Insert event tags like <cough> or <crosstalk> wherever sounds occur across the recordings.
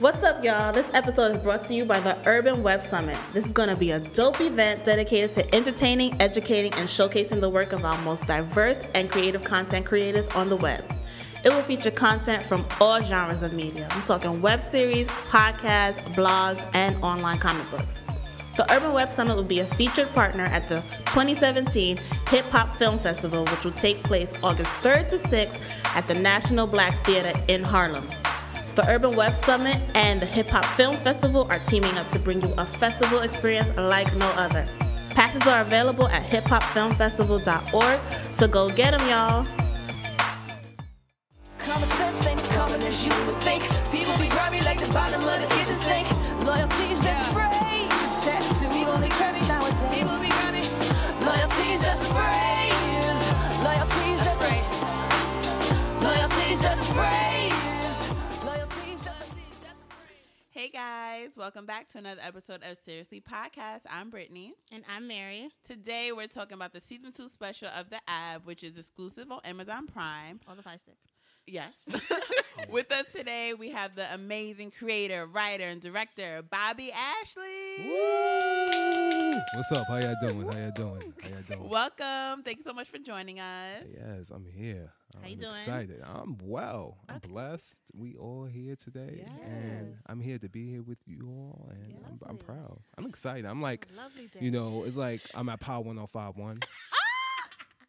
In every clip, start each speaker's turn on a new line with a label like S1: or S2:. S1: What's up, y'all? This episode is brought to you by the Urban Web Summit. This is going to be a dope event dedicated to entertaining, educating, and showcasing the work of our most diverse and creative content creators on the web. It will feature content from all genres of media. I'm talking web series, podcasts, blogs, and online comic books. The Urban Web Summit will be a featured partner at the 2017 Hip Hop Film Festival, which will take place August 3rd to 6th at the National Black Theater in Harlem. The Urban Web Summit and the Hip Hop Film Festival are teaming up to bring you a festival experience like no other. Passes are available at hiphopfilmfestival.org, so go get them, y'all.
S2: Common sense ain't as common as you would think. People be grimy like the bottom of the kitchen sink. Loyalty's just a phrase. Tattoo, we only carry nowadays. People be grimy. Loyalty's just a phrase. Loyalty's just a Loyalty's just a phrase. Loyalty's just a phrase.
S3: Hey guys, welcome back to another episode of Seriously Podcast. I'm Brittany.
S1: And I'm Mary.
S3: Today we're talking about the season two special of The Ab, which is exclusive on Amazon Prime.
S1: All the fire stick.
S3: Yes. <laughs> With us today, we have the amazing creator, writer, and director, Bobby Ashley.
S4: What's up? How y'all doing? How y'all doing? How y'all doing?
S3: Welcome. Thank you so much for joining us.
S4: yes, I'm here. I'm
S1: How you doing?
S4: excited. I'm well. I'm
S1: Okay.
S4: blessed. We all here today, and
S1: Yes.
S4: I'm here to be here with you all, and I'm, I'm
S1: Lovely.
S4: proud. I'm excited. I'm like,
S1: Lovely day.
S4: you know, it's like I'm at Power 1051.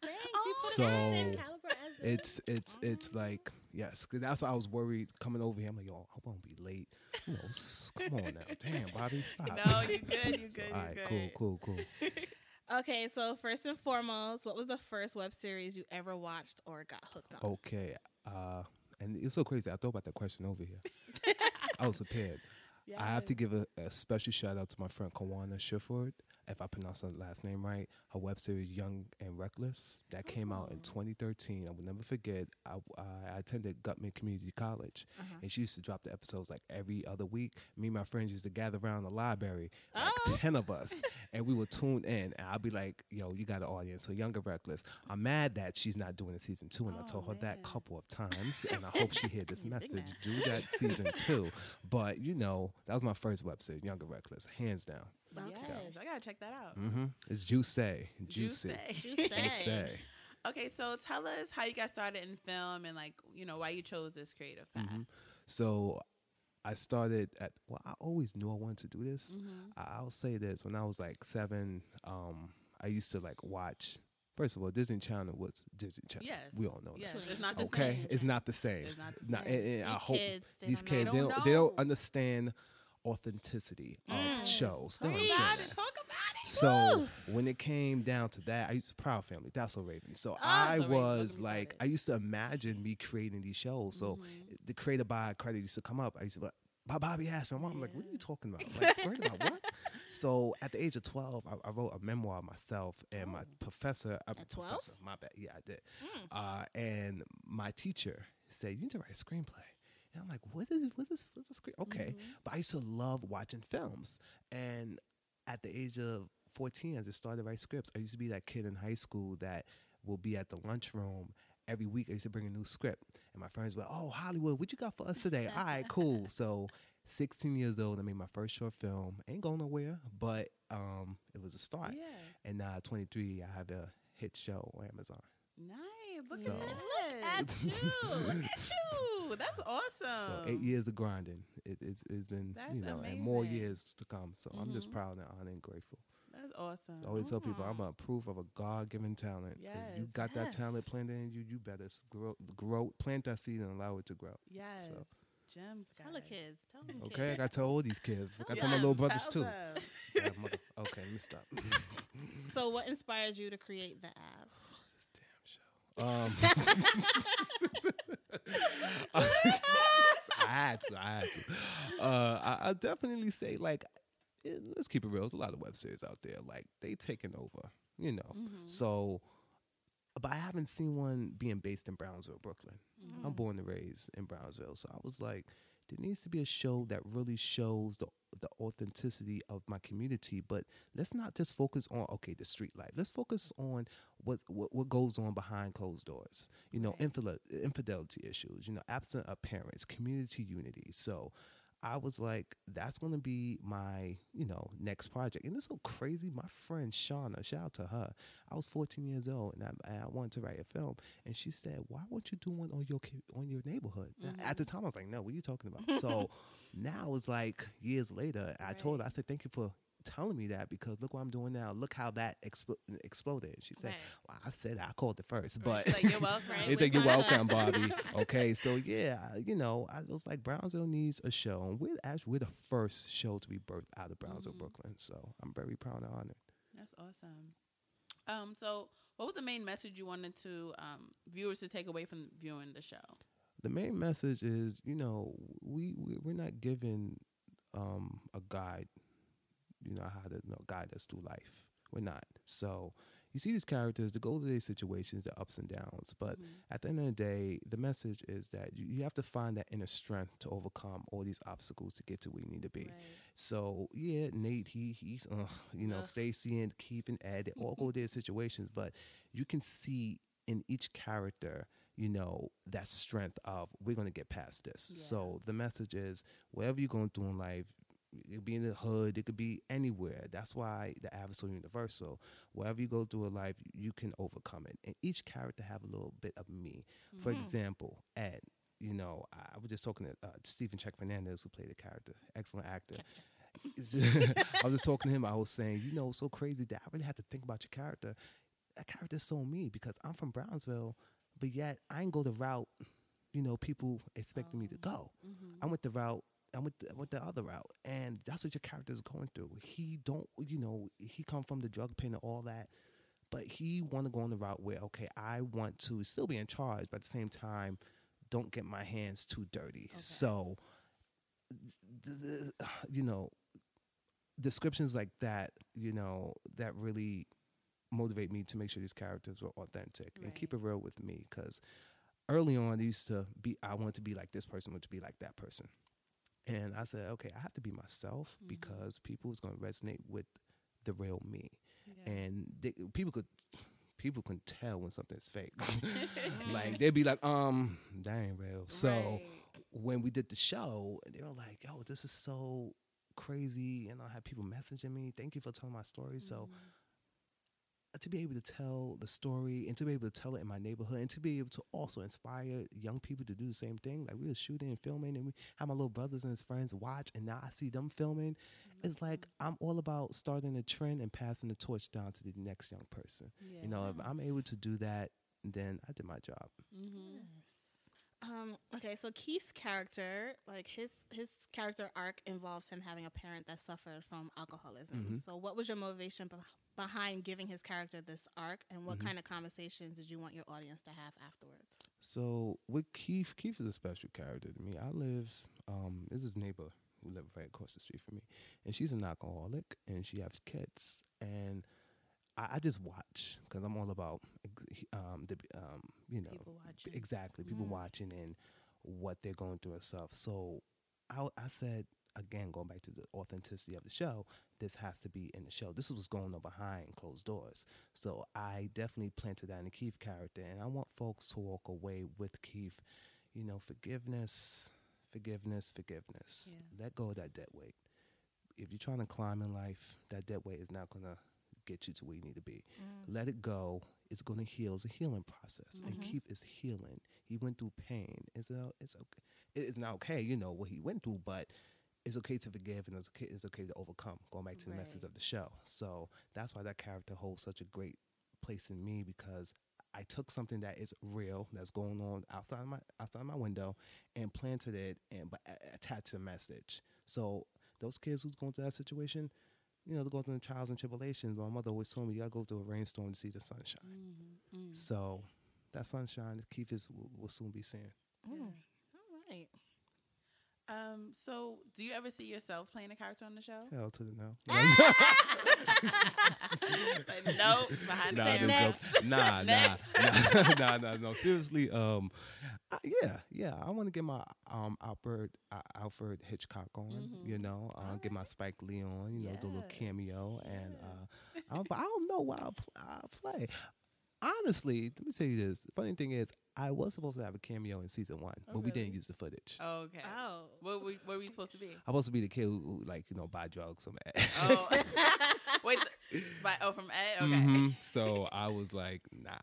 S1: Thanks,
S4: put it in the same So, it's it's it's like yes, 'cause that's why I was worried coming over here. I'm like, yo, I won't be late. You know, s- come on now, damn,
S1: <laughs>
S4: Bobby, stop.
S3: No, you good, you
S4: So,
S3: good, you
S4: all right,
S3: good.
S4: cool, cool, cool.
S1: Okay, so first and foremost, what was the first web series you ever watched or got hooked on?
S4: Okay. Uh, and it's so crazy. I thought about that question over here. I
S3: <laughs>
S4: was prepared. I have to give a, a special shout out to my friend Kawana Shiford, if I pronounce her last name right. Her web series Young and Reckless that came out
S3: Oh.
S4: in 2013. I will never forget. I, I attended Gutman Community College,
S3: Uh-huh.
S4: and she used to drop the episodes like every other week. Me and my friends used to gather around the library, like
S1: Oh.
S4: 10
S3: <laughs>
S4: of us, and we would tune in. And I'd be like, "Yo, you got an audience." So Young and Reckless. I'm mad that she's not doing a season two, and I
S3: Oh,
S4: told her that
S3: man.
S4: a couple of times, and I hope she
S3: <laughs>
S4: heard this
S1: You think
S4: message. Do that season two. But you know, that was my first web series, Younger Reckless, hands down.
S3: Yes, I gotta check that out.
S4: Mm-hmm. It's Juice, Juicy,
S3: Juicy.
S1: Juicy.
S3: <laughs> Okay, so tell us how you got started in film and like, you know, why you chose this creative path.
S4: Mhm. So I started at. Well, I always knew I wanted to do this.
S3: Mhm.
S4: I- I'll say this: when I was like seven, um, I used to like watch. First of all, Disney Channel was Disney Channel.
S3: Yes.
S4: we all know
S3: Yes,
S4: that.
S1: Twenty.
S3: it's not the
S4: Okay,
S3: same.
S4: it's not the same.
S3: It's not the
S4: Nah,
S3: same.
S4: and- and I
S1: These
S4: hope
S1: kids, they
S4: these
S1: don't know.
S4: kids they
S3: They don't
S4: don't, they don't
S3: know.
S4: understand authenticity of
S1: Mm.
S4: shows. They
S3: Talk
S4: don't
S1: Preach.
S4: understand
S3: about
S4: that.
S3: it. Talk about it.
S4: So when it came down to that, I used to Proud Family, that's a Raven. So I
S3: that's a Raven, don't
S4: was
S3: get me
S4: like,
S3: started.
S4: I used to imagine me creating these shows. So
S3: Mm-hmm.
S4: the creator by credit used to come up. I used to be like, by Bobby Ash. My mom was like, what are you talking about? I'm Like, worried about what? So at the age of 12, I, I wrote a memoir myself and my professor. uh,
S1: At 12?
S4: professor, My bad. Yeah, I did. Uh, and my teacher said, you need to write a screenplay. And I'm like, what is what is what's a screen? Okay.
S3: Mm-hmm.
S4: But I used to love watching films. And at the age of 14, I just started writing scripts. I used to be that kid in high school that will be at the lunchroom every week. I used to bring a new script. And my friends were, oh, Hollywood, what you got for us today?
S3: <laughs>
S4: All right, cool. So 16 years old, I made my first short film. Ain't going nowhere, but um, it was a start.
S3: Yeah.
S4: And now at 23, I have a hit show on Amazon.
S3: Nice. Look
S4: So-
S3: at that.
S1: Look at
S4: <laughs>
S1: you.
S3: Look at you. That's awesome.
S4: So eight years of grinding. It, it's, it's been,
S3: Oh. That's
S4: you know, and more
S3: amazing. Mm-hmm.
S4: years to come. So I'm just proud and honored and grateful.
S3: That's awesome.
S4: I always tell people I'm
S1: Ah.
S4: a proof of a God given talent. If you
S3: Yes.
S4: got that
S1: Yes.
S4: talent planted in you, you better s- grow, grow, plant that seed and allow it to grow.
S3: yes.
S4: so-
S3: Gems.
S1: Tell the
S3: guys.
S1: kids. Tell them
S4: Okay, I
S1: kids.
S4: gotta tell all these kids. I gotta tell my
S1: Yes,
S4: little
S3: Tell
S4: brothers too.
S3: <laughs> them.
S4: Yeah, mother- okay, let me stop. <laughs> this
S1: So, what inspires you to create the app?
S4: damn show. Um, <laughs> I had to. I had to. Uh, I, I definitely say like, eh, let's keep it real. There's a lot of web series out there. Like they taking over. You know.
S3: Mhm.
S4: So, but I haven't seen one being based in Brownsville, Brooklyn.
S3: mm-hmm.
S4: I'm
S1: Mm.
S4: born and raised in Brownsville, so I was like, there needs to be a show that really shows the the authenticity of my community. But let's not just focus on okay the street life. Let's focus on what what, what goes on behind closed doors. You know,
S1: Right.
S4: infidel- infidelity issues. You know, absent of parents, community unity. So. I was like, that's gonna be my, you know, next project. And it's so crazy. My friend Shauna, shout out to her. I was 14 years old, and I, and I wanted to write a film. And she said, "Why won't you do one on your co- on your neighborhood?" And At the
S1: Mm-hmm.
S4: time, I was like, "No, what are you talking
S1: <laughs>
S4: about?" so now it's like years later. I told her, I said, "Thank you for." Telling me that because look what I'm doing now. Look how that expl- exploded. She said,
S1: Right.
S4: well, "I said I called it first, but
S1: She's like, you're
S3: <laughs>
S1: welcome.
S4: you
S1: We're
S4: think you're
S1: fine.
S4: welcome, Bobby. Okay, so yeah, I- you know, I was like, Brownsville needs a show, and we're actually we're the first show to be birthed out of Brownsville, Brooklyn. So I'm very proud and honored.
S3: That's awesome. Um, so what was the main message you wanted to um, viewers to take away from viewing the show?
S4: The main message is, you know, we, we we're not given um, a guide, you know, how to you know, guide us through life. We're not. So you see these characters, the go to their situations, the ups and downs. But
S3: Mm-hmm.
S4: at the end of the day, the message is that you, you have to find that inner strength to overcome all these obstacles to get to where you need to be. So yeah, Nate, he he's uh, you know, Stacy and Keith and Ed, they all go their situations, but you can see in each character, you know, that strength of we're gonna get past this. So the message is whatever you're going through in life, it could be in the hood, it could be anywhere. That's why the adversary universal. Wherever you go through in life, you can overcome it. And each character have a little bit of me. For example, Ed, you know, I I was just talking to uh, Stephen Check Fernandez, who played the character, excellent actor. It's- I was just <laughs> talking to him. I was saying, you know, it's so crazy that I really had to think about your character. That character's so me because I'm from Brownsville, but yet I didn't go the route, you know, people expected me to go.
S3: Mm-hmm.
S4: I went the route. I went the, went the other route, and that's what your character's going through. He don't, you know, he come from the drug pen and all that but he want to go on the route where okay i want to still be in charge but at the same time don't get my hands too dirty so th- th- you know descriptions like that you know that really motivate me to make sure these characters were authentic and keep it real with me because early on i used to be i want to be like this person want to be like that person and I said, okay, I have to be myself because people is going to resonate with the real me, and they, people could people can tell when something's fake. <laughs> like they'd be like, um, that ain't real. So when we did the show, they were like, yo, this is so crazy, and I had people messaging me, thank you for telling my story. So uh, to be able to tell the story and to be able to tell it in my neighborhood and to be able to also inspire young people to do the same thing. Like we were shooting and filming and we had my little brothers and his friends watch and now I see them filming. It's like I'm all about starting a trend and passing the torch down to the next young person. You know, if I'm able to do that, then I did my job.
S3: Mm-hmm.
S5: Um, okay, so Keith's character, like his his character arc, involves him having a parent that suffered from alcoholism.
S4: Mm-hmm.
S5: So, what was your motivation beh behind giving his character this arc, and what
S4: Mm-hmm.
S5: kind of conversations did you want your audience to have afterwards?
S4: So with Keith, Keith is a special character to me. I live, um, this is his neighbor who lived right across the street from me, and she's an alcoholic and she has kids, and I, I just watch because I'm all about, ex- um, the um, you know,
S1: People watching.
S4: exactly people watching and what they're going through and stuff. So I, I said again, going back to the authenticity of the show, this has to be in the show. This is what's going on behind closed doors. So I definitely planted that in the Keith character, and I want folks to walk away with Keith, you know, forgiveness, forgiveness, forgiveness. Let go of that dead weight. If you're trying to climb in life, that dead weight is not gonna get you to where you need to be. Let it go. It's gonna heal. It's a healing process, and Keith is healing. He went through pain. It's a, it's okay. it- It's not okay, you know what he went through, but it's okay to forgive and it's okay, it's okay to overcome. Going back to the message of the show, so that's why that character holds such a great place in me because I took something that is real, that's going on outside my outside my window, and planted it and but a- attached the message. So those kids who's going through that situation, you know, they're going through the trials and tribulations. My mother always told me, you gotta go through a rainstorm to see the sunshine.
S3: Mm-hmm.
S4: So that sunshine, Keith is will, will soon be seeing.
S5: All right.
S3: Um, so do you ever see yourself playing a character on the
S4: <laughs>
S3: show? <laughs>
S4: Hell to the no.
S3: <laughs>
S5: <laughs>
S3: like, nope, behind the
S4: nah,
S3: scenes.
S4: no
S3: <laughs>
S4: joke. Nah, nah, nah, <laughs> nah, nah, no. Seriously, um, I, yeah, yeah. I want to get my um Alfred uh, Alfred Hitchcock on.
S3: Mm-hmm.
S4: You know, uh, get my Spike Lee on. You know, do a little cameo, and uh, I, but I don't know what I'll, pl- I'll play. honestly, let me tell you this. The funny thing is, I was supposed to have a cameo in season one,
S3: Oh,
S4: but we didn't
S3: really?
S4: use the footage.
S3: Okay.
S1: Oh.
S5: <laughs>
S3: What were, what were we supposed to be?
S4: I was supposed to be the kid who, who, like, you know, buy drugs from Ed.
S3: Oh, <laughs> wait.
S4: <laughs>
S3: th- By, oh, from Ed. Okay. <laughs>
S4: Mhm. So I was like, nah.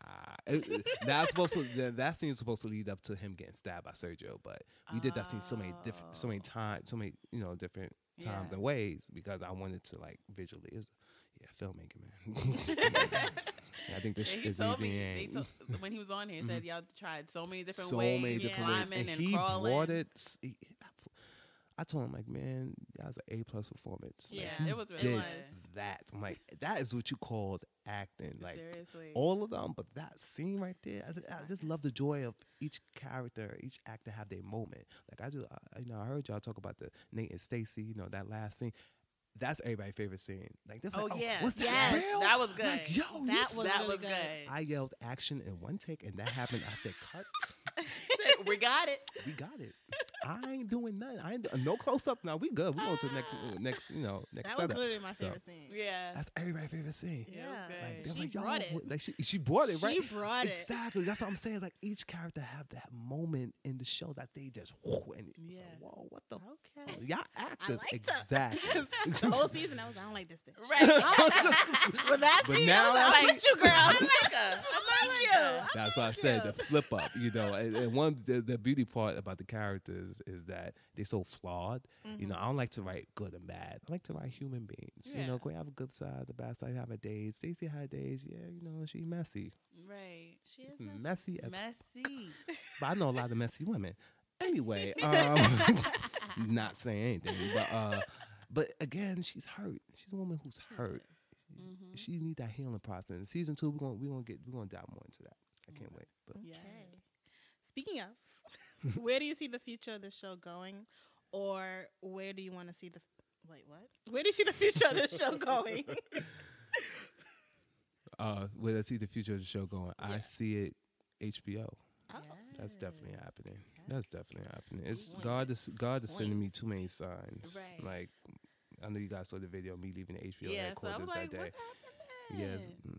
S4: It- it- That's supposed to. That, that scene's supposed to lead up to him getting stabbed by Sergio, but we did that scene so many different, so many
S3: Oh.
S4: times, so many you know different times
S3: Yeah.
S4: and ways because I wanted to like visually. It's, yeah,
S3: <laughs>
S4: filmmaking, man. <laughs> I think this
S3: And
S4: shit
S3: he
S4: is
S3: told
S4: easy.
S3: me they
S4: and Mm-hmm.
S3: told, when he was on here, he said y'all tried so many different
S4: so
S3: ways,
S4: many different ways,
S3: climbing and,
S4: he
S3: crawling.
S4: brought it. s- he- he- I told him like, man, that was an A plus performance. Like,
S1: Yeah,
S4: you
S3: it was really
S4: did
S1: was.
S4: that. I'm like, that is what you called acting. Like,
S3: Seriously.
S4: all of them, but that scene right there, I, ju- I just love the joy of each character, each actor have their moment. Like I do, I, you know, I heard y'all talk about the Nate and Stacy, you know, that last scene. That's everybody's favorite scene. Like, they was
S3: oh
S4: like,
S3: yeah,
S4: was that
S1: yes,
S4: real?
S3: that was good.
S4: Like, yo, you
S1: That
S4: s-
S1: was
S3: that
S1: really
S3: was
S1: good.
S3: good.
S4: I yelled action in one take, and that happened. I said, "Cut,
S3: we got it.
S4: we got
S1: <laughs>
S4: it. I ain't doing nothing. I ain't do- no close up. Now we good. We on to the next, next, you know,
S1: Ah.
S4: next
S1: That was
S4: setup.
S1: literally my
S4: So,
S1: favorite scene.
S3: Yeah.
S4: That's everybody's favorite scene.
S3: Yeah, it was
S1: Yeah.
S4: Like,
S3: good.
S4: they was
S1: She
S4: like, y'all
S1: brought it.
S4: w- Like she, she brought it, right?
S1: She brought it.
S4: Exactly. That's what I'm saying. Like each character have that moment in the show that they just whoo, and it's
S3: Yeah.
S4: like, whoa, what the
S1: Okay.
S4: f- y'all actors
S1: liked her.
S4: exactly.
S1: <laughs> the
S4: <laughs>
S1: whole season, I was I don't like this bitch.
S3: Right.
S1: <laughs> That
S4: But
S1: scene,
S4: now
S1: I was
S4: I
S1: like,
S4: see-
S1: you, girl. <laughs>
S3: <laughs> I like her. I like you.
S4: That's why I said the flip up, you know. And, and one the, the beauty part about the characters is that they're so flawed. You
S1: Mm-hmm.
S4: know, I don't like to write good and bad. I like to write human beings. You
S3: Yeah.
S4: know, Gray have a good side, the bad side have a days. Stacey had days. Yeah, you know, she messy.
S3: Right.
S1: She is
S4: messy,
S1: messy.
S4: as
S3: Messy.
S4: but I know a lot of messy women. Anyway,
S3: <laughs>
S4: um, <laughs> not saying anything, but uh, but again, she's hurt. She's a woman who's hurt.
S3: Mm-hmm.
S4: She need that healing process. In season two, we're gonna we're gonna get we're gonna dive more into that. I can't wait. But
S3: Yeah.
S1: Okay. Speaking of, <laughs> where do you see the future of the show going, or where do you want to see the wait what? Where do you see the future of the show going? <laughs>
S4: uh, where I see the future of the show going, I
S1: Yeah.
S4: see it. HBO.
S1: Oh.
S4: That's definitely happening.
S1: Yes.
S4: That's definitely happening. It's
S1: Points.
S4: God is God is sending me
S1: Points.
S4: too many signs.
S3: Right.
S4: Like I know you guys saw the video of me leaving the
S3: Yeah.
S4: HBO
S3: So I
S4: headquarters
S3: was like,
S4: that day.
S3: what's happening?
S4: Yes, mm,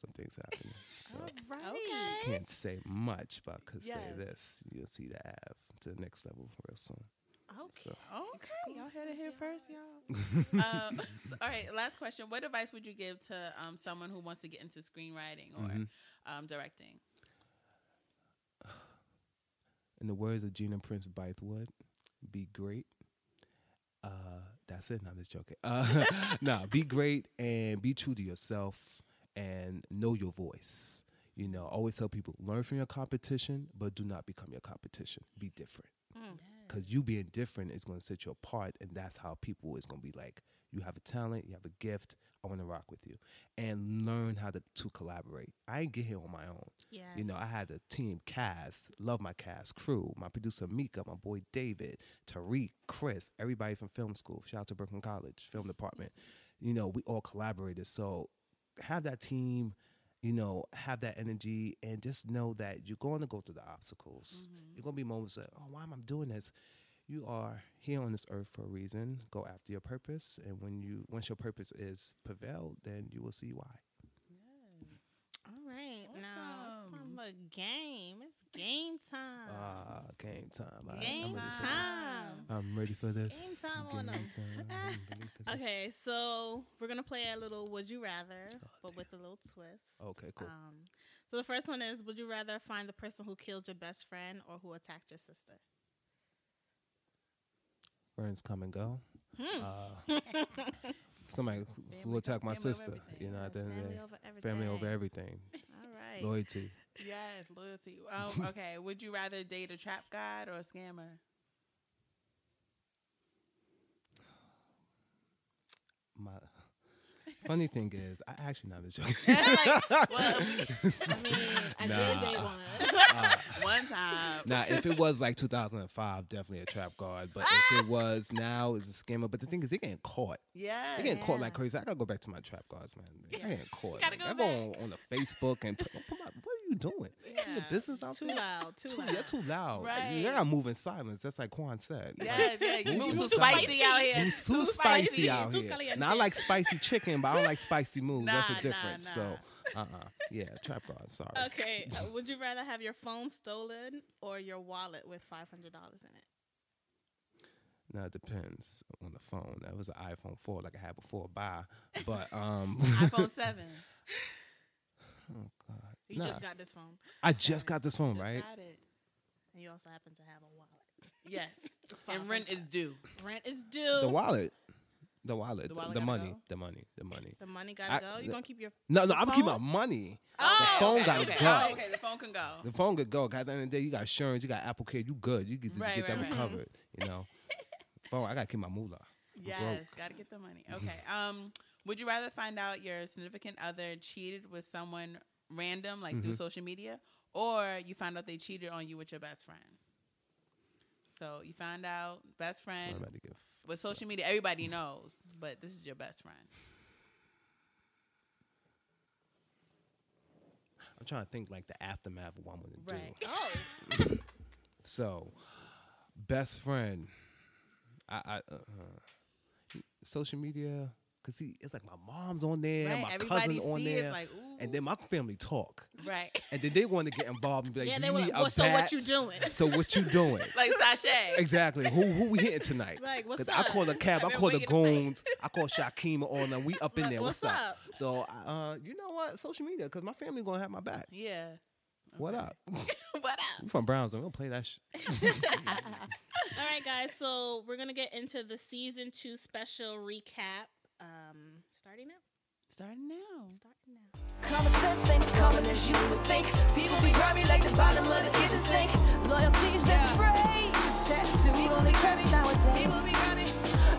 S4: some
S3: <laughs>
S4: things happening. So.
S1: All right.
S3: Okay.
S4: can't say much, but I could say
S3: Yes.
S4: this. You'll see the Av to the next level real soon.
S1: Okay.
S4: So
S3: Okay. Y'all had
S1: Exclusive
S3: it here first,
S1: yards.
S3: y'all. <laughs> um, so- all right, last question. What advice would you give to um, someone who wants to get into screenwriting or
S4: Mhm.
S3: um, directing?
S4: in the words of Gina Prince Bythewood, be great. Uh, that's it. Now just joking. Uh, <laughs> nah, be great and be true to yourself and know your voice. You know, I always tell people learn from your competition, but do not become your competition. Be different. Because you being different is going to set you apart, and that's how people is going to be like, you have a talent, you have a gift, I want to rock with you. And learn how to, to collaborate. I ain't get here on my own.
S1: Yes.
S4: You know, I had a team cast, love my cast, crew, my producer Mika, my boy David, Tariq, Chris, everybody from film school. Shout out to Brooklyn College, film department. You know, we all collaborated. So have that team, you know, have that energy and just know that you're going to go through the obstacles.
S1: Mm-hmm.
S3: Mm-hmm.
S4: You're going to be moments like, oh, why am I doing this? You are here on this earth for a reason. Go after your purpose. And when you, once your purpose is prevailed, then you will see why.
S1: All right. Now it's time
S3: Awesome.
S1: for game. It's game time.
S4: Ah, game time. All right, I'm
S1: game
S4: ready for this.
S1: time.
S4: I'm ready for this.
S1: Game time on 'em.
S4: time. I'm ready for this.
S1: <laughs> Okay, so we're gonna play a little "Would You Rather," but with a little twist.
S4: Okay, cool.
S1: Um, so the first one is: Would you rather find the person who killed your best friend or who attacked your sister?
S4: Burns come and go. Uh, somebody who- who
S3: Family-
S4: attacked my
S3: family over
S4: sister.
S3: everything.
S4: You know, at the
S1: Yes,
S4: end of
S1: family
S4: the day.
S1: over everything.
S4: Family over everything.
S1: All right.
S4: Loyalty.
S3: Yes, loyalty. Um, okay, would you rather date a trap god or a scammer?
S4: My funny thing is, I actually not joking. <laughs>
S3: Like, well,
S1: <laughs>
S3: <laughs>
S1: I mean, I
S4: Nah.
S1: did date one.
S4: Uh,
S3: one time.
S4: now, if it was like 2005, definitely a trap guard. But if it was now, it's a scammer. But the thing is, they getting caught. They
S3: Yes.
S4: getting caught like
S1: Yeah.
S4: crazy. I gotta go back to my trap guards, man. I getting caught.
S3: Gotta
S4: Like,
S3: go
S4: I go on, on the Facebook and put, put my, what are you doing? Yeah.
S3: Yeah.
S4: This is
S1: <laughs>
S4: out
S1: Too
S4: there.
S1: loud. Too
S4: Too,
S1: loud.
S4: You're too loud. Like, You
S3: Right.
S4: gotta move in silence. That's like Quan said. It's
S3: Yes, yeah, you
S4: You-
S3: move
S4: you
S3: too
S4: spicy.
S3: spicy out
S4: Like,
S3: here. <laughs>
S4: you too,
S1: Too
S4: spicy,
S1: spicy,
S4: out
S1: too
S4: here.
S1: caliente.
S4: Now I like spicy chicken, but I don't like spicy moves. That's
S3: Nah, nah,
S4: a difference.
S3: nah.
S4: So Uh uh Yeah, trap guard. Sorry.
S1: Okay. uh, would you rather have your phone stolen or your wallet with five hundred dollars in it?
S4: Now it depends on the phone. That was an iPhone four, like I had before. Bye. But um,
S3: iPhone seven.
S4: oh god,
S1: You
S4: <laughs> nah,
S1: just got this phone,
S4: I just got this phone,
S3: Just
S4: right?
S3: got it.
S1: and you also happen to have a wallet.
S3: Yes. and rent is due.
S1: Rent is due.
S4: The wallet, the wallet,
S3: The
S4: the,
S3: wallet
S4: the
S3: gotta
S4: money,
S3: go?
S4: the money, the money.
S1: The money
S4: I-
S1: gotta go. You
S4: the-
S1: gonna keep your
S4: No, no, I'm gonna keep my
S1: phone?
S4: money.
S1: oh
S4: phone
S3: okay,
S4: gotta
S3: okay,
S4: go.
S3: oh, okay, the phone can go.
S4: The phone could go. 'cause At the end of the day, you got insurance, you got Apple Care, you good. You could just
S3: Right,
S4: get
S3: right,
S4: that
S3: right.
S4: recovered. You know, phone. I gotta keep my moolah.
S3: Yes, gotta get the money. Okay. Um, would you rather find out your significant other cheated with someone random, like through social media, or you found out they cheated on you with your best friend? So you found out best
S4: So I'm
S3: friend
S4: about to give.
S3: with social media, everybody knows, but this is your best friend.
S4: I'm trying to think like the aftermath of what I'm gonna
S1: oh
S4: do. So, best friend, I, I uh, social media, cause see, it's like my mom's on there,
S3: right.
S4: my
S3: everybody
S4: cousin on
S3: see it's
S4: there,
S3: like, ooh.
S4: and then my family talk,
S3: <laughs> right.
S4: and then they want to get involved and be like,
S1: yeah,
S4: you
S1: they were
S4: need
S1: like,
S4: a
S1: well, so what
S4: bat.
S1: you doing?
S4: So what you doing?
S3: like sachet.
S4: Exactly. Who who we hitting tonight?
S1: Like, what's
S4: 'Cause I call the cab,
S3: I've
S4: I
S3: been
S4: call the
S3: waiting to fight.
S4: goons, I call Shaquem on them. We up in
S1: Like,
S4: there. What's,
S1: what's
S4: up?
S1: up?
S4: So uh, you know what? Social media, cause my family gonna have my back.
S3: Yeah.
S4: What
S3: Okay.
S4: up?
S3: <laughs> what up?
S4: We from Brownsville. We don't
S3: <laughs>
S4: play that shit.
S1: All right, guys. So we're gonna get into the season two special recap. Um, starting now.
S3: Starting now.
S1: Starting now.
S2: Common sense ain't as common as you would think. People be grimy like the bottom of the kitchen sink. Loyalty's just a phrase. It's tattooed to me on their crevice. Now it's people be grimy.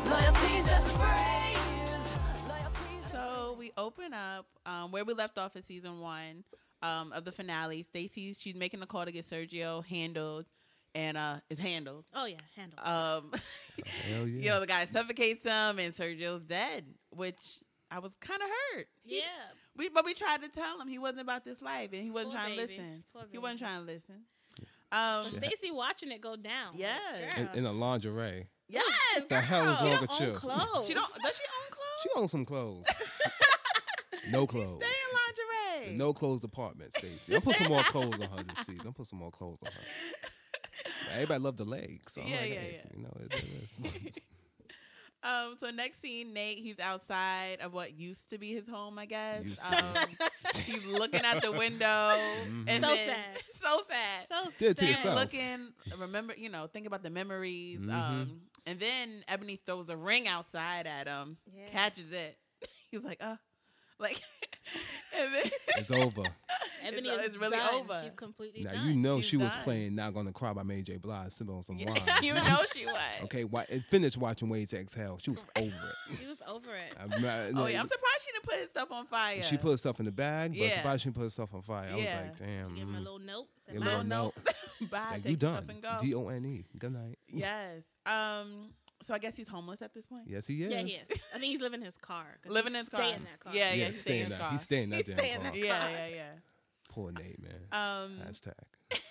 S2: Loyalty's just a phrase. Loyalty's just a
S3: So we open up um, where we left off in season one um, of the finale. Stacy's she's making a call to get Sergio handled, and uh, is handled.
S1: Oh yeah, handle.
S3: Um, <laughs>
S4: oh, Hell yeah.
S3: You know the guy suffocates him, and Sergio's dead, which I was kind of hurt. He-
S1: yeah.
S3: we but we tried to tell him he wasn't about this life, and he wasn't
S1: Poor
S3: trying to
S1: baby.
S3: listen.
S1: Poor
S3: He wasn't
S1: baby.
S3: trying to listen. Um,
S1: But Stacy watching it go down.
S3: Yeah.
S4: in, in a lingerée.
S3: yes,
S4: The hell is
S3: girl.
S4: wrong
S1: She
S4: with
S1: don't
S4: you?
S1: own clothes.
S3: <laughs> She don't. Does she own clothes?
S4: She owns
S3: <laughs>
S4: some clothes. no clothes.
S3: Stay in lingerie.
S4: No clothes department, Stacey. I'm put some more clothes on her this season. I'm put some more clothes
S3: <laughs>
S4: on her. But Everybody love the legs. So I'm
S3: Yeah,
S4: like,
S3: yeah,
S4: hey,
S3: yeah.
S4: You know, it
S3: <laughs>
S4: is.
S3: Um, so next scene, Nate, he's outside of what used to be his home, I guess.
S4: Used to
S3: Um, he's looking out the window.
S4: <laughs>
S3: And
S4: Mm-hmm.
S1: So
S3: then-
S1: sad.
S3: <laughs> So sad.
S1: So
S4: Did it to
S1: sad.
S4: yourself.
S3: looking, remember, you know, think about the memories.
S4: Mhm.
S3: Um, and then Ebony throws a ring outside at him,
S1: Yeah.
S3: catches it. <laughs> He's like, oh, like, <laughs> and then
S4: It's over.
S1: Ebony
S3: <laughs> It's-
S1: is
S3: it's really
S1: done.
S3: over. <laughs>
S1: She's completely
S4: Now
S1: done.
S4: you know
S3: She's
S4: she was
S3: done.
S4: playing "Not Gonna Cry" by Mary J. Blige, sipping on
S3: <laughs>
S4: some
S3: you,
S4: wine.
S3: you know she was.
S4: Okay, why, and finished watching Wait to Exhale. She was over
S3: <laughs>
S4: it.
S1: She was over it.
S4: I'm not-
S3: Oh
S4: like,
S3: yeah, I'm surprised she didn't put his stuff on fire.
S4: She put herself in the bag, but
S3: Yeah.
S4: surprised she didn't put herself on fire. I
S3: Yeah.
S4: was like,
S1: She
S4: damn.
S1: gave him a
S4: mm,
S1: little note. Said,
S4: your
S1: "Bye."
S4: little
S3: Mom, no.
S4: note.
S1: <laughs>
S3: Bye.
S4: Like,
S3: take
S4: you
S3: your stuff
S4: done.
S3: and go.
S4: D O N E. Good night.
S3: Yes. Um. So I guess he's homeless at this point.
S4: Yes, he is.
S1: Yeah, he is. I think he's living in his car. 'cause
S3: Living
S1: he
S3: in his
S1: stay
S3: car.
S1: in that car.
S3: Yeah,
S4: yeah,
S3: he's
S4: he's
S3: staying in
S4: staying
S3: his
S4: that.
S3: car.
S4: He's staying in that
S1: He's
S4: damn
S1: staying in
S4: car.
S1: that
S3: Yeah. Yeah. Yeah.
S4: Poor Nate, man.
S3: Um.
S4: Hashtag.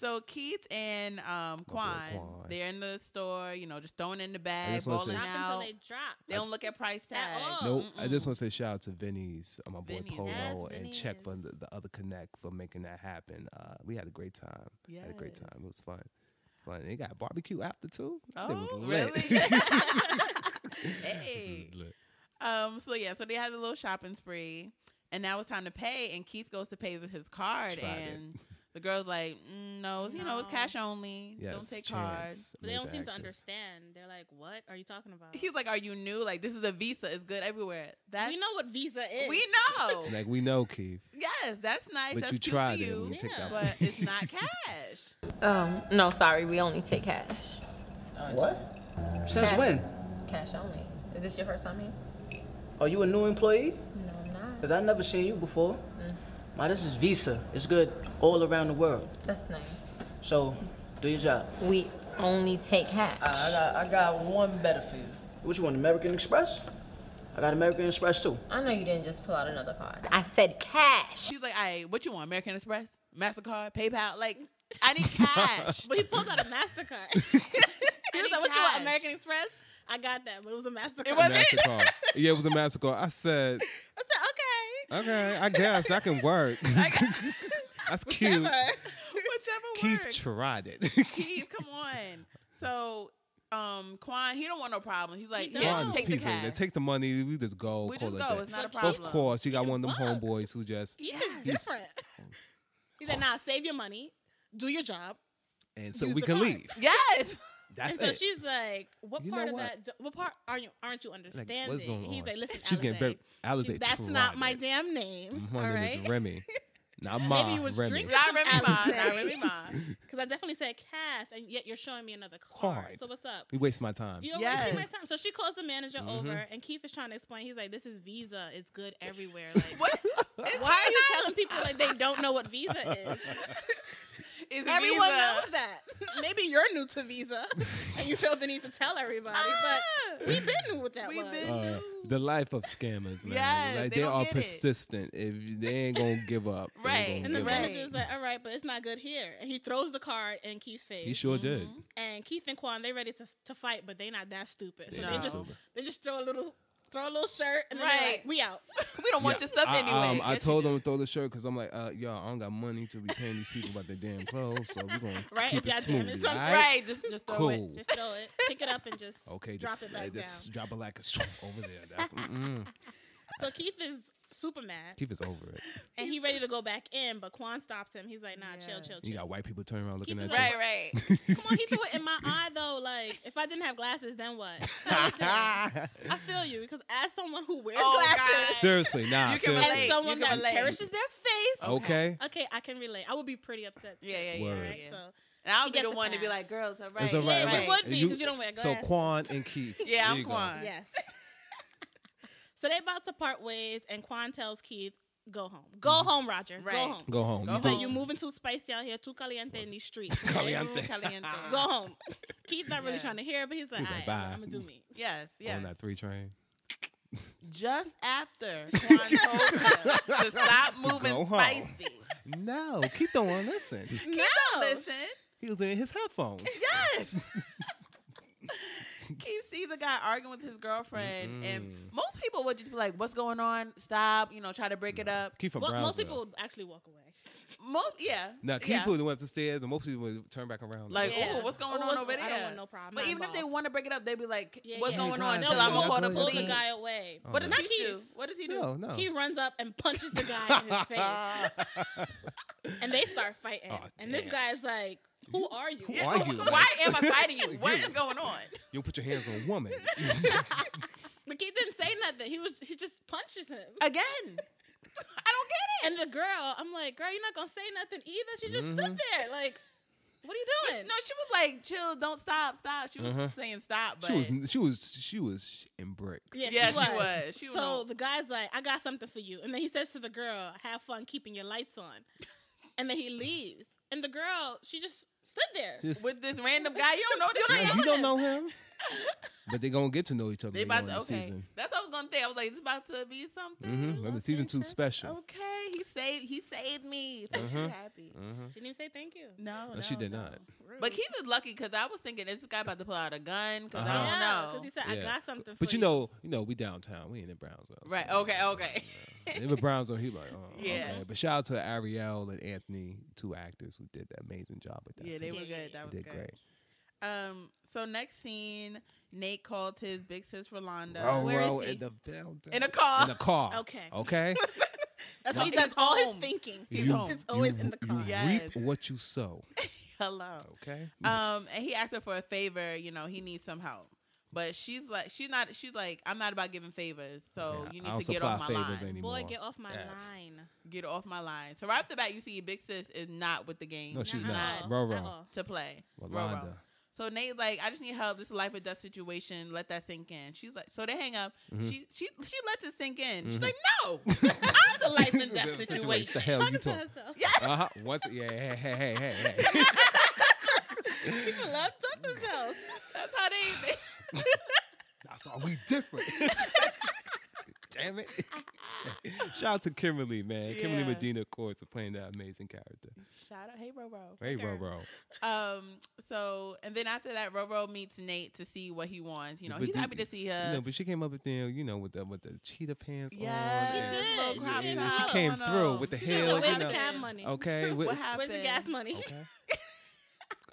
S3: So Keith and um
S4: boy
S3: Quan,
S4: Quan.
S3: they're in the store. You know, just throwing in the
S4: I
S3: bag,
S4: just wanna
S3: balling
S4: say-
S1: Shop until
S3: out.
S1: they
S3: They,
S1: drop.
S3: don't look at price
S1: At
S3: tags.
S1: all.
S4: Nope. I just
S3: Mm-mm.
S4: want to say shout out to Vinny's, uh, my boy
S3: Vinny's.
S4: Polo,
S1: Yes,
S4: and Check for
S1: Vinny's.
S4: the, the other connect for making that happen. Uh, we had a great time. Had a great
S3: Yes.
S4: time. It was fun. Fun. They got barbecue after too. That thing was
S3: Oh,
S4: lit. <laughs>
S3: really?
S4: This
S3: hey.
S4: was lit.
S3: Um. So yeah. So they had a little shopping spree, and now it's time to pay. And Keith goes to pay with his card,
S4: Tried it.
S3: and the girl's like, mm, no, you know, it's
S1: No.
S3: cash only.
S4: Yes,
S3: don't take cards.
S4: Chance,
S1: But they don't
S4: amazing
S1: seem to
S4: actress.
S1: understand. They're like, what are you talking about?
S3: He's like, "Are you new? Like this is a Visa. It's good everywhere. That
S1: we know what Visa is.
S3: We know.
S1: <laughs>
S4: Like we know, Keith,
S3: yes, that's nice.
S4: but
S3: that's
S4: you
S3: cute
S4: tried
S3: for
S4: it.
S3: you,
S4: We take
S1: Yeah.
S4: that.
S3: but it's
S4: <laughs>
S3: not cash.
S6: Um, no, sorry, we only take cash.
S7: What? Since
S6: Cash.
S7: when?
S6: Cash only. Is this your first time here?
S7: Are you a new employee?
S6: No, I'm not.
S7: Because I never seen you before. My, this is Visa. It's good all around the world.
S6: That's nice.
S7: So, do your job.
S6: We only take cash.
S7: I got, I got one better for you. What you want, American Express? I got American Express too.
S6: I know you didn't just pull out another card. I
S8: <laughs>
S6: said cash.
S3: She's like, "I what you want? American Express, Mastercard, PayPal? Like I
S4: <laughs>
S3: need cash."
S1: But he pulled out a
S3: <laughs>
S1: Mastercard. <laughs> he was like, "What you
S3: cash."
S1: want, American Express?" I got that, but it was a Mastercard.
S3: was- <laughs>
S4: Mastercard. yeah, it was a Mastercard. I said,
S1: I said, "Okay."
S4: Okay, I guess that can
S3: <laughs>
S4: work. <laughs> That's
S1: <laughs>
S4: cute.
S3: Whichever
S4: Keith
S3: works.
S4: tried it. <laughs>
S3: Keith, come on. So, um, Quan, he don't want no problems. He's like, yeah,
S4: Ron is
S3: take the
S4: peaceful. They
S3: cash.
S4: take the money. We just go.
S3: We
S4: call
S3: just
S4: it
S3: go.
S4: day.
S3: It's not a
S4: Of
S3: problem.
S4: course, you got one of them
S1: Fuck.
S4: homeboys who just
S1: He is different. <laughs> He said, "Nah, save your money, do your job."
S4: and so
S1: Use
S4: we
S1: the
S4: can
S1: card.
S4: leave.
S3: Yes.
S4: That's
S1: and so
S4: it.
S1: she's like, "What
S4: You know
S1: part of
S4: what?
S1: that? do- What part are you aren't you understanding?"
S4: going
S1: He's
S4: on?
S1: like, "Listen,
S4: She's getting
S1: Alizé,
S4: very. Alize
S1: she- that's not my
S4: tried it.
S1: damn name.
S4: My
S1: all
S4: name
S1: right,
S4: is Remy.
S3: <laughs>
S4: Not Ma.
S1: you was
S4: Remy.
S1: drinking.
S3: Not Remy Ma.
S1: Alizé.
S3: Not Remy Ma.
S1: <laughs> because I definitely said cash, and yet you're showing me another card.
S4: Card. Mm-hmm.
S1: So what's up?"
S4: You waste my time. Uh,
S1: You know,
S3: Yes.
S1: wasting my time. So she calls the manager
S4: Mhm.
S1: over, and Keith is trying to explain. He's like, "This is Visa. It's good everywhere. Like,
S3: <laughs> What?
S1: Why are you telling people like they don't know what Visa
S3: <laughs>
S1: is?
S3: Is
S1: Everyone
S3: Visa.
S1: knows that. Maybe you're new to Visa, <laughs> and you feel the need to tell everybody. But we've been new with that
S3: Ah. We've
S1: one.
S3: been-
S4: Uh, the life of scammers, man.
S3: Yes,
S4: like,
S3: they
S4: they,
S3: don't
S4: are
S3: get it.
S4: persistent. If they ain't gonna give up, they ain't
S3: Right.
S4: gonna
S1: And the
S4: give
S3: Right.
S4: up.
S1: manager's like, "All right, but it's not good here." And he throws the card in Keith's face.
S4: He sure did.
S3: Mhm.
S1: and Keith and Quan, they ready to to fight, but they not that stupid. So
S4: They
S3: No.
S1: they
S4: did
S1: just
S4: so.
S1: they just throw a little throw a little shirt, and then they're
S3: Right.
S1: like, "We out." <laughs>
S3: We don't want
S4: Yeah.
S3: your stuff
S4: I,
S3: anyway.
S4: um,
S3: Yes,
S4: I
S3: you
S4: told
S3: do.
S4: them to throw the shirt because I'm like, uh, y'all, I don't got money to be paying these people about their damn clothes, so we're gonna
S1: <laughs> Right,
S4: keep
S1: if y'all
S4: it
S1: damn it
S4: smooth.
S1: something,
S4: all
S3: Right.
S4: right?
S3: Just
S4: <laughs>
S3: just throw it.
S4: Cool.
S1: Just throw it, pick it up, and just
S4: <laughs> Okay,
S1: drop
S4: just,
S1: it back
S4: uh, just drop it like a sh- over there.
S1: <laughs>
S4: That's, mm-mm.
S1: down. So Keith is super mad,
S4: Keep us over it.
S1: and he ready to go back in, but Quan stops him. He's like, "Nah, chill, chill,
S4: You
S1: chill."
S4: got white people turning around looking
S1: Keep it
S4: at you. <laughs>
S3: Right, right.
S1: Come on, <laughs> he threw it in my eye though. Like, if I didn't have glasses, then
S4: <laughs>
S1: what? Now, listen, I feel you because as someone who wears
S3: Oh,
S1: glasses
S4: seriously, nah,
S3: You can
S4: seriously.
S3: relate.
S1: and someone
S3: You can
S1: that
S3: relate.
S1: cherishes their
S4: Oh.
S1: face,
S4: Okay,
S1: okay, I can relate. I would be pretty upset. Too,
S3: Yeah, yeah, yeah,
S1: all
S4: yeah,
S1: right?
S3: yeah.
S1: So
S3: <laughs> And I'll
S1: You
S3: be
S1: get
S3: the
S1: to
S3: one to be
S1: pass.
S3: like, girls, all right.
S4: it's all right.
S1: Yeah,
S4: right.
S1: it would be
S4: You-
S1: 'cause you don't wear
S4: So
S1: glasses.
S4: Quan
S1: <laughs>
S4: and Keith.
S3: Yeah,
S4: There
S3: I'm
S4: you go.
S3: Quan.
S1: Yes. <laughs> so they about to part ways, and Quan tells Keith, "Go home, go
S4: Mm-hmm.
S1: home, Roger,
S3: Right.
S1: go home."
S4: Go home.
S3: Go
S4: you
S1: He's
S4: think-
S1: like, you moving too spicy out here, too caliente in these streets. okay?
S4: <laughs>
S1: <laughs>
S4: Caliente.
S3: Ooh,
S4: <laughs>
S3: caliente.
S1: Go home. Keith not really
S3: Yeah.
S1: trying to hear, but he's like,
S4: He's
S1: "All
S4: like,
S1: right,
S4: bye."
S1: I'm gonna do me."
S3: Yes, yes.
S4: on that three train.
S3: Just
S4: <laughs>
S3: after Quan told her to stop
S4: go
S3: moving
S4: home.
S3: spicy.
S4: No, Keith don't want to <laughs> listen.
S1: no,
S3: Listen,
S4: He was in his headphones. <laughs>
S3: yes. Keith sees a guy arguing with his girlfriend, and
S4: Mm-mm.
S3: most people would just be like, "What's going on? Stop!" You know, try to break it up.
S4: Keith from
S1: well, most
S4: Brownsville.
S1: people would actually walk away.
S3: Most, yeah.
S4: Now Keith
S3: yeah.
S4: would have went upstairs, and most people would turn back around.
S3: Like,
S1: Yeah.
S3: "Ooh, what's going
S1: Or
S3: on
S1: what's-
S3: over there?"
S1: I don't want no problem.
S3: But
S1: Not
S3: even if they
S1: involved.
S3: want to break it up, they'd be like,
S1: Yeah,
S3: "What's
S1: yeah.
S3: going
S4: Hey,
S3: on?"
S4: guys,
S3: Chill, I'm gonna
S4: y'all
S3: call the
S4: doing
S1: pull
S4: Well,
S1: the
S3: police.
S4: then-
S1: guy away.
S4: Oh,
S3: What does
S4: Not
S3: Keith do?
S1: Keith.
S3: What does he do?
S4: no, no.
S1: He runs up and punches the guy in his face,
S4: <laughs>
S1: and they start fighting.
S4: Aw,
S1: and this
S4: damn.
S1: guy's like, "Who are you?"
S3: <laughs>
S4: Who are you?
S3: Why am I fighting
S4: <laughs>
S3: you? What is
S4: You.
S3: going on?
S4: You'll put your hands on a woman. <laughs>
S1: But Keith didn't say nothing. He was he just punches him.
S3: <laughs> Again. I don't get it.
S1: And the girl, I'm like, girl, you're not gonna say nothing either. She just stood
S4: Mhm.
S1: there, like, what are you
S3: But she-
S1: doing?
S3: no, she was like, chill, don't stop, stop. She was
S4: Uh-huh.
S3: saying stop, but
S4: she was, she was, she was in bricks.
S3: yeah, she was. She was
S1: so
S3: on-
S1: the guy's like, I got something for you, and then he says to the girl, "Have fun keeping your lights on," and then he leaves. And the girl, she just stood there.
S4: Just, <laughs>
S3: with this random guy. You don't know. You
S4: Yeah,
S3: don't know.
S4: you don't know him, but they're gonna get to know each other
S3: <laughs> They
S4: later
S3: about
S4: on
S3: to
S4: in the
S3: okay.
S4: season.
S3: That's what I was gonna say. I was like, it's about to be something.
S4: Mm-hmm. Remember, season two special.
S3: Okay, he saved. He saved me. So
S4: Uh-huh.
S3: she's happy.
S4: Uh-huh.
S1: she didn't even say thank you.
S3: No,
S4: No, she did
S3: no.
S4: not.
S3: But Keith is lucky because I was thinking is this guy about to pull out a gun because
S4: Uh-huh.
S3: I
S1: because
S3: don't know.
S1: he
S4: <laughs>
S1: said, "I
S4: Yeah.
S1: got something."
S4: But
S1: for
S4: you know, you know, we downtown. We ain't in Brownsville. so
S3: Right.
S4: it's
S3: Okay.
S4: like,
S3: Okay.
S4: They were Brownsville. He like, oh,
S3: <laughs> Yeah.
S4: okay. But shout out to Ariel and Anthony, two actors who did an amazing job with
S3: <laughs>
S4: that.
S3: yeah, they
S4: scene.
S3: were good. That was
S4: did
S3: good.
S4: great.
S3: Um. So next scene, Nate called his big sis Rolanda.
S4: Row,
S3: uh, Where is
S4: row
S3: he?
S4: Oh, in the building.
S3: In a car.
S4: In a car.
S3: <laughs>
S1: Okay.
S4: Okay.
S1: That's why he
S3: He's
S1: does all his
S3: home.
S1: thinking.
S3: He's
S4: You-
S3: home.
S1: It's always
S4: you-
S1: in the car.
S4: You
S3: Yes.
S4: reap what you sow.
S3: Hello.
S4: Okay.
S3: Um. And he asked her for a favor. You know, he needs some help. But she's like, she's not. She's like, I'm not about giving favors. So
S4: Yeah,
S3: Oh, you
S4: I don't
S3: need to get
S4: supply
S3: off my line.
S4: favors anymore.
S1: Boy, get off my
S4: Yes.
S1: line.
S3: Get off my line. So right off the bat, you see big sis is not with the game.
S4: No, she's
S1: Not
S4: not.
S1: at all.
S4: Row,
S1: At
S4: row.
S1: all.
S3: to play. Row, row.
S4: Rolanda.
S3: So Nate like, I just need help. This is a life or death situation. Let that sink in. She's like, so they hang up.
S4: Mhm.
S3: She she she lets it sink in. She's
S4: Mhm.
S3: like,
S9: <laughs>
S3: no, I'm the
S4: <laughs>
S3: life and death
S4: What the
S3: situation.
S4: hell you
S1: Talking to
S4: talking?
S1: herself.
S4: <laughs>
S3: <laughs>
S4: Uh huh. What? The, yeah. Hey. Hey. Hey. Hey. hey.
S1: People
S4: <laughs>
S1: love talking to themselves.
S3: That's how they.
S4: <laughs> That's why we different. Damn it. <laughs> Shout out to Kimberly, man. Kimberly
S3: Yeah.
S4: Medina Court for playing that amazing character.
S3: Shout out, hey, bro, bro.
S4: Hey,
S3: girl.
S4: bro, bro.
S3: Um. So, and then after that, Roro meets Nate to see what he wants. You know,
S4: But
S3: he's
S4: the-
S3: happy to see her.
S4: No, but she came up with them, you know, with the with the cheetah pants
S3: yeah,
S4: on. and-
S9: did.
S4: and-
S9: She
S4: and
S9: did.
S4: she came through with the
S9: She said,
S4: heels.
S9: Where's
S4: You
S9: the
S4: know.
S9: cab
S4: <laughs>
S9: money?
S4: Okay, with-
S3: <laughs> What happened?
S9: Where's the gas money?
S4: <laughs> okay.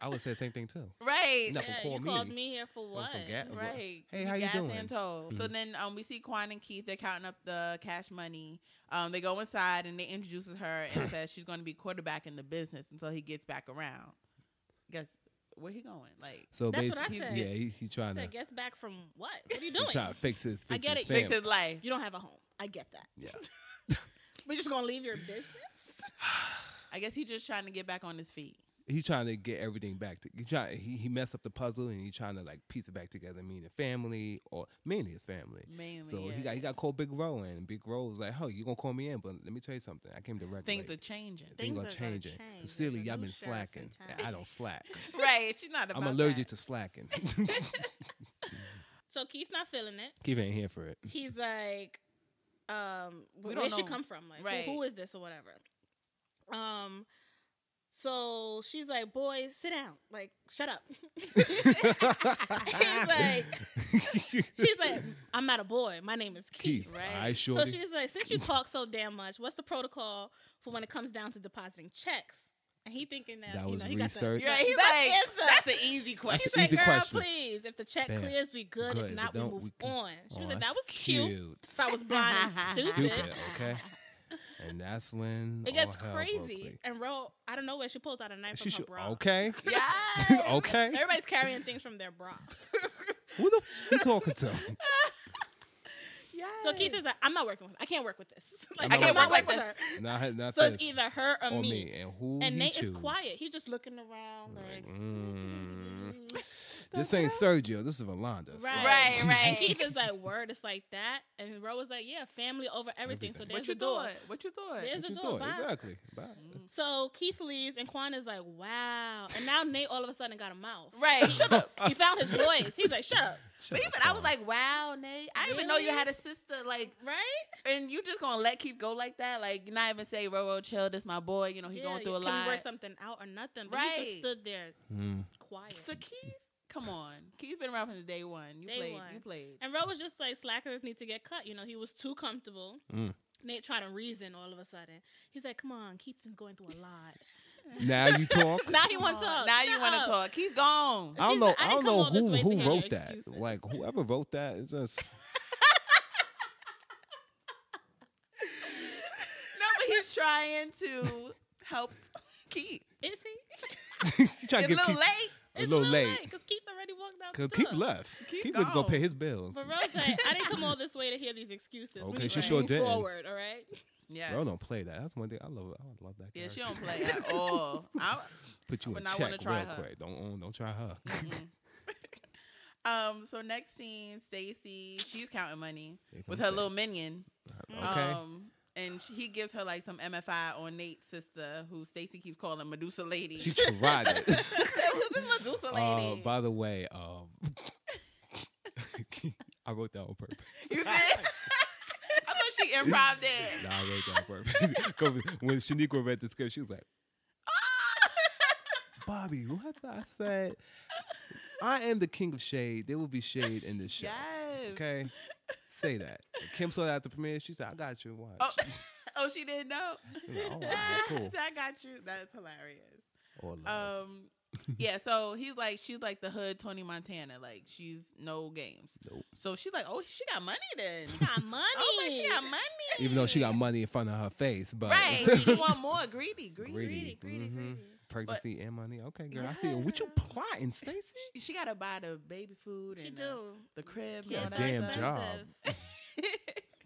S4: I would say the same thing too.
S3: <laughs> Right.
S4: You're not gonna
S9: Yeah,
S4: call
S9: you
S4: me.
S9: called me here for
S4: Want
S9: what?
S4: some gas?
S3: Right.
S4: Hey, how you
S3: Gas
S4: doing? Mm-hmm.
S3: And toll. So then um, we see Quan and Keith. They're counting up the cash money. Um, they go inside and they introduces her and
S4: <laughs>
S3: says she's going to be quarterback in the business until he gets back around. Guess where he going? Like
S4: So
S9: That's what I
S4: basically,
S9: said.
S4: yeah, he, he
S9: I
S4: trying to
S9: said, guess back from what? What
S4: <laughs>
S9: are you
S4: he
S9: doing?
S4: trying to fix his. Fix
S9: I get
S4: his
S9: it. Fix
S3: fix
S4: family.
S3: his life.
S9: You don't have a home. I get that.
S4: Yeah.
S9: But you're just gonna leave your business?
S3: I guess he's just trying to get back on his feet.
S4: he's trying to get everything back. To, he, try, he he messed up the puzzle and he's trying to like piece it back together. Meaning family or mainly his family.
S3: Mainly.
S4: So
S3: yeah.
S4: he got he got called Big Row and Big Row was like, "Oh, you gonna call me in?" But let me tell you something. I came to regulate.
S3: things are changing.
S4: <laughs>
S3: <laughs>
S9: Things
S4: gonna
S9: are gonna
S4: change it.
S9: change. There's
S4: Cecilia,
S9: a
S4: y'all
S9: new
S4: been
S9: sheriff in
S4: slacking.
S9: town.
S4: and I don't
S9: <laughs>
S4: slack.
S3: right. She's not about
S4: I'm allergic
S3: that.
S4: to slacking.
S9: So Keith's not feeling it.
S4: Keep ain't here
S9: <laughs>
S4: for it. <laughs>
S9: He's like, um, wh-
S3: We
S9: where
S3: don't
S9: she
S3: know.
S9: come from? Like, who-
S3: Right.
S9: who is this or whatever? Um, so she's like, boy, sit down. Like, shut
S1: <laughs>
S9: up.
S3: <laughs>
S9: he's like, he's like, I'm not a boy. My name is Keith.
S4: Keith,
S3: Right.
S4: I sure.
S9: So she's
S4: <laughs>
S9: like, since you talk so damn much, what's the protocol for when it comes down to depositing checks? And he thinking that,
S4: That
S9: you
S4: was
S9: know, he got the,
S4: research.
S3: Right. He's
S9: That's
S3: like
S9: answer.
S3: that's the easy question.
S9: She's
S4: an
S9: like,
S4: easy
S9: girl,
S4: question.
S9: please, if the check
S4: Bam.
S9: clears, we good.
S4: Good. If
S9: If not, we
S4: don't,
S9: move
S4: we can-
S9: on. She was
S4: Aw,
S9: like, that
S4: that's
S9: was cute.
S4: cute.
S9: So I was blind and stupid.
S4: Stupid.
S9: <laughs>
S4: Okay. And that's when
S9: It gets
S4: all hell broke
S9: crazy.
S4: loose.
S9: And Ro, I don't know where she pulls out a knife
S4: She
S9: from
S4: should,
S9: her bra.
S4: okay. <laughs>
S3: Yes.
S4: okay.
S9: Everybody's carrying things from their
S4: <laughs>
S9: bra.
S4: Who the f- you talking to? <laughs>
S3: yes.
S9: So Keith is like, I'm not working with I can't work with this. <laughs>
S4: I'm
S9: Like,
S4: not
S9: I can't work,
S3: working
S9: with
S3: with
S9: her.
S4: Not, not
S9: So
S4: this.
S9: it's either her or,
S4: or
S9: me.
S4: me. and who
S9: And
S4: he
S9: Nate
S4: choose.
S9: is quiet. He's just looking around like,
S4: Like, mm,
S9: <laughs>
S4: this ain't Sergio. This is Valanda. so-
S9: Right,
S3: Right, right.
S9: And
S4: <laughs>
S9: Keith is like, word, it's like that. And Ro was like, yeah, family over everything. So
S4: Everything.
S9: there's
S3: what you
S9: a door.
S3: thought? What you thought?
S9: There's
S4: What
S9: a
S4: you
S9: door.
S4: thought?
S9: Bye.
S4: Exactly. Bye.
S9: Mm. So Keith leaves, and Quan is like, wow. And now Nate all of a sudden got a mouth.
S3: Right. Shut up.
S4: Uh,
S9: He found
S4: <laughs>
S9: his voice. He's like, shut up.
S4: Shut
S3: But
S4: the
S3: even I was
S4: fuck up.
S3: like, wow, Nate, I didn't even know you
S9: Really?
S3: had a sister. Like,
S9: Right?
S3: and you just gonna let Keith go like that? Like, you're not even say, Roro, chill, this my boy. You know, he going through a
S9: can we
S3: lot.
S9: work something out or nothing? But he
S3: Right.
S9: just stood there
S4: Mm.
S9: quiet.
S3: So Keith, come on, Keith's been around since day one. You
S9: Day
S3: played,
S9: one.
S3: you played.
S9: And Ro was just like, slackers need to get cut. You know, he was too comfortable.
S4: Mm.
S9: Nate tried to reason all of a sudden. He's like, come on, Keith's been going through a lot.
S4: Now you talk.
S9: <laughs> now he want
S3: Come
S9: to
S3: on.
S9: talk.
S3: Now you
S9: Shut
S3: want to
S9: up.
S3: talk? Keith
S9: <laughs>
S3: gone.
S4: I don't
S9: She's
S4: know.
S9: like, I
S4: I don't
S9: didn't come
S4: know
S9: all this
S4: who
S9: way to
S4: who
S9: hear your
S4: wrote that.
S9: excuses.
S4: Like whoever wrote that is
S9: <laughs>
S4: just. <laughs>
S3: No, but he's trying to help Keith.
S9: Is he?
S4: you trying
S3: It's
S4: to
S3: a
S4: get
S3: little
S4: Keith
S3: late.
S4: a little late.
S9: Because Keith already walked out.
S4: Cause
S9: the
S4: Keith
S9: door.
S4: left.
S3: Keith
S4: Keith was gonna
S3: gone.
S4: pay his bills.
S9: But Rose said, I didn't come all this way to hear these excuses. we
S4: Okay,
S9: need
S4: she
S9: to
S4: sure
S9: move
S4: didn't.
S9: forward, all right?
S3: Yeah.
S4: Bro, don't play that. That's one thing I love. I love that.
S3: Yeah, she don't
S4: character.
S3: play at all. I-
S4: Put you
S3: would
S4: in
S3: not
S4: check
S3: wanna
S4: real
S3: try her. Mm-hmm.
S4: quick. Don't mm, don't try her. <laughs>
S3: um. So next scene, Stacy, she's counting money
S4: Here
S3: with
S4: comes
S3: her
S4: Stacy.
S3: little minion.
S4: okay.
S3: Um, and she, he gives her like some MFI on Nate's sister, who Stacy keeps calling Medusa Lady. <laughs>
S4: she tried it.
S3: Who's this Medusa
S4: Uh,
S3: Lady?
S4: by the way, um, <laughs> I wrote that on purpose.
S3: you did? <laughs> I thought she improv
S4: Nah,
S3: it.
S4: I wrote that on purpose. <laughs> 'Cause when Shaniqua read the script, she
S3: <laughs>
S4: was like, "Bobby, what I said? I am the king of shade. There will be shade in this show.
S3: Yes.
S4: Okay, say that." Kim saw that at the premiere. She said, "I got you. Watch."
S3: Oh, oh, she didn't know.
S4: I'm like,
S3: <laughs>
S4: "Oh, wow, cool.
S3: I got you. That's hilarious.
S4: Or love.
S3: Um, yeah. So he's like, she's like the hood Tony Montana. Like she's no games.
S4: Nope.
S3: So she's like, oh, she got money then. <laughs>
S9: Got money.
S3: Oh, but she got money.
S4: <laughs> Even though she got money in front of her face, but
S3: right.
S4: <laughs>
S3: she want more greedy, greedy.
S4: greedy, mhm. pregnancy and money. Okay, girl, I see. it. What you
S3: Yes. <laughs>
S4: plotting, Stacey?
S3: She- She gotta buy the baby food
S9: She
S3: and
S9: do.
S3: the- the crib. and
S9: Yeah,
S4: Your
S3: all
S9: it's
S3: that
S4: damn
S3: stuff.
S4: job.
S9: expensive.
S3: <laughs>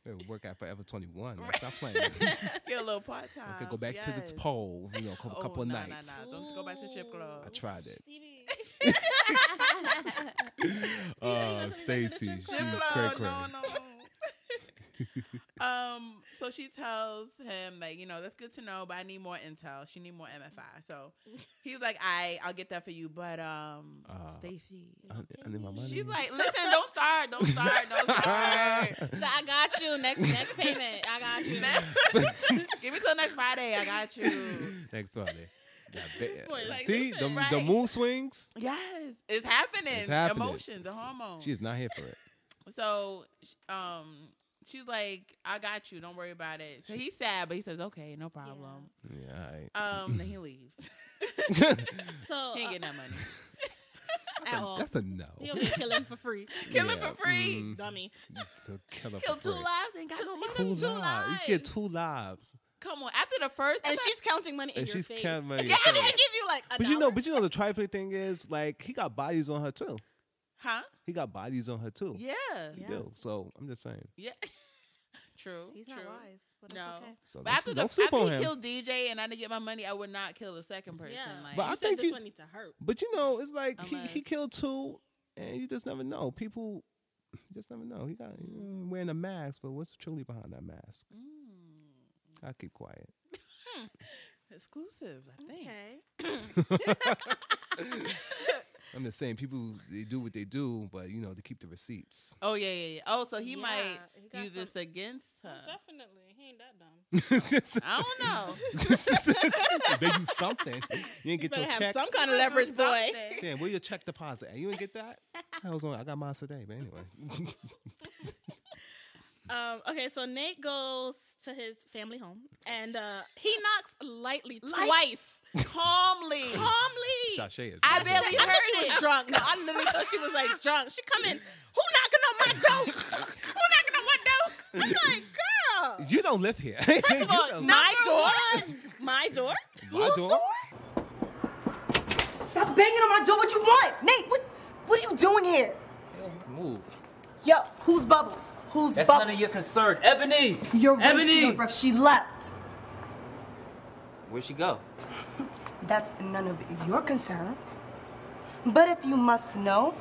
S4: Better work at Forever 21. Now,
S3: Right.
S4: Stop
S3: <laughs>
S4: playing. okay,
S3: Get a little part time.
S4: go back to the pole, you know, a couple,
S3: Oh,
S4: couple
S3: nah, nah,
S4: nights.
S3: nah. Don't go back to strip
S9: Ooh.
S3: club.
S4: I tried it.
S9: Stevie.
S4: Oh,
S9: gonna go to the
S4: Stacy, Uh,
S9: strip
S4: she
S9: club?
S4: was cray cray.
S3: No, <laughs> no. um, so she tells him like, you know, that's good to know, but I need more intel. She need more MFI. So he's like, I, I'll get that for you, but um,
S4: Uh,
S3: Stacy.
S4: I, I need my money.
S3: She's
S4: <laughs>
S3: like, listen, don't start, don't start, don't start.
S1: She's like, <laughs> I got you. Next next payment. I got you.
S3: <laughs> Give me till next Friday. I got you.
S4: <laughs> Thanks, buddy. Yeah, eh? ba- uh,
S1: boy is like,
S4: see
S1: this
S4: the,
S1: is
S4: the
S3: right.
S4: mood swings.
S3: Yes, it's happening.
S4: It's happening.
S3: Emotions, the hormones.
S4: She is not here for it.
S3: So, sh- um, she's like, "I got you. Don't worry about it." So he's sad, but he says, "Okay, no problem."
S4: Yeah, all right.
S3: Um, then
S1: <laughs>
S3: he leaves.
S1: So uh,
S3: he ain't getting that
S1: <laughs>
S3: money.
S1: at all.
S4: That's a no.
S1: He'll be
S4: <laughs>
S1: killing for free.
S3: Kill him for free.
S4: mhm.
S1: Dummy.
S4: It's a killer.
S3: Kill
S4: for
S3: two
S4: free.
S3: lives and got no money.
S4: Two
S1: Two
S4: lives. You get two lives,
S3: Come on, after the first,
S1: And
S3: that's
S1: she's counting money in
S4: and
S1: your
S4: she's
S1: face.
S4: counting money. in
S1: Yeah,
S4: your
S1: they
S4: face.
S1: give you like a
S4: But you know,
S1: dollar.
S4: but you know, the trifling thing is like he got bodies on her too.
S3: like, huh?
S4: He got bodies on her too.
S3: Yeah, yeah.
S1: Yeah.
S4: Yo, so I'm just saying.
S3: <laughs> True.
S1: He's
S3: true.
S1: not wise, but it's
S3: No.
S1: okay.
S4: So
S3: But
S4: don't,
S3: after
S4: sleep-
S3: the
S4: don't sleep
S3: after
S4: on
S3: he
S4: him.
S3: killed DJ and I didn't get my money, I would not kill the second person.
S1: Yeah.
S3: Like,
S4: But
S1: you
S4: I
S1: said
S4: think
S1: this
S4: you-
S1: one needs to hurt.
S4: But you know, it's like he, he
S3: Unless-
S4: killed two, and you just never know. People just never know. He got he, uh, wearing a mask, but what's truly behind that mask?
S3: mm,
S4: I keep quiet.
S3: exclusives, I think.
S1: Okay.
S4: I'm just saying, people they do what they do, but you know, they keep the receipts.
S1: <laughs>
S3: Oh yeah, yeah, yeah. Oh, so he
S1: Yeah,
S3: might
S1: he got
S3: use
S1: some-
S3: this against her.
S1: Oh, Definitely. He ain't that dumb.
S4: Just-
S3: I don't know.
S4: <laughs> they do something.
S1: <laughs>
S4: You didn't get
S1: Better
S4: your
S1: have
S4: check.
S1: some kind of leverage, boy.
S3: Something.
S4: Damn, where your check deposit at? You didn't
S1: <laughs>
S4: get that? I was on. I got mine today, but anyway.
S1: Um, okay, so Nate goes to his family home and uh, he knocks lightly
S3: Light-
S1: twice,
S3: Calmly.
S1: calmly.
S4: Sashay is.
S3: I
S4: not
S3: barely
S4: here.
S1: I thought she
S3: heard
S1: was
S3: it.
S1: drunk. No, I literally thought she was like drunk. She come in. Who knocking on my door? Who knocking on my door? I'm like, girl.
S4: <laughs> You don't live here.
S1: First of all, my door. My door.
S4: my door.
S2: Stop banging on my door. What you want, Nate? What What are you doing here?
S7: Move.
S2: Yo, who's Bubbles? Who's
S7: That's
S2: Bubbles?
S7: none of your concern. Ebony!
S2: You're
S7: Ebony!
S2: Ruth, She left.
S7: Where'd
S10: <laughs>
S7: she go?
S2: That's none of your concern. But if you must know,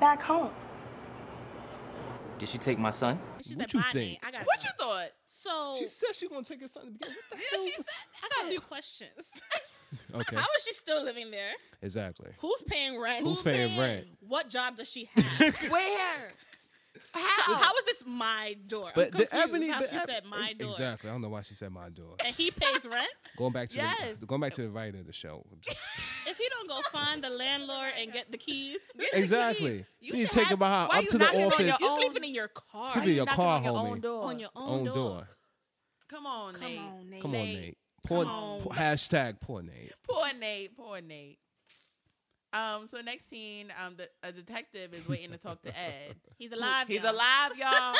S2: back home.
S7: Did she take my son?
S1: She's
S4: What
S1: like,
S4: you
S1: my
S4: think?
S1: name. I got
S3: What you thought?
S1: So
S4: She said she gonna take her son to begin. with. What
S1: she said, I got a few questions.
S4: the-
S1: <laughs>
S4: Okay,
S1: How is she still living there?
S4: exactly.
S1: Who's paying rent?
S4: Who's paying rent?
S1: What job does she have?
S4: <laughs>
S3: Where?
S1: So how is this my door?
S4: But
S1: I'm
S4: the
S1: confused
S4: Ebony,
S1: how
S4: the
S1: she
S4: Eb-
S1: said my door.
S4: Exactly. I don't know why she said my door.
S1: And he pays rent.
S4: Going back to
S3: Yes.
S4: the, going back to the writing of the show. Just-
S1: If he don't go find the landlord and get the keys, <laughs>
S3: Get the
S4: exactly.
S3: key.
S4: You need
S3: should
S4: to take
S3: have-
S4: it by her
S3: why
S4: up
S3: you
S4: to the
S3: knocking on
S4: office.
S3: your
S1: you're
S3: own-
S1: sleeping in your car,
S4: To be your
S3: knocking
S4: car,
S3: on your
S4: homie.
S3: own door.
S1: oh, on your own,
S4: Own
S1: door.
S4: door.
S3: Come on,
S1: Come
S3: Nate.
S1: on, Nate.
S4: Come on,
S3: Nate.
S4: Nate. Poor,
S1: Come on.
S4: poor- hashtag poor Nate.
S3: Poor Nate. Poor Nate. Um. So next scene, um, the, a detective is waiting to talk to Ed. <laughs>
S1: He's alive.
S3: He's
S1: y'all.
S3: alive, y'all.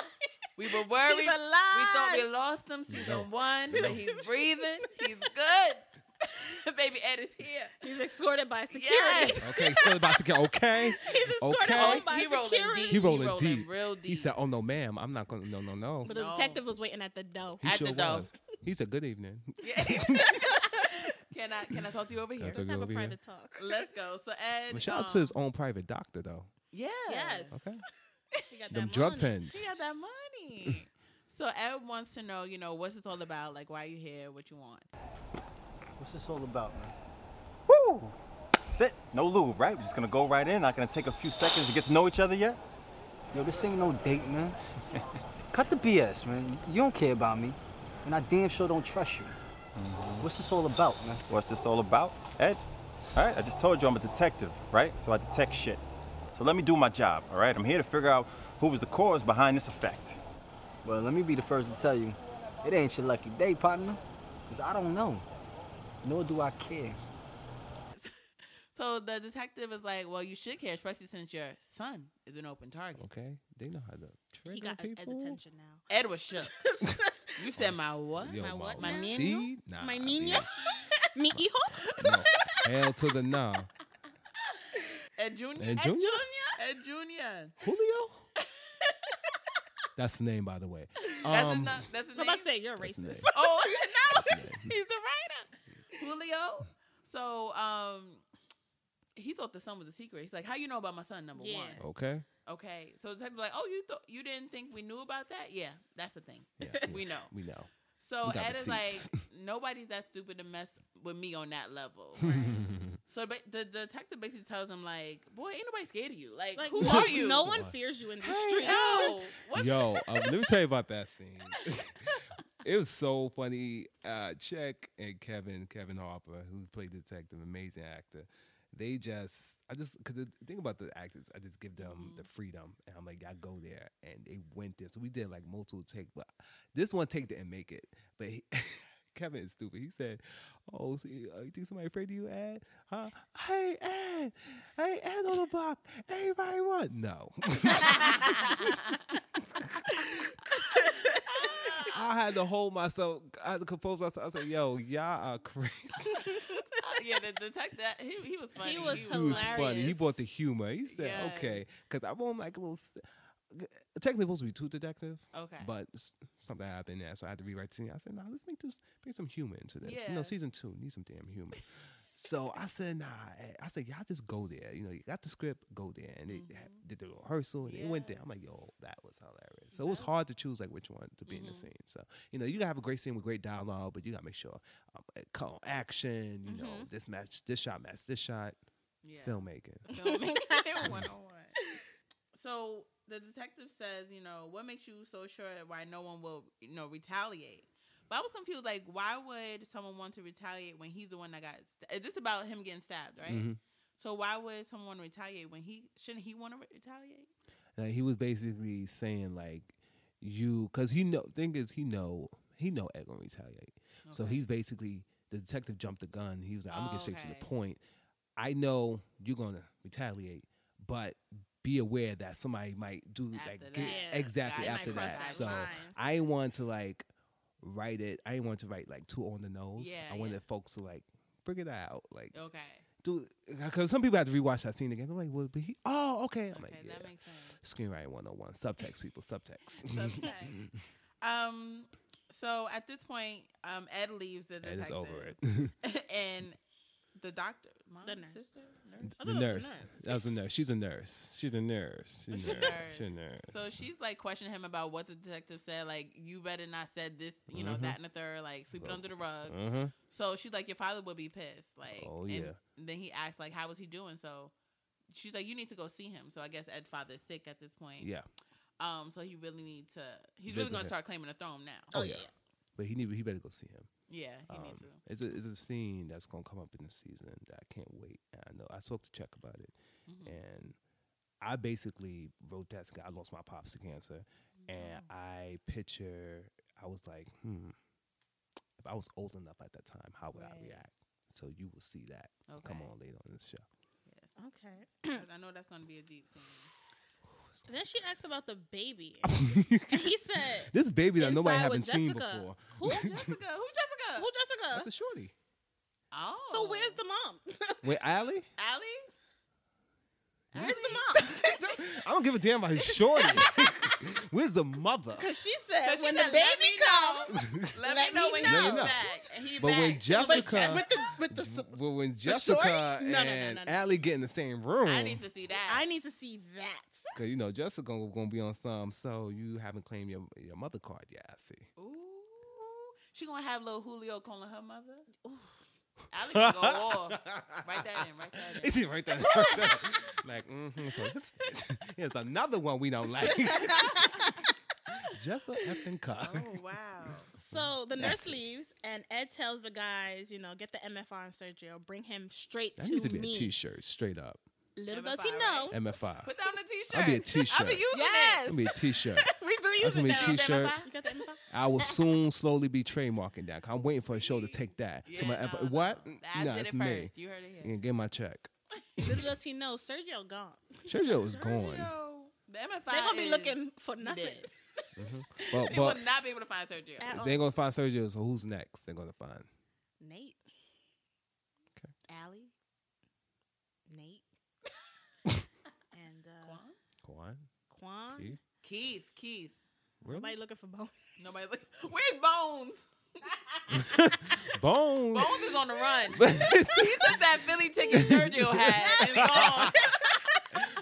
S3: We <laughs> were worried.
S1: He's
S3: We thought we
S1: alive.
S3: lost him season
S4: No.
S3: one,
S4: No.
S3: but he's <laughs> breathing. He's good. <laughs> Baby Ed is here.
S1: He's escorted by security.
S3: Yes.
S4: Okay, still about to get okay.
S1: He's escorted
S4: Okay.
S1: home by
S3: he rolling
S1: security.
S3: deep.
S4: He rolling deep.
S3: real deep.
S4: He said, "Oh no, ma'am, I'm not gonna. No, no, no."
S1: But the
S3: No.
S1: detective was waiting at the door.
S4: He
S3: At the door.
S4: was. He said, "Good evening."
S3: Yeah. can I can I talk to you over here?
S4: That's
S1: Let's
S4: okay
S1: have a
S4: over here.
S1: private talk.
S3: Let's go. So Ed,
S4: But shout out
S3: um,
S4: to his own private doctor though.
S3: yeah,
S1: Yes.
S4: Okay,
S1: <laughs> He got
S4: them
S1: that
S4: drug
S1: money.
S4: pens.
S3: he got that <laughs> money. so Ed wants to know, you know, what's this all about? Like, why you here? What you want?
S7: What's this all about, man?
S11: Woo! Sit. No lube, right? We're just gonna go right in. Not gonna take a few seconds to get to know each other yet.
S7: Yo, this ain't no date, man. <laughs> Cut the BS, man. You don't care about me, and I damn sure don't trust you. What's this all about, man?
S11: What's this all about, Ed? All right, I just told you I'm a detective, right? So I detect shit. So let me do my job, all right? I'm here to figure out who was the cause behind this effect.
S7: Well, let me be the first to tell you, it ain't your lucky day, partner. Cause I don't know, nor do I care.
S3: So the detective is like, well, you should care, especially since your son is an open target.
S4: Okay, they know how to trigger
S1: He got Ed's
S4: people.
S1: attention now.
S3: Ed was <laughs> shook. you said my what?
S4: Yo,
S1: My what
S4: my
S1: now?
S4: see? Nah,
S1: My
S4: dude.
S1: niño? Mi hijo?
S4: No. Hell to the nah.
S3: Ed Junior.
S4: And Junior?
S3: Ed Junior.
S4: Julio?
S1: <laughs>
S4: That's the name, by the way.
S3: That's his,
S4: Um,
S3: nu- that's his
S1: I'm
S3: name.
S1: about to say you're
S4: that's
S1: racist. <laughs>
S4: the name.
S3: Oh <laughs> no, he's the writer, Julio. So um, he thought the son was a secret. He's like, "How you know about my son?" Number
S1: Yeah.
S3: one.
S4: Okay.
S3: Okay, so the detective like, oh, you thought you didn't think we knew about that? Yeah, that's the thing. <laughs> we know.
S4: We know.
S3: So
S4: We got
S3: Ed is like,
S4: receipts. <laughs>
S3: nobody's that stupid to mess with me on that
S4: <laughs>
S3: level. so ba- the detective basically tells him like, boy, ain't nobody scared of you. Like,
S1: Like,
S3: who are you? <laughs>
S1: No one
S4: What?
S1: fears you in the
S3: Hey,
S1: street.
S3: no. What?
S4: Yo, um, let me tell you about that scene. it was so funny. Uh, Check and Kevin, Kevin Harper, who played detective, amazing actor. They just, I just, because the thing about the actors, I just give them the freedom, and I'm like, I go there, and they went there. So we did like multiple take, but this one take didn't make it. But he, <laughs> Kevin is stupid. He said, "Oh, so you, uh, you think somebody afraid of you, Ed? Huh? Hey, Ed, hey, Ed on the block. Everybody want no." I had to hold myself. I had to compose myself. I said, "Yo, y'all are crazy."
S3: yeah, the detective, he, he was funny.
S1: He was
S4: he was funny. He
S1: Hilarious.
S4: brought the humor. He said,
S3: Yes.
S4: "Okay," because I want like a little. s- Technically supposed to be two detective,
S3: Okay.
S4: but s- something happened there, so I had to rewrite the scene. I said, "Nah, let's make this bring some humor into this." You
S3: Yeah.
S4: know, season two needs some damn humor. so I said, "Nah," eh, I said, "Y'all just go there. You know, you got the script, go there." And they ha-
S3: Mm-hmm.
S4: did the rehearsal, and they went there. I'm like, "Yo, that was hilarious." So it was hard to choose like which one to be
S3: Mm-hmm.
S4: in the scene. So you know, you gotta have a great scene with great dialogue, but you gotta make sure um, eh, call action. You know,
S3: Mm-hmm.
S4: this match, this shot, match this shot.
S3: yeah.
S4: Filmmaking.
S1: <laughs>
S3: filming 101. So the detective says, you know, what makes you so sure why no one will, you know, retaliate? But I was confused, like, why would someone want to retaliate when he's the one that got? St- is this about him getting stabbed, right?
S4: Mhm.
S3: So why would someone retaliate when he shouldn't he want to retaliate?
S4: Like he was basically saying like you because he know thing is he know he know Ed gonna retaliate. So
S3: Okay. Oh,
S4: he's basically the detective jumped the gun. He was like, I'm gonna get straight to the
S3: Okay.
S4: point. I know you're gonna retaliate, but be aware that somebody might do
S3: After
S4: like
S3: that.
S4: get-
S1: Yeah.
S4: exactly
S3: Guy might
S4: after
S3: cross
S4: that.
S3: that
S4: So
S1: line.
S4: I ain't want to like write it. I ain't want to write like two on the nose.
S3: Yeah,
S4: I
S3: yeah.
S4: wanted folks to like bring it out. Like
S3: Okay,
S4: do because some people have to rewatch that scene again. They're like, well, but he oh okay. I'm
S3: okay,
S4: like, yeah
S3: that makes
S4: <laughs>
S3: sense.
S4: screenwriting 101 subtext people subtext
S3: Subtext. um, so at this point, um, Ed leaves the detective,
S4: <laughs> and it's over it
S3: <laughs> and the doctor, mom,
S1: The nurse.
S3: sister, nurse?
S1: I
S4: the
S1: thought it
S4: nurse
S1: was a
S4: that was a nurse she's a nurse she's a nurse she's a nurse
S3: nurse.
S4: she's a nurse
S3: So she's like questioning him about what the detective said, like you better not said this, you know, that and the third, like sweep it under the rug.
S4: Mm-hmm. uh-huh
S3: So she's like, your father would be pissed, like.
S4: Oh,
S3: and
S4: yeah.
S3: Then he asks like, how was he doing? So she's like, you need to go see him. So I guess Ed's father's sick at this point.
S4: yeah
S3: Um. So he really need to. He's
S4: Visit
S3: really gonna
S4: him.
S3: start claiming a throne now.
S1: Oh,
S4: yeah.
S1: yeah.
S4: but he need he better go see him
S3: Yeah, he
S4: um,
S3: needs to.
S4: it's a it's a scene that's gonna come up in the season that I can't wait And I know I spoke to Chuck about it
S3: Mm-hmm.
S4: and I basically wrote that scene. I lost my pops to cancer
S3: Oh.
S4: and I picture I was like hmm if I was old enough at that time how would
S3: Right.
S4: I react so you will see that come
S3: Okay.
S4: on later on this
S3: <laughs>
S4: show <laughs>
S1: Okay.
S3: 'Cause I know that's gonna be a deep scene.
S1: And then she asked about the <laughs> baby. And he said,
S4: This baby that nobody
S1: Inside
S4: haven't
S1: with
S4: seen
S1: Jessica.
S4: before.
S1: "Who? Who
S3: Jessica, who
S4: <laughs>
S3: Jessica?
S1: Jessica?
S4: That's a shorty.
S3: oh.
S1: So where's the mom?
S4: Wait, Allie?
S3: Allie?
S1: Where's the mom?
S4: I don't give a damn about his shorty. <laughs> Where's the mother?
S1: Because she said,
S3: she
S1: when
S3: said,
S1: the
S3: "Let
S1: baby
S3: me know."
S1: comes,
S4: <laughs>
S3: Let,
S1: Let
S3: me know
S1: me
S3: when
S1: know.
S3: he's
S1: Let me know.
S3: back. And he
S4: But
S3: back.
S4: when Jessica,
S1: with the with the. s-
S4: but when Jessica
S1: shorty? No, no, no,
S4: and
S1: no, no.
S4: Allie get in the same room,
S3: I need to see that.
S1: I need to see that.
S4: cause you know Jessica gonna, gonna be on some. So you haven't claimed your your mother card yet. I see. <laughs>
S3: Ooh. She gonna have little Julio calling her mother. Ooh. Alex gonna go
S4: <laughs>
S3: off. Write that in, write that in.
S4: It's
S1: <laughs>
S4: right there. right there. like, mm-hmm, so this, <laughs> here's another one we
S1: <laughs>
S4: don't like. Just a effing car.
S3: Oh wow.
S1: So the nurse
S4: That's it.
S1: leaves, and Ed tells the guys, you know, get the MFR in surgery or bring him straight
S4: That
S1: to
S4: needs to be
S1: me.
S4: a T-shirt, straight up.
S1: Little
S3: MFI,
S1: does he
S3: right?
S1: know.
S4: MFI.
S3: Put down the t-shirt.
S4: I'll be a
S3: I'll
S4: t-shirt.
S3: be using
S1: Yes.
S4: It'll be a
S1: <laughs>
S4: t-shirt.
S1: We do use
S4: That's
S1: it
S4: gonna be
S1: though.
S4: a t-shirt.
S1: You got the MFR?
S4: I will soon slowly be trademarking that. 'cause I'm waiting for a show to take that.
S3: it.
S4: to my
S3: Yeah,
S4: F-
S3: no,
S4: what?
S3: no. I
S4: nah,
S3: did
S4: it's
S3: it
S4: me. Mm.
S3: first. You heard it
S4: Yeah,
S3: here.
S4: get my check.
S1: Little does he know, Sergio gone.
S4: Sergio is gone.
S3: <laughs> Sergio, The MFI.
S1: They're gonna be
S3: is
S1: looking for nothing.
S3: dead.
S4: But,
S3: They
S4: but
S3: will not be able to find Sergio.
S1: At
S4: if
S1: all.
S4: they ain't gonna find Sergio, so who's next? They're gonna find.
S1: Nate.
S4: Okay.
S1: Allie.
S4: <laughs>
S1: Nate. and uh,
S3: Quan?
S4: Kwan?
S1: Quan.
S3: Um,
S4: Keith?
S3: Keith, Keith.
S1: Nobody looking for Bones.
S3: Nobody. Look. Where's Bones?
S4: <laughs> Bones.
S3: Bones is on
S4: <laughs>
S3: the run. he took that Philly ticket Sergio had and gone.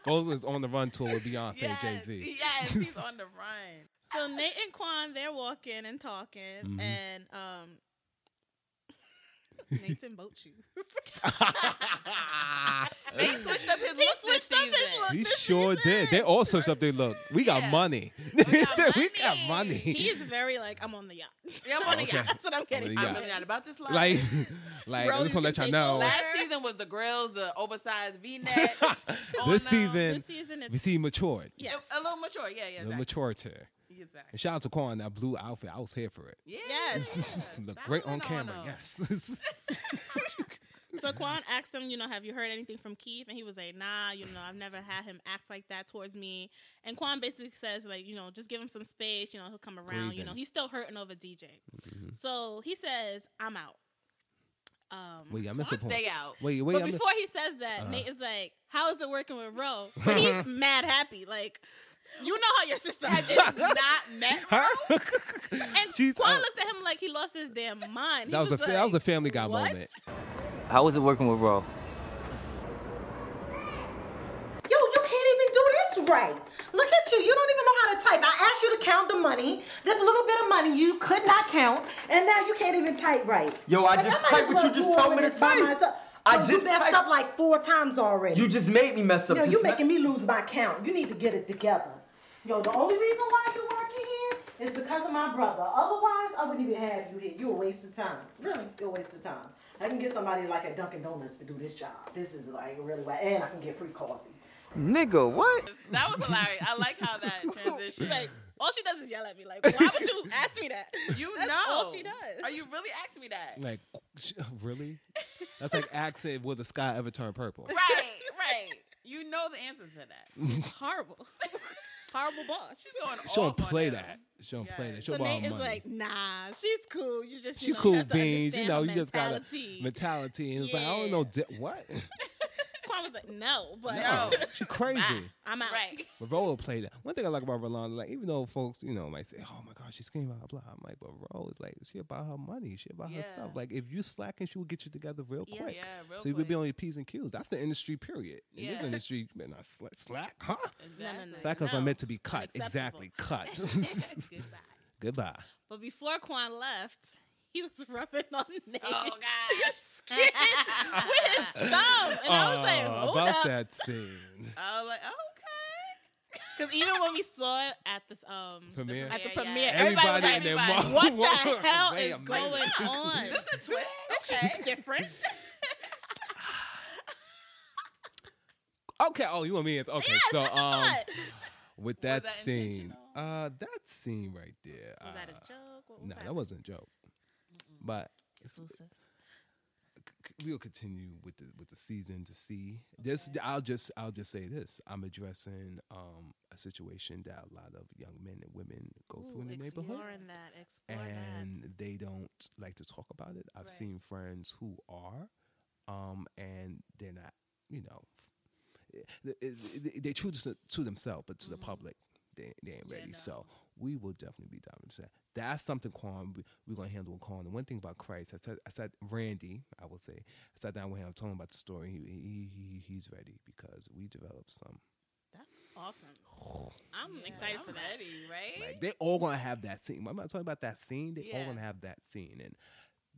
S4: Bozo is on the run tour with Beyonce and Jay
S3: yes,
S4: Z. <laughs>
S3: yes, he's on the run.
S1: So Nate and Quan, they're walking and talking,
S4: Mm-hmm.
S1: and
S4: <laughs>
S1: um, Nate's in boat <laughs> shoes.
S3: They switched up his look. this
S1: switched up his
S3: season.
S1: look.
S4: We
S1: this
S4: sure did. They
S1: season.
S4: all switched up their look. We got
S3: Yeah.
S4: money. <laughs>
S3: We got
S4: We got
S3: money.
S4: money.
S1: He's very like, I'm on the yacht. <laughs>
S3: Yeah, I'm on the
S4: Okay.
S3: yacht.
S1: That's what I'm getting.
S4: Yeah.
S3: I'm really not about this life. <laughs>
S4: Like, like I
S1: Bro,
S4: just
S1: you
S4: want to
S1: can
S4: let y'all
S1: take
S4: know.
S3: Last season was the grills, the oversized <laughs> V-necks. on,
S4: <laughs> This
S3: um,
S4: season,
S1: Oh, This season, it's
S4: we see matured.
S1: yes.
S3: a, a little mature. Yeah, yeah,
S4: The
S3: exactly.
S4: maturity.
S3: exactly.
S4: And shout out to Quan that blue outfit. I was here for it.
S3: Yeah,
S1: Yes.
S4: <laughs>
S3: yeah.
S4: Look
S3: Stop
S4: great on
S3: putting
S4: camera.
S1: <laughs>
S3: on.
S4: Yes. <laughs>
S1: So Quan asked him, you know, have you heard anything from Keith? And he was like, nah, you know, I've never had him act like that towards me. And Quan basically says, like, you know, just give him some space. You know, he'll come around. You know,
S4: Grieving.
S1: he's still hurting over DJ.
S4: Mm-hmm.
S1: So he says, I'm out. Um,
S4: wait, I missed a
S3: Once
S4: point.
S3: they out.
S4: Wait, wait.
S1: but
S4: I miss-
S1: before he says that,
S4: Uh-huh.
S1: Nate is like, how is it working with
S4: <laughs>
S1: Ro? But he's mad happy. Like, you know how your
S4: <laughs>
S1: sister had
S3: It's not met.
S4: Her?
S1: And
S4: She's
S1: Quan
S4: out.
S1: looked at him like he lost his damn mind. He
S4: That was, a fa- that was a
S1: like,
S4: Family Guy
S1: "What?"
S4: moment.
S7: How was it working with Ro?
S10: Yo, you can't even do this right. Look at you. You don't even know how to type. I asked you to count the money. There's a little bit of money you could not count, and now you can't even type right.
S12: Yo, I
S10: Like,
S12: just
S10: might
S12: typed
S10: as
S12: what
S10: well
S12: you just
S10: do all
S12: told
S10: of
S12: me to
S10: this by
S12: type.
S10: myself.
S12: I
S10: Yo,
S12: just
S10: you messed
S12: typed-
S10: up like four times already.
S12: You just made me mess up.
S10: Yo,
S12: just
S10: you
S12: now.
S10: making me lose my count. You need to get it together. Yo, the only reason why you working here is because of my brother. Otherwise, I wouldn't even have you here. You're a waste of time. Really, you're a waste of time. I can get somebody like at Dunkin' Donuts to do this job. This is like really whack. And I can get free coffee.
S12: nigga. What?
S3: That was hilarious. I like how <laughs> that transition.
S1: She's like, all she does is yell at me. Like, why would
S12: <laughs>
S1: you ask me that?
S3: you
S1: That's
S3: know,
S1: all she does.
S3: Are you really asking me
S4: <laughs>
S3: that?
S4: Like, sh- really?
S1: <laughs>
S4: That's like accent. Will the sky ever turn purple?
S3: Right, right. You know the answer to that.
S1: horrible, horrible boss.
S3: She's going.
S4: She don't
S3: off on
S4: play
S3: him.
S4: that. She don't play that.
S3: Yes.
S4: She'll
S1: so
S4: borrow
S1: Nate is
S4: money.
S1: like, nah, she's cool. You just
S4: she
S1: you know,
S4: cool
S1: you have to
S4: beans, you
S1: understand
S4: know.
S1: her
S4: You just got a
S1: mentality.
S4: <laughs> mentality, and it's like I don't
S1: Yeah.
S4: know di- what. <laughs>
S1: Quan was like, oh. no, but uh,
S3: No.
S4: she crazy.
S1: I'm out.
S3: Right. <laughs>
S4: But Ro will play that. One thing I like about Rolanda, like even though folks, you know, might say, "Oh my God, she screaming blah blah," I'm like, but Ro is like, she about her money, she about her stuff.
S3: Yeah.
S4: Like if you slacking, she will get you together real
S1: Yeah.
S4: quick.
S3: Yeah, real
S4: so you
S3: quick.
S4: would be on your p's and q's. That's the industry, period. In this
S3: Yeah.
S4: industry, you better not slack, slack huh?
S1: No,
S3: Exactly.
S1: no, no.
S4: Slackers
S1: no.
S4: are meant to be cut.
S1: Unacceptable.
S4: Exactly, cut.
S1: <laughs>
S3: Goodbye.
S4: Goodbye.
S1: But before Quan left, he was <laughs> rubbing on Nate. <laughs>
S3: Oh gosh.
S1: with his thumb, and I was like,
S4: Oh,
S1: hold
S4: about
S1: up.
S4: that
S1: <laughs>
S4: scene.
S3: I was like, okay.
S1: Because even when we saw it at this um
S4: Premiere?
S1: at the
S3: Yeah, yeah.
S1: premiere, everybody,
S4: Everybody,
S1: was
S4: in their
S3: everybody.
S4: mom. <laughs>
S1: like, "What the hell
S4: Wait
S1: is
S4: a minute.
S1: going on? <laughs>
S3: It's a twist. Okay.
S1: different."
S4: Okay. Oh, you want me? to- Okay. so,
S1: what you
S4: <laughs> um,
S1: thought?
S4: with that,
S3: that
S4: scene,
S3: intentional?
S4: uh, that scene right there.
S1: Was that
S4: uh,
S1: a joke? What was
S4: No,
S1: that?
S4: that wasn't a joke. But
S1: Exclusives.
S4: c- c- we'll continue with the with the season to see. This I'll just I'll just say this. I'm addressing um a situation that a lot of young men and women go
S1: Ooh, E
S4: through in the neighborhood.
S1: exploring that, exploring
S4: and they don't like to talk about it. I've
S1: Right.
S4: seen friends who are, um, and they're not, you know, th- th- th- they true to, to themselves, but to
S1: Mm-hmm.
S4: the public, they, they ain't
S3: Yeah,
S4: ready.
S3: no.
S4: So we will definitely be diving into that. That's something, Quan, we- we're going to handle with Quan. And one thing about Christ, I said, I said, Randy, I will say, I sat down with him, told him about the story. He, he, he, he's ready because we developed some.
S1: that. That's
S4: <sighs>
S1: awesome. <sighs> I'm excited
S3: I'm
S1: for that.
S3: ready, right?
S4: Like they all gonna have that scene. I'm not talking about that scene. They all
S3: Yeah.
S4: gonna have that scene. And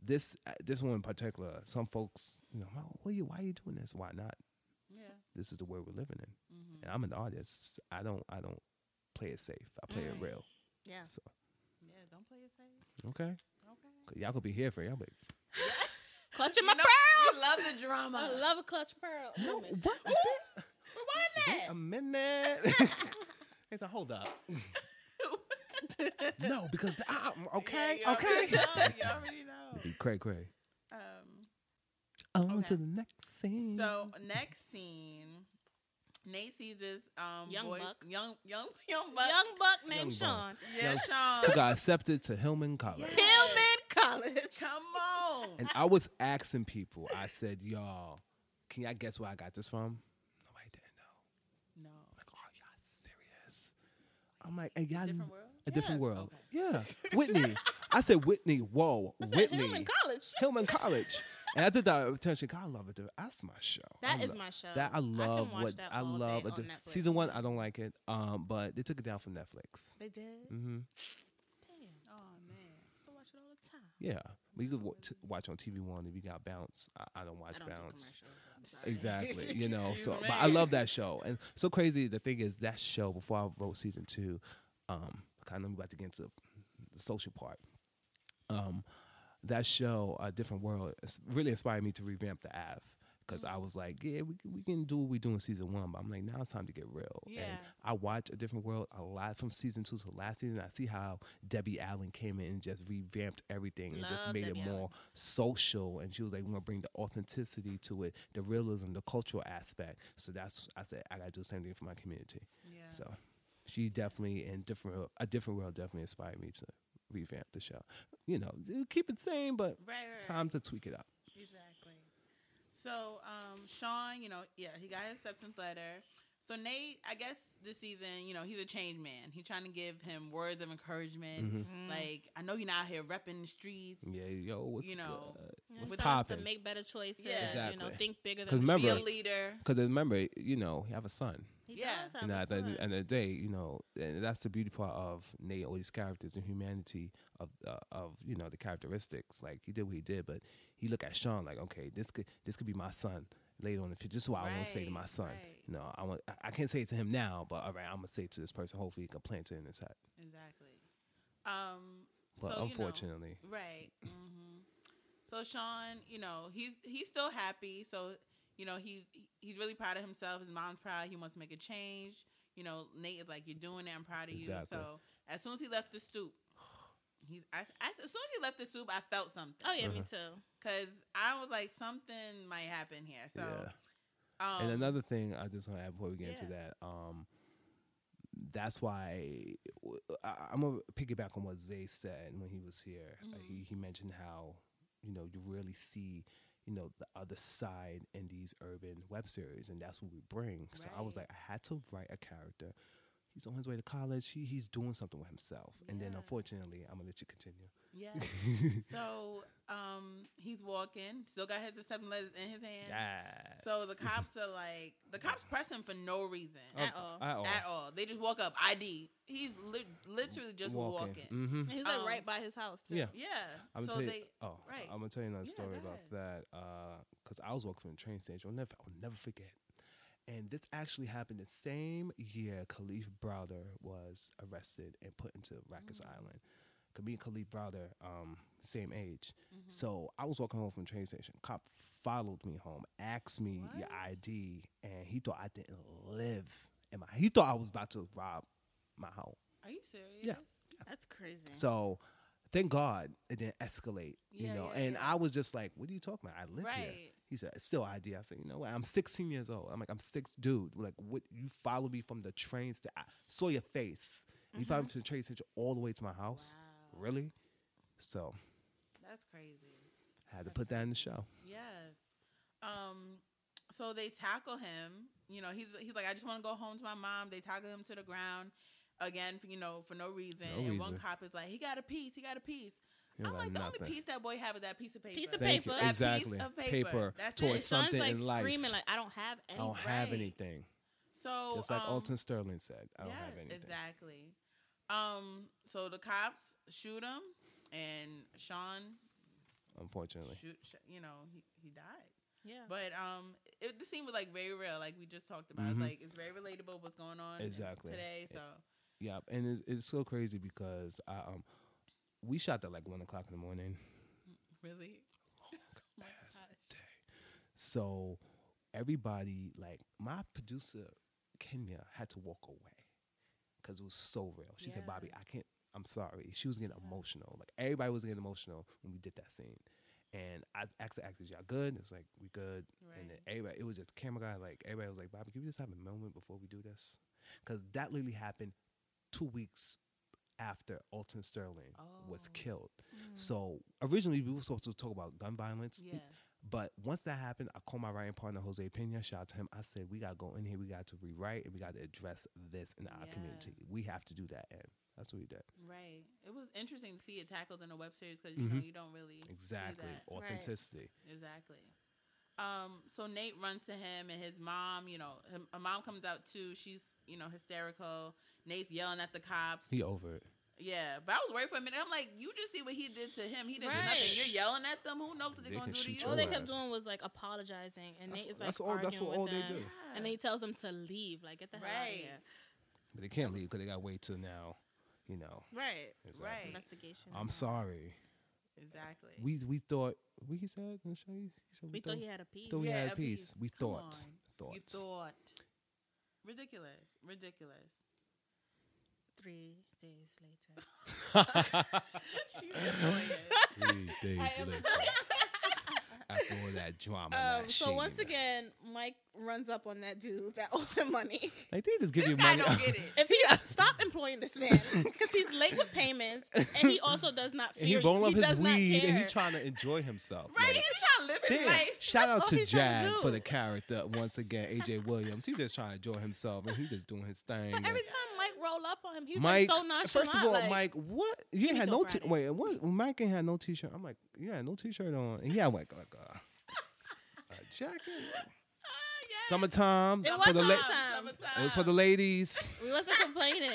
S4: this uh, this one in particular, some folks, you know, "Oh, what are you, why are you doing this? Why not?
S3: yeah.
S4: This is the world we're living in. And I'm an artist. I don't I don't play it safe. I play it real.
S1: Yeah.
S4: So
S3: Yeah. Don't play it safe.
S4: okay. Okay. Y'all could be here for it. y'all. Be,
S1: Clutching my
S3: No,
S1: pearls.
S3: we love the drama.
S1: I love a clutch pearl. moment.
S4: what? Wait a minute. <laughs> it's a hold up. no, because I, I'm- okay,
S3: Yeah, you
S4: okay.
S3: already <laughs> know. You already know.
S4: Cray, cray.
S3: Um,
S4: On
S3: Okay.
S4: to the next scene.
S3: So next scene, Nate sees this um
S1: Young
S3: boy,
S1: buck.
S3: young young <laughs> young buck.
S1: Young buck named
S4: Young buck.
S1: Sean.
S3: yeah,
S4: young-
S3: Sean.
S1: um,
S4: Because I accepted to Hillman College.
S1: Hillman College.
S3: Come on.
S4: And I was asking people, I said, y'all, can y'all guess where I got this from? Nobody didn't
S3: no.
S4: know. Like, oh, y'all serious? I'm like, hey, y'all,
S3: Different world.
S4: a
S1: Yes.
S4: different world.
S1: <laughs>
S4: Yeah. Whitney. I said, Whitney, whoa,
S1: I said
S4: Whitney.
S1: Hillman College. <laughs>
S4: Hillman College. and I did that intentionally. God, I love it. dude. That's my show.
S1: That
S4: That
S1: is
S4: is
S1: my show.
S4: That I
S1: I
S4: love
S1: can watch
S4: what
S1: that
S4: I
S1: all day
S4: love.
S1: on
S4: Ad-
S1: Netflix.
S4: Season one, I don't like it, um, but they took it down from Netflix.
S1: They did.
S4: hmm
S3: Oh man.
S1: So watch it all the time.
S4: Yeah, but you could w- t- watch on TV One if you got Bounce. I, I don't watch
S1: I don't do
S4: Bounce.
S1: commercials. I'm sorry.
S4: Exactly,
S1: <laughs>
S4: you know. So, but I love that show, and so crazy. The thing is, that show before I wrote season two, um, kind of I'm about to get into the social part. Um, that show, a different world, it's really inspired me to revamp the app because
S1: Mm.
S4: I was like, yeah, we can- we can do what we do in season one, but I'm like, now it's time to get real. And
S3: Yeah.
S4: I watch a different world a lot from season two to last season. I see how Debbie Allen came in and just revamped everything and just
S1: Love
S4: made
S1: Debbie
S4: it more
S1: Allen.
S4: social and she was like, We're gonna bring the authenticity to it, the realism, the cultural aspect. So that's I said, I gotta do the same thing for my community.
S3: Yeah.
S4: So she definitely in different World- a different world definitely inspired me to revamp the show. You know, d- keep it same but
S3: Right, right,
S4: time to tweak it up.
S3: Exactly. So, um, Sean, you know, yeah, he got his acceptance letter. So Nate, I guess this season, you know, he's a change man. He's trying to give him words of encouragement.
S4: Mm-hmm.
S1: Mm-hmm.
S3: Like, I know you're not out here repping the streets.
S4: Yeah, yo, what's
S3: You know,
S4: Mm, good?
S1: You know,
S4: What's
S1: it's time
S4: poppin'?
S1: To make better choices.
S3: Yeah.
S1: You
S4: Exactly.
S1: know, think bigger
S4: Because
S1: than what
S4: remember-
S3: Be
S1: you
S3: a
S1: think.
S3: leader.
S4: Because remember, you know, he have a son.
S1: He
S3: Yeah.
S1: does have
S4: And
S1: a
S4: at the
S1: son.
S4: end of the day, you know, and that's the beauty part of Nate all these characters and humanity of uh, of you know the characteristics. Like he did what he did, but he look at Sean like, okay, this could this could be my son later on in the future. This is what I want to say to my
S3: Right,
S4: son.
S3: right.
S4: You know, I want I- I can't say it to him now, but all right, I'm gonna say it to this person. Hopefully, he can plant it in his head.
S3: Exactly. Um, so,
S4: But
S3: you know,
S4: unfortunately,
S3: Right.
S4: Mm-hmm.
S3: hmm So Sean, you know, he's he's still happy. So you know, he's he's really proud of himself. His mom's proud. He wants to make a change. You know, Nate is like, "You're doing it. I'm proud of
S4: Exactly.
S3: you." So as soon as he left the stoop, he's I, I, as soon as he left the stoop, I felt something
S1: Oh yeah, me
S4: Uh-huh.
S1: too.
S3: because I was like, something might happen here. So
S4: yeah.
S3: um,
S4: and another thing I just want to add before we get into
S3: yeah.
S4: that, um, that's why I, am gonna piggyback on what Zay said when he was here. Uh,
S3: Mhm.
S4: He he mentioned how you know you really see you know the other side in these urban web series, and that's what we bring. So I was
S3: Right.
S4: like, I had to write a character. He's on his way to college. He, he's doing something with himself, and then
S3: Yeah.
S4: unfortunately, I'm gonna let you
S3: <laughs>
S4: continue. <laughs>
S3: yeah. so um, he's walking. Still got his acceptance letters in his hand.
S4: Yes.
S3: So the cops are like, the cops press him for no reason.
S4: Oh,
S1: At all.
S4: At all.
S3: at all. They just walk up ID. He's li- literally just walking.
S4: Mhm.
S1: And he's like
S3: Um,
S1: right by his house too.
S4: Yeah.
S3: Yeah.
S4: I'm
S3: so
S4: gonna tell
S3: they
S4: you, oh,
S3: right.
S4: I'm gonna tell you another
S3: Yeah,
S4: story
S3: go
S4: about that because I was walking from the train station. I'll never, I'll never forget. And this actually happened the same year Khalif Browder was arrested and put into Rikers
S3: Mm.
S4: Island. 'Cause Me and Khalif Browder, um, same age.
S3: Mm-hmm.
S4: So I was walking home from the train station. Cop followed me home, asked me your ID, and he thought I didn't live. in my, he thought I was about to rob my home.
S3: Are you serious?
S4: Yeah.
S1: That's crazy.
S4: So thank God it didn't escalate, you
S3: Yeah,
S4: know.
S3: yeah,
S4: and
S3: yeah.
S4: I was just like, what are you talking about? I live here.
S3: Right.
S4: He said, it's still ID. I said, you know what? I'm 16 years old. I'm like, I'm six, dude. Like, what? You follow me from the train station. I saw your face. You followed me
S3: Mm-hmm.
S4: from the train station all the way to my house. Really? So
S3: That's crazy.
S4: I had to put that in the show.
S3: Yes. Um. So they tackle him. You know, he's he's like, I just want to go home to my mom. They tackle him to the ground again. For, you know, for no reason.
S4: No
S3: and one
S4: reason.
S3: cop is like, he got a piece. He got a piece.
S4: You
S3: I'm
S4: got
S3: like, the
S4: nothing.
S3: only piece that boy have is that piece of paper.
S1: Piece of
S4: Thank you.
S1: paper. That
S3: piece
S4: Exactly.
S3: of paper. That's it.
S4: towards
S1: his son's
S4: something
S1: like
S4: in life.
S1: screaming like I don't have
S4: I
S1: any.
S4: don't have
S1: right."
S4: anything.
S3: So
S4: Just like
S3: um,
S4: Alton Sterling said, I don't have anything.
S3: Exactly. Um, so the cops shoot him, and Sean,
S4: Unfortunately.
S3: shoot, sh- you know, he, he died.
S1: Yeah.
S3: But um, it, the scene was like very real, like we just talked about. It's
S4: Mhm.
S3: Like it's very relatable what's going on in-
S4: Exactly.
S3: today. So
S4: Yeah, and it's, it's so crazy because I, um, we shot that like one o'clock in the morning.
S3: really, Oh my
S4: Last
S3: gosh.
S4: day. So everybody, like my producer Kenya, had to walk away because it was so real. She said,
S3: Yeah.
S4: "Bobby, I can't. I'm sorry." She was getting emotional. Like everybody was getting emotional when we did that scene. And I asked the actors, "Y'all good?" It's like we good. And then
S3: Right.
S4: everybody, it was just camera guy. Like everybody was like, "Bobby, can we just have a moment before we do this?" Because that literally happened two weeks after Alton Sterling was
S3: Oh.
S4: killed. So originally we were supposed to talk about gun violence.
S3: yeah,
S4: But once that happened, I called my writing partner, Jose Pena. Shout out to him. I said, we got to go in here. We got to rewrite and we got to address this in our
S3: Yeah.
S4: community. We have to do that. And that's what we did.
S3: Right. It was interesting to see it tackled in a web series because you know
S4: Mhm.
S3: you don't really see
S4: Exactly.
S3: that.
S4: Authenticity.
S3: Exactly. Um, so Nate runs to him and his mom, you know, him, her mom comes out too. She's, you know, hysterical. Nate's yelling at the cops.
S4: He over it.
S3: Yeah, but I was worried for a minute. I'm like, you just see what he did to him. He didn't do nothing.
S1: Right.
S3: You're yelling at them. Who knows what
S4: They
S3: they're gonna
S4: can
S3: do to
S4: shoot
S3: you?
S1: All they
S4: Your
S1: kept
S4: ass.
S1: doing was like apologizing, <laughs> and
S4: That's-
S1: Nate is like
S4: that's all-
S1: arguing
S4: that's what
S1: with
S4: all they
S1: them.
S4: do.
S1: And then he tells them to leave, like get the hell out of
S3: Right.
S1: here.
S4: But they can't leave because they got to wait till now, you know.
S1: Right.
S4: Exactly.
S3: Right.
S1: Investigation.
S4: I'm sorry.
S3: Exactly.
S4: We we thought, what he said? in the show? He said
S1: We thought he had a E pee.
S4: thought we
S3: Yeah,
S4: had
S3: a
S4: a piece.
S3: piece.
S4: We
S3: Come
S4: thought.
S3: on.
S4: Thought.
S3: You
S4: <laughs>
S3: thought. <laughs> Ridiculous. Ridiculous.
S1: Three days later.
S3: She's annoying.
S4: Three days later. <laughs> After all that drama. and
S1: Um,
S4: that
S1: so once
S4: shadiness.
S1: again, Mike runs up on that dude that <laughs> owes him money.
S4: Like they just give you
S3: I
S4: money.
S3: don't get it.
S1: If he stop employing this <laughs> man because he's late with payments and he also does not fear.
S4: <laughs> and he rolling up
S1: he
S4: his
S1: does not
S4: weed and he
S1: care.
S4: trying to enjoy himself.
S3: Right?
S4: Like,
S3: He's trying to live his
S4: damn.
S3: life.
S4: Shout
S1: That's
S4: out
S1: all
S4: to
S1: he's trying to
S4: Jab
S1: do.
S4: for the character once again. AJ Williams. He's just trying to enjoy himself and he just doing his thing. and-
S1: Every time Mike roll up on him, he's
S4: Mike,
S1: like so nonchalant.
S4: first of all,
S1: like,
S4: Mike, what you ain't
S1: me
S4: had
S1: till
S4: no t-
S1: Friday.
S4: wait, what Mike ain't had no t-shirt. I'm like, you had no t-shirt on, and yeah, like like uh, a
S1: <laughs>
S4: jacket. Summertime
S1: Oh, It was
S4: for the la-
S1: summertime.
S4: It was for the ladies.
S1: we <laughs> wasn't complaining.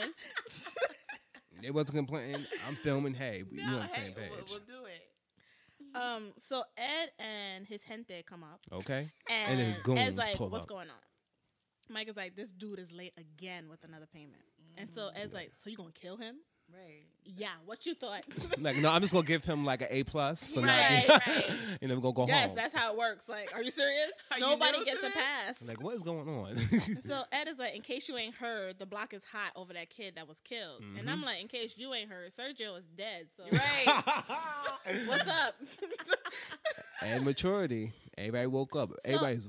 S4: They wasn't complaining. I'm filming. Hey, we you
S3: No,
S4: on the same
S3: hey, we'll-
S4: page?
S3: We'll, do it.
S1: Um, so Ed and his gente come up,
S4: okay.
S1: and,
S4: then his goons
S1: Ed's like,
S4: pull
S1: "What's
S4: up."
S1: going on?" Mike is like, "This dude is late again with another payment," and so Ed's like, "So you gonna kill him?"
S3: Right.
S1: Yeah, what you thought?
S4: <laughs> Like, no, I'm just gonna give him like an A plus for <laughs>
S1: Right,
S4: not,
S1: right.
S4: and then we gonna go
S1: yes,
S4: home.
S1: that's how it works. Like, <laughs> are you serious?
S3: Are you
S1: Nobody
S3: new
S1: gets
S3: to
S1: a
S3: this?
S1: pass.
S4: like, what is going on?
S1: so Ed is like, in case you ain't heard, the block is hot over that kid that was killed, and
S4: Mm-hmm.
S1: I'm like, in case you ain't heard, Sergio is dead. So
S3: Right.
S4: <laughs>
S1: what's up?
S4: <laughs> and maturity. Everybody woke up. Everybody's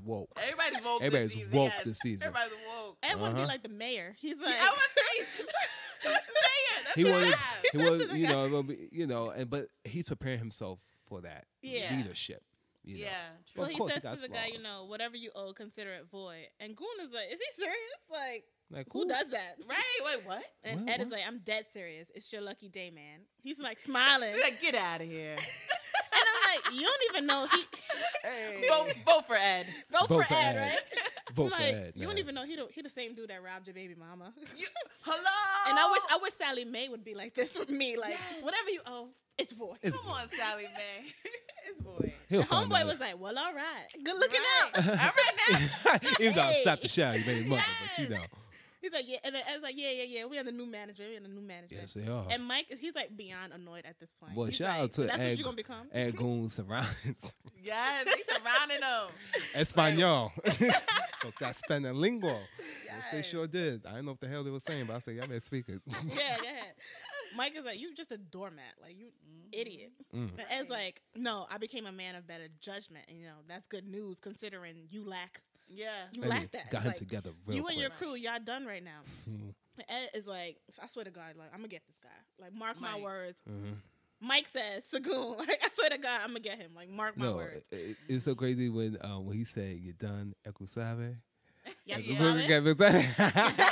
S1: <laughs>
S4: woke.
S3: Everybody's woke.
S4: Everybody's
S3: this season,
S4: woke
S3: yes.
S4: this season.
S3: Everybody's woke.
S1: Ed want to be
S4: Uh-huh.
S1: like the mayor. He's like,
S3: I was saying, <laughs> man, that's
S4: he
S3: the
S4: was
S3: vibe.
S4: he
S1: says
S4: was
S1: to the
S4: you
S1: guy-
S4: know it'll be- you know and but he's preparing himself for that
S1: Yeah.
S4: leadership you know.
S3: Yeah.
S1: So
S4: Well, of
S1: he
S4: course
S1: says
S4: got
S1: to the guy, you
S4: flaws.
S1: know, whatever you owe, consider it void. And Goon is like, is he serious? Like,
S4: like
S1: who does that?
S3: Right. Wait, what?
S1: And
S4: What,
S1: Ed is
S4: what?
S1: like, I'm dead serious. It's your lucky day, man. He's like smiling. and
S3: Like, get out of here.
S1: I'm like, you don't even know
S4: <laughs>
S1: he
S3: vote, vote for Ed.
S1: vote,
S4: Vote
S1: for,
S4: for
S1: Ed,
S4: Ed.
S1: right?
S4: <laughs> vote
S1: I'm
S4: for
S1: like,
S4: Ed,
S1: you don't
S4: man.
S1: even know he the, he the same dude that robbed your baby
S4: <laughs>
S1: mama.
S3: You, hello.
S1: And I wish I wish Sally Mae would be like this with me. Like, whatever you owe, it's void.
S4: It's-
S3: Come on, Sally Mae. <laughs> it's boy.
S4: He'll
S1: The
S4: find
S1: homeboy
S4: out. <laughs>
S1: was like, well, all right. Good looking
S3: Right.
S1: out.
S3: All right now.
S4: even though I stopped
S1: Hey.
S4: the shower you made mother but you know
S1: <laughs> He's like, yeah. And then Ed's like, yeah, yeah, yeah. We on the new management. We on the new management.
S4: yes they are
S1: And Mike, he's like beyond annoyed at this point.
S4: Well,
S1: He's
S4: shout out
S1: like,
S4: to
S1: "So that's what
S4: Ed-
S1: you're gonna become.
S4: and goons
S1: <laughs>
S4: surrounds
S3: Yes, they surrounded him.
S4: <laughs> Espanol Fuck that Spanish lingo yes they
S1: Yes.
S4: sure did I don't know what the hell they were saying but I said y'all better speak
S1: <laughs>
S4: it
S1: <laughs> yeah, yeah. Mike is like, you're just a doormat, like you idiot.
S4: Mm.
S1: But Ed's like, no, I became a man of better judgment. And, you know, that's good news considering you lack
S3: Yeah.
S1: you
S4: And
S1: lack
S4: they
S1: that.
S4: got him
S1: Like,
S4: together real
S1: you
S4: quick
S1: and your crew, y'all done right now.
S4: Mhm.
S1: And Ed is like, I swear to God, like I'm gonna get this guy. Like mark my
S3: Mike.
S1: words.
S4: Mhm.
S1: Mike says, <laughs> Sagoon, like I swear to God, I'm gonna get him. Like mark my
S4: no
S1: words.
S4: it- it- it's so crazy when uh, when he said you're done Ekusabe
S1: Yeah,
S4: That's
S1: you
S4: the
S1: know
S4: movie
S1: it?
S4: got
S3: <laughs>
S4: me-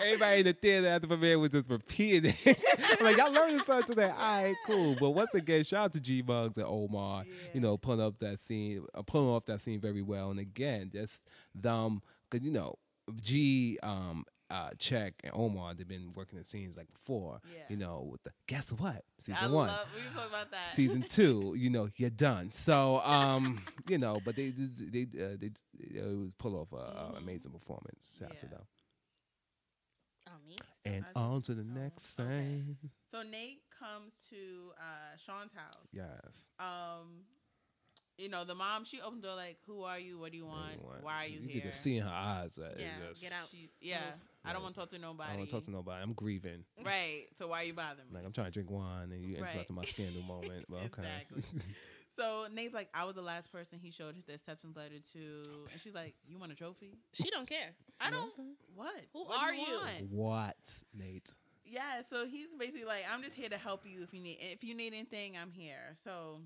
S4: Everybody in the theater after premiere was just repeating <laughs> it. I'm like, y'all learned this something today. All right, cool. But once again, shout out to G Bugs and Omar, you know, pulling up that scene, uh, pulling off that scene very well. And again, just them, because, you know, G, um, uh, Check, and Omar, they've been working the scenes like before,
S3: Yeah.
S4: you know, with the guess what? Season
S3: I
S4: one
S3: love. We talk about that.
S4: season two, you know, you're done. So, um, you know, but they they they, uh, they, they it was pull off a, a amazing performance. Shout out to
S3: Mm-hmm. Yeah.
S4: them.
S1: Oh, me?
S4: And
S3: I
S4: on to the next
S3: okay.
S4: thing.
S3: So Nate comes to uh, Sean's house.
S4: Yes.
S3: Um, you know, the mom she opened the door like, "Who are you? What do you want?
S4: Everyone.
S3: Why are you,
S4: You
S3: here?"
S4: can just see in her eyes that it's
S1: Yeah,
S4: just,
S1: get out.
S3: She, yeah, I don't want to talk to nobody.
S4: I don't want to talk to nobody. I'm grieving.
S3: Right. So why are you bothering
S4: I'm
S3: me?
S4: Like I'm trying to drink wine, and you
S3: Right.
S4: interrupting my scandal moment.
S3: <laughs>
S4: Well, okay.
S3: Exactly. so Nate's like, I was the last person he showed his acceptance letter to, and she's like, "You want a trophy?
S1: She don't care.
S3: I don't. What?
S1: Who
S3: What do
S1: are you?
S3: want?"
S4: <laughs> What, Nate?
S3: Yeah. So he's basically like, I'm just here to help you if you need if you need anything, I'm here. So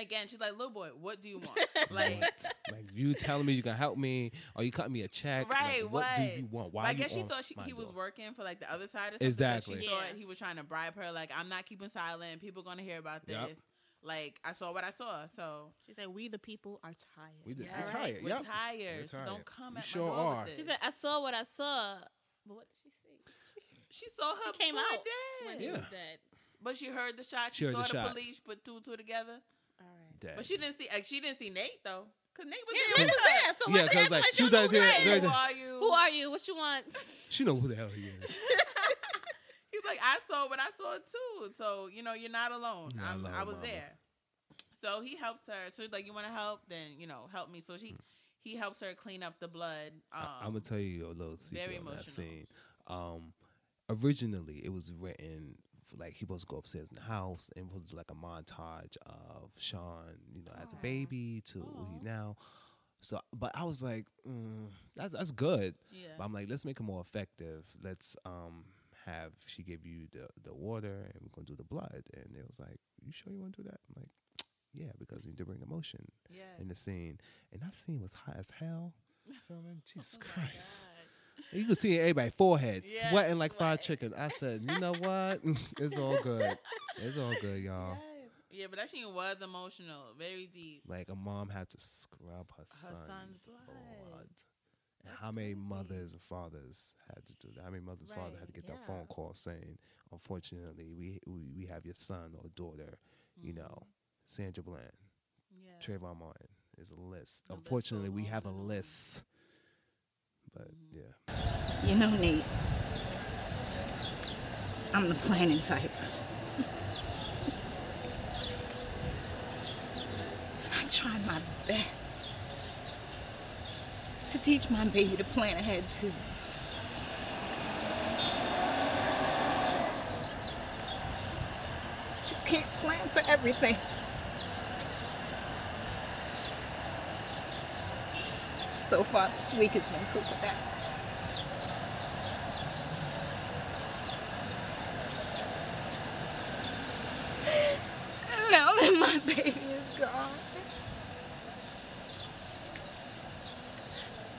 S3: Again, she's like, little boy, what do you <laughs> want? like,
S4: Like you telling me you gonna help me, or you cutting me a check? like,
S3: right?
S4: what
S3: what?
S4: do you want? Why?
S3: But I
S4: you
S3: guess she
S4: on
S3: thought she,
S4: my
S3: he was
S4: door?
S3: working for like the other side. Or something. But
S4: Exactly.
S3: she
S1: Yeah.
S3: thought he was trying to bribe her. Like, I'm not keeping silent. People gonna hear about this.
S4: Yep.
S3: Like, I saw what I saw. So
S1: She said, "We the people are tired."
S4: We did.
S3: Yeah,
S4: We're
S3: right.
S4: tired.
S3: We're
S4: yep.
S3: tired.
S4: We're
S3: So don't
S4: tired.
S3: come
S4: You
S3: at
S4: sure
S3: my door with
S4: are.
S3: this.
S1: She said, "I saw what I saw." But what did she say?
S3: she saw her
S1: came
S3: boy
S1: out
S3: dead.
S1: When he
S4: Yeah.
S1: was dead.
S3: But she heard the shot. She,
S4: She heard
S3: saw
S4: the
S3: the,
S4: shot.
S3: police put two and two together.
S1: All right.
S4: Dead.
S3: But she didn't see. Like, she didn't see Nate though, cause Nate was
S1: Yeah,
S3: there.
S1: Nate
S3: with
S1: was
S3: her.
S1: there. So
S4: Yeah,
S1: why
S4: so
S1: she
S4: it's
S1: act
S4: like,
S1: like
S4: she
S1: you
S4: was
S1: knew
S4: there,
S1: who
S4: there,
S1: he
S3: Who
S4: there.
S1: was?
S3: are you?
S1: Who are you? What you want?
S4: She know who the hell he
S3: <laughs>
S4: is.
S3: He's like, I saw what I saw too. So you know, you're not alone.
S4: You're not
S3: I'm,
S4: alone,
S3: I was
S4: mama.
S3: there. So he helps her. So he's like, you want to help? Then you know, help me. So she, he helps her clean up the blood. Um,
S4: Hmm. I, am gonna tell you a little secret
S3: very
S4: on that
S3: emotional.
S4: scene. Um, originally, it was written for, like he supposed to go upstairs in the house and was like a montage of Sean, you know,
S3: Oh,
S4: as a baby to who he now. So, but I was like, mm, that's that's good. But
S3: Yeah.
S4: I'm like, let's make it more effective. Let's um have she give you the the water and we're gonna do the blood. And it was like, you sure you want to do that? I'm like, yeah, because you need to bring emotion
S3: Yeah.
S4: in the scene. And that scene was hot as hell. You feel
S3: <laughs>
S4: me? Jesus
S3: Oh
S4: Christ.
S3: Gosh.
S4: You could see everybody's forehead
S3: Yeah,
S4: sweating like fried
S3: sweat.
S4: chicken. I said, you know what? <laughs> it's all good. It's all good, y'all.
S3: <laughs> Yes. Yeah, but that scene was emotional, very deep.
S4: Like a mom had to scrub her, son's,
S3: son's blood.
S4: blood. And
S3: That's
S4: how many
S3: crazy.
S4: mothers and fathers had to do that? How many mothers and fathers had to get that phone call saying, unfortunately, we, we we have your son or daughter, you know, Sandra Bland,
S3: Mm. Yeah.
S4: Trayvon Martin. There's a list.
S3: The list goes
S4: unfortunately, we
S3: on
S4: have a
S3: and on.
S4: list. But
S3: Mm-hmm.
S4: yeah.
S8: You know, Nate, I'm the planning type. I try my best to teach my baby to plan ahead, too. You can't plan for everything. So far, this week has been proof of that. Now that <laughs> my baby is gone,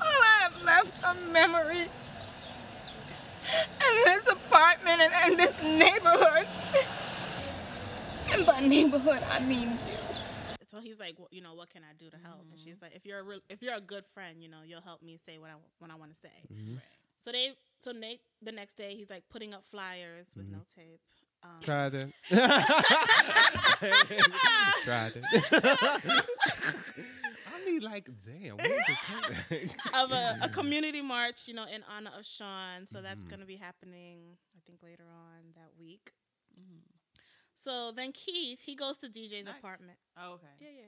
S8: all I have left are memories. And this apartment and, and this neighborhood. <laughs> And by neighborhood, I mean you.
S1: So he's like, well, you know, what can I do to help? And
S3: Mm-hmm.
S1: she's like, if you're a real, if you're a good friend, you know, you'll help me say what I when I want to say.
S4: Mm-hmm.
S3: Right.
S1: So they so Nate the next day he's like putting up flyers with no
S4: Mm-hmm.
S1: tape. Um,
S4: Tried <laughs> it. Tried it. I mean, like, damn. What is it?
S1: <laughs>
S4: <laughs>
S1: of a, a community march, you know, in honor of Sean. So that's
S4: Mhm.
S1: going to be happening, I think, later on that week.
S3: Mhm.
S1: So then Keith, he goes to DJ's
S3: Nice.
S1: apartment.
S3: Oh, okay.
S1: Yeah, yeah.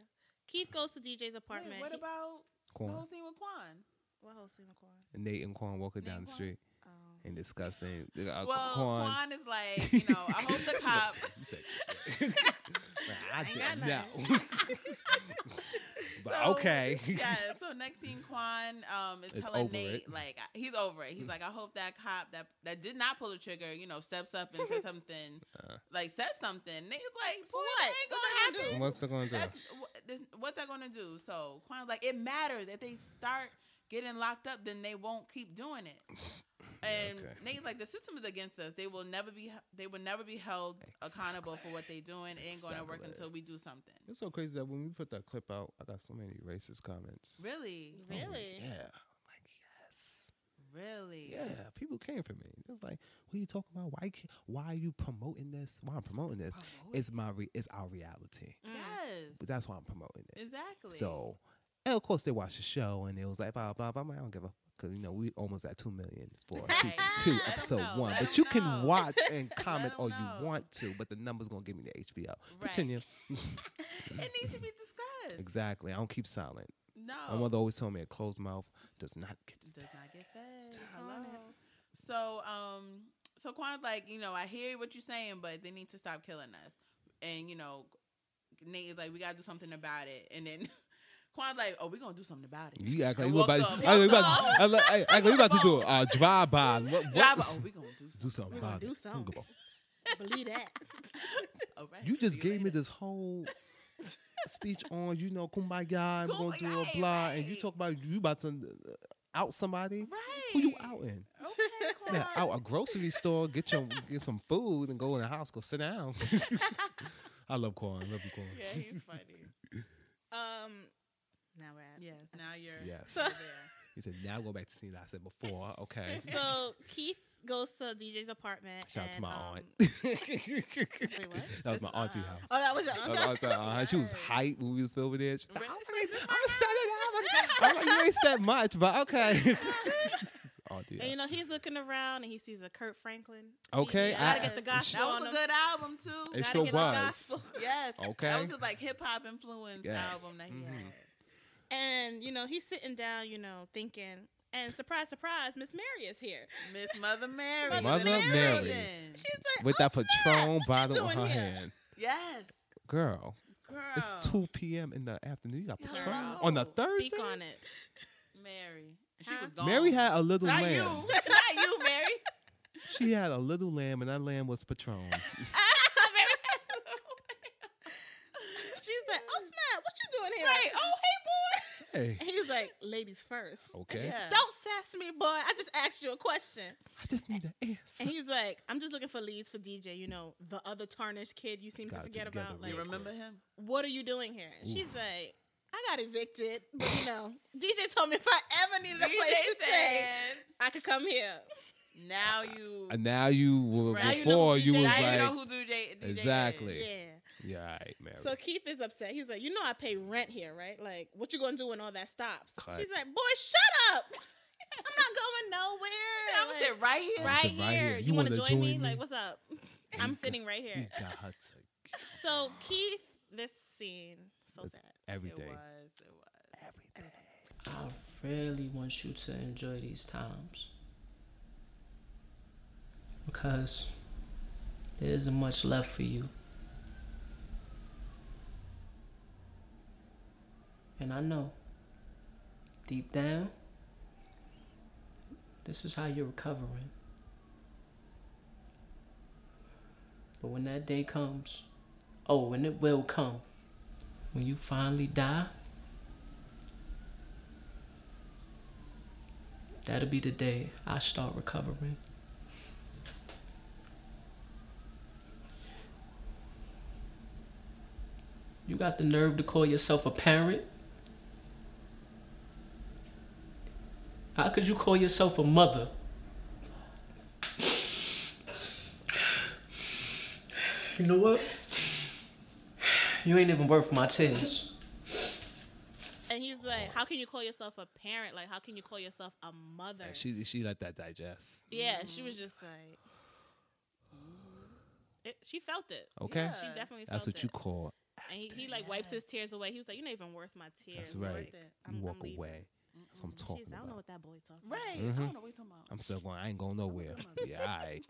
S1: Keith goes to DJ's
S3: Wait,
S1: apartment.
S3: what
S1: He-
S3: about the
S4: Quan.
S3: whole scene with Quan?
S1: what host is McCoy?
S4: Nate and Quan walking
S3: Nate
S4: down
S3: and
S4: the
S3: Quan?
S4: street
S1: Um,
S4: and discussing. Uh,
S3: well,
S4: Quan.
S3: Quan is like, you know, I hope
S4: <laughs>
S3: the
S4: She's like,
S3: cop.
S4: "You
S3: <laughs>
S4: <laughs> take this shit." Like, I
S1: Ain't
S4: didn't
S1: got
S4: know.
S3: <laughs>
S4: but
S3: So,
S4: okay. <laughs>
S3: yeah. So next scene, Quan um, is
S4: It's
S3: telling
S4: over
S3: Nate
S4: it. Mm.
S3: like I- he's over it. He's like, I hope that cop that that did not pull the trigger, you know, steps up and
S4: <laughs>
S3: says something,
S4: Uh.
S3: like says something. Nate's like, boy,
S1: What?
S3: that ain't
S1: What they
S3: gonna
S1: gonna
S3: happen.
S4: What's the going to
S3: That's, wh- this, what's that gonna do? So Quan's like, it matters if they start getting locked up, then they won't keep doing
S4: <laughs>
S3: it. And
S4: okay.
S3: Nate's like, the system is against us. They will never be. They will never be held accountable for what they doing. It ain't gonna work
S4: Exactly.
S3: until we do something.
S4: It's so crazy that when we put that clip out, I got so many racist comments.
S3: Really,
S4: I'm like,
S1: Really?
S4: yeah. I'm like, yes.
S3: really.
S4: Yeah, people came for me. It was like, what are you talking about? Why? ca- Why are you promoting this? Why I'm promoting this? It's my. Re- it's our reality.
S1: Mm.
S3: Yes.
S4: But that's why I'm promoting it.
S3: Exactly.
S4: So, and of course they watched the show and it was like blah blah blah. I'm like, I don't give a because you know we almost at two million
S3: <laughs>
S4: for season two,
S3: Let 'em
S4: episode
S3: know,
S4: one.
S3: let
S4: But
S3: 'em
S4: you can
S3: know. <laughs>
S4: watch and comment
S3: 'em
S4: all
S3: know.
S4: you want to, but the number's gonna give me the HBO.
S3: Right.
S4: Continue.
S3: it needs to
S4: <laughs>
S3: be discussed.
S4: Exactly. I don't keep silent.
S3: No.
S4: My mother always told me a closed mouth does not get.
S3: does not get fed. Hello.
S1: Uh-huh.
S3: So um so Quan's like, you know, I hear what you're saying, but they need to stop killing us. And you know, Nate is like, we gotta do something about it. And then <laughs> Quan's like, oh, we gonna do something about it.
S4: You act like
S3: And
S4: you
S3: walks
S4: about,
S3: off.
S4: act like you
S3: Walks
S4: about, <laughs>
S3: off.
S4: act like- act like you about to do a drive by.
S3: <laughs> Drive by, oh, we gonna do something.
S4: Do <laughs> something
S1: We're gonna
S4: about
S1: do
S4: it.
S1: something.
S4: Give a-
S1: Believe that.
S3: All right,
S4: You just
S3: see
S4: gave me
S3: later.
S4: this whole speech on, you know, kumbaya, I'm going to do a blah, and you talk about you about to uh, out somebody. <laughs> Who you out in? <laughs> Yeah, out a grocery store, get your get some food, and go in the house, go sit down. <laughs> I love Quan. Love you, Quan.
S3: Yeah, he's funny.
S4: <laughs>
S1: Um, now we're
S3: Yes, now you're. <laughs>
S4: Yes.
S3: you're
S4: He said, "Now go back to scene I said before." Okay.
S1: so Keith goes to DJ's apartment.
S4: Shout out to
S1: and,
S4: my
S1: um,
S4: aunt.
S1: wait, what?
S4: That was my auntie house.
S1: Oh, that was your
S4: That
S1: aunt's
S4: was my
S1: house?
S4: auntie's house. She was hype when we was over there. She-
S3: there.
S1: Oh,
S4: I'm like, you ain't that much, but okay.
S1: <laughs>
S4: <laughs> Oh, auntie
S1: And you
S4: house.
S1: know he's looking around and he sees a Kurt Franklin.
S4: Okay,
S1: I gotta
S4: I-
S1: get the gospel.
S3: That was
S1: on
S3: a
S1: him.
S3: good album too.
S4: It
S1: Gotta
S4: sure
S1: get on
S4: was.
S1: gospel.
S3: Yes. That
S4: Okay.
S3: was his, like hip hop influence
S4: Yes. Mm-hmm.
S3: album that he had.
S1: And you know he's sitting down, you know, thinking. And surprise, surprise, Miss Mary is here.
S3: Miss Mother Mary.
S1: Mother
S4: Mother Mary.
S3: Then.
S1: She's like,
S4: With
S1: "Oh,
S4: that Patron bottle
S1: doing
S4: in her
S1: here?"
S4: hand.
S3: Yes.
S4: Girl,
S3: Girl.
S4: it's 2 p.m. in the afternoon. You got Patron
S3: Girl.
S4: on a Thursday?
S1: Speak on it. <laughs>
S3: Mary. And She
S1: Huh?
S3: was gone.
S4: Mary had a little
S3: Not you.
S4: lamb.
S3: Not you, Mary.
S4: She had a little lamb, and that lamb was
S1: <laughs>
S4: Patron.
S1: She's like, oh snap, what you doing here?
S3: Right. Oh, hey,
S4: hey,
S1: <laughs> And he was like, ladies first.
S4: okay.
S3: Yeah.
S1: Don't sass me, boy. I just asked you a question.
S4: I just need an
S1: And
S4: answer.
S1: he's like, I'm just looking for leads for DJ, you know, the other tarnished kid you seem to
S4: Got it
S1: forget
S4: together
S1: about.
S4: real
S1: Like,
S3: boy. You remember him?
S1: what are you doing here? And she's
S4: Oof.
S1: like, I got evicted, but you know, DJ told me if I ever needed a
S3: DJ
S1: place to stay,
S3: said,
S1: I could come here.
S3: now you.
S4: Mm-hmm. And now you, were
S3: Right. Now you know
S4: before
S3: who
S4: you,
S3: DJ
S4: was
S3: now you know
S4: like,
S3: who DJ, DJ
S4: Exactly.
S3: Is.
S1: Yeah.
S4: yeah, all right, Mary.
S1: So Keith is upset. He's like, you know, I pay rent here, right? Like, what you gonna do when all that stops?
S4: Cut.
S1: She's like, boy, shut up. <laughs> I'm not going
S3: I'm
S1: nowhere.
S3: gonna sit right here.
S1: right,
S4: Sit right
S1: here.
S4: here.
S1: You,
S4: You
S1: want to
S4: wanna
S1: join,
S4: join
S1: me?
S4: me?
S1: Like, what's <laughs> up? I'm sitting right
S4: you
S1: here.
S4: got her to
S1: So Keith, this scene so
S4: That's-
S1: sad.
S3: It was.
S4: everything.
S3: It was.
S13: I really want you to enjoy these times. Because there isn't much left for you. And I know, deep down, this is how you're recovering. But when that day comes, oh, and it will come, when you finally die, That'll be the day I start recovering. You got the nerve to call yourself a parent? How could you call yourself a mother? You know what? You ain't even worth my tears.
S1: And he's like, how can you call yourself a parent? Like, how can you call yourself a mother?
S4: And she, she let that digest.
S1: yeah, she was just like, it, she felt it.
S4: mm. Okay.
S1: She definitely
S4: That's
S1: felt
S4: what
S1: it.
S4: you call
S1: And he, he like wipes his tears away. He was like, "You're not even worth my tears."
S4: That's right.
S1: Worth it.
S4: You
S1: I'm,
S4: walk
S1: I'm leaving."
S4: away. That's what I'm
S1: Jeez,
S4: talking
S1: I don't know
S4: about.
S1: what that boy talking. about.
S3: Right. I
S4: Mhm.
S3: don't know what you're talking about.
S4: I'm still going. I ain't going nowhere. yeah, all
S1: <laughs>
S4: right.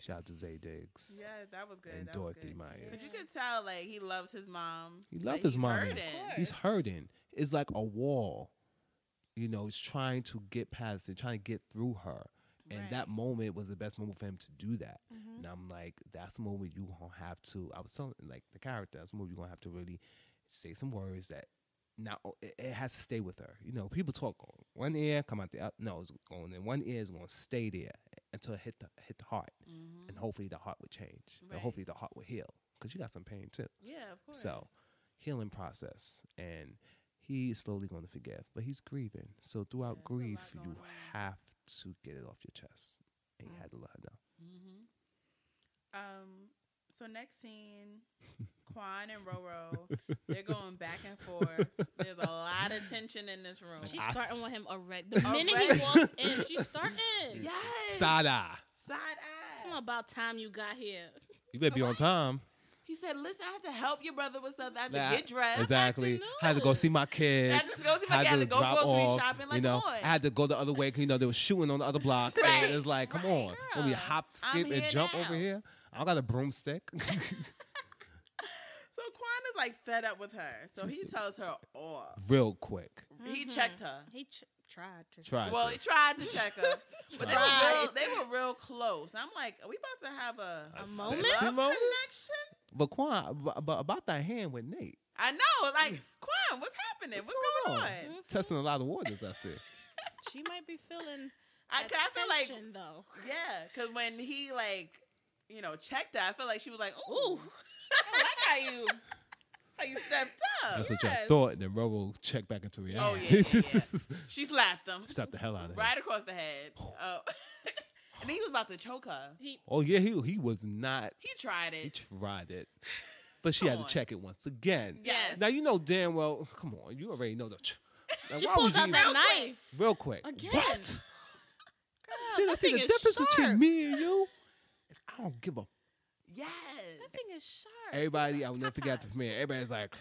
S4: Shout out to Zay Diggs
S3: Yeah, that was good.
S4: and
S3: that was
S4: Dorothy
S3: good.
S4: Myers.
S3: But you could tell, like, he loves his mom.
S4: He
S3: Like,
S4: loved his
S3: he's
S4: mom.
S3: hurting.
S4: He's hurting. It's like a wall. You know, he's trying to get past it, trying to get through her. And that moment was the best moment for him to do that. And I'm like, that's the moment you gonna have to. I was telling like the character, that's the moment you gonna have to really say some words that now it, it has to stay with her. You know, people talk on one ear, come out the other. No, it's going in one ear is gonna stay there until it hit the hit the heart, and hopefully the heart will change, and
S3: Right.
S4: hopefully the heart will heal because you got some pain too.
S3: Yeah, of course.
S4: So, healing process, and he is slowly going to forgive, but he's grieving. So throughout
S3: Yeah, it's a lot
S4: grief, you
S3: going on.
S4: have to get it off your chest, and you had to let her know.
S3: Mm-hmm. Um. So next scene, <laughs> Quan and Roro, they're going back and forth. There's a lot of tension in this room.
S1: She's
S4: I
S1: starting
S4: s-
S1: with him already. The minute
S3: Already.
S1: he walked in,
S4: <laughs>
S1: she's starting.
S3: yes.
S4: Sada,
S1: Tell
S3: Side
S1: him
S3: eye.
S1: about time you got here.
S4: you better be on time.
S3: He said, "Listen, I had to help your brother with stuff. I had
S4: Nah,
S3: to get dressed.
S4: Exactly. I had to go see my kids.
S3: I had to go see my kid. I
S4: had
S3: had
S4: to
S3: to go
S4: drop
S3: grocery
S4: off,
S3: shopping. Like,
S4: you know,
S3: come on.
S4: I had to go the other way because you know they were shooting on the other block.
S3: <laughs> Right,
S4: And it's like, come
S3: right,
S4: on, when we
S3: girl.
S4: hop,
S3: I'm
S4: skip, and
S3: here
S4: jump
S3: now.
S4: over here, I got a broomstick. <laughs>
S3: So Quan is like fed up with her. So he
S4: Listen.
S3: tells her off.
S4: Real quick,
S3: He
S1: Mhm.
S3: checked her.
S1: He ch- tried to.
S4: try.
S3: Well,
S4: to.
S3: he tried to check her,
S1: <laughs>
S3: but they
S1: Tried.
S3: were, real, they were real close. I'm like, are we about to have a,
S4: A
S1: moment?
S3: love
S4: sexy moment?
S3: connection?
S4: But Quan, but about that hand with Nate.
S3: I know, like,
S4: Mm.
S3: Quan, what's happening? What's, going on?
S4: Mm-hmm.
S1: Mm-hmm.
S4: Testing a lot of waters,
S3: <laughs>
S4: I see.
S1: She might be feeling.
S3: I, 'cause I feel like,
S1: attention, though.
S3: yeah, because when he like, you know, checked her, I feel like she was like, ooh, <laughs> I like how you, how you stepped up.
S4: That's what
S3: Yes.
S4: y'all thought. And then Robo checked back into
S3: Oh
S4: reality.
S3: yeah, yeah,
S4: <laughs>
S3: yeah. she slapped him.
S4: Slapped the hell out of him.
S3: Right across the
S4: <sighs>
S3: head. Oh. <laughs> and then he was about to choke her.
S1: He
S4: Oh yeah, he he was not.
S3: he tried
S4: He
S3: it. <laughs>
S4: tried it, but she had to check it once again.
S3: Yes.
S4: Now you know damn well. Come on, you already know
S3: <laughs>
S4: the. Ch- Now,
S1: She
S4: why
S1: pulled
S4: would you
S1: out
S4: even-
S1: that knife.
S4: real quick.
S1: Again.
S3: <laughs>
S4: What? See,
S1: that
S4: the- see
S1: thing
S4: the
S1: is
S4: difference between
S1: sharp.
S4: me and you is I don't give a.
S3: Yes.
S1: That thing is sharp.
S4: Everybody, I will never forget the premiere. Everybody's like,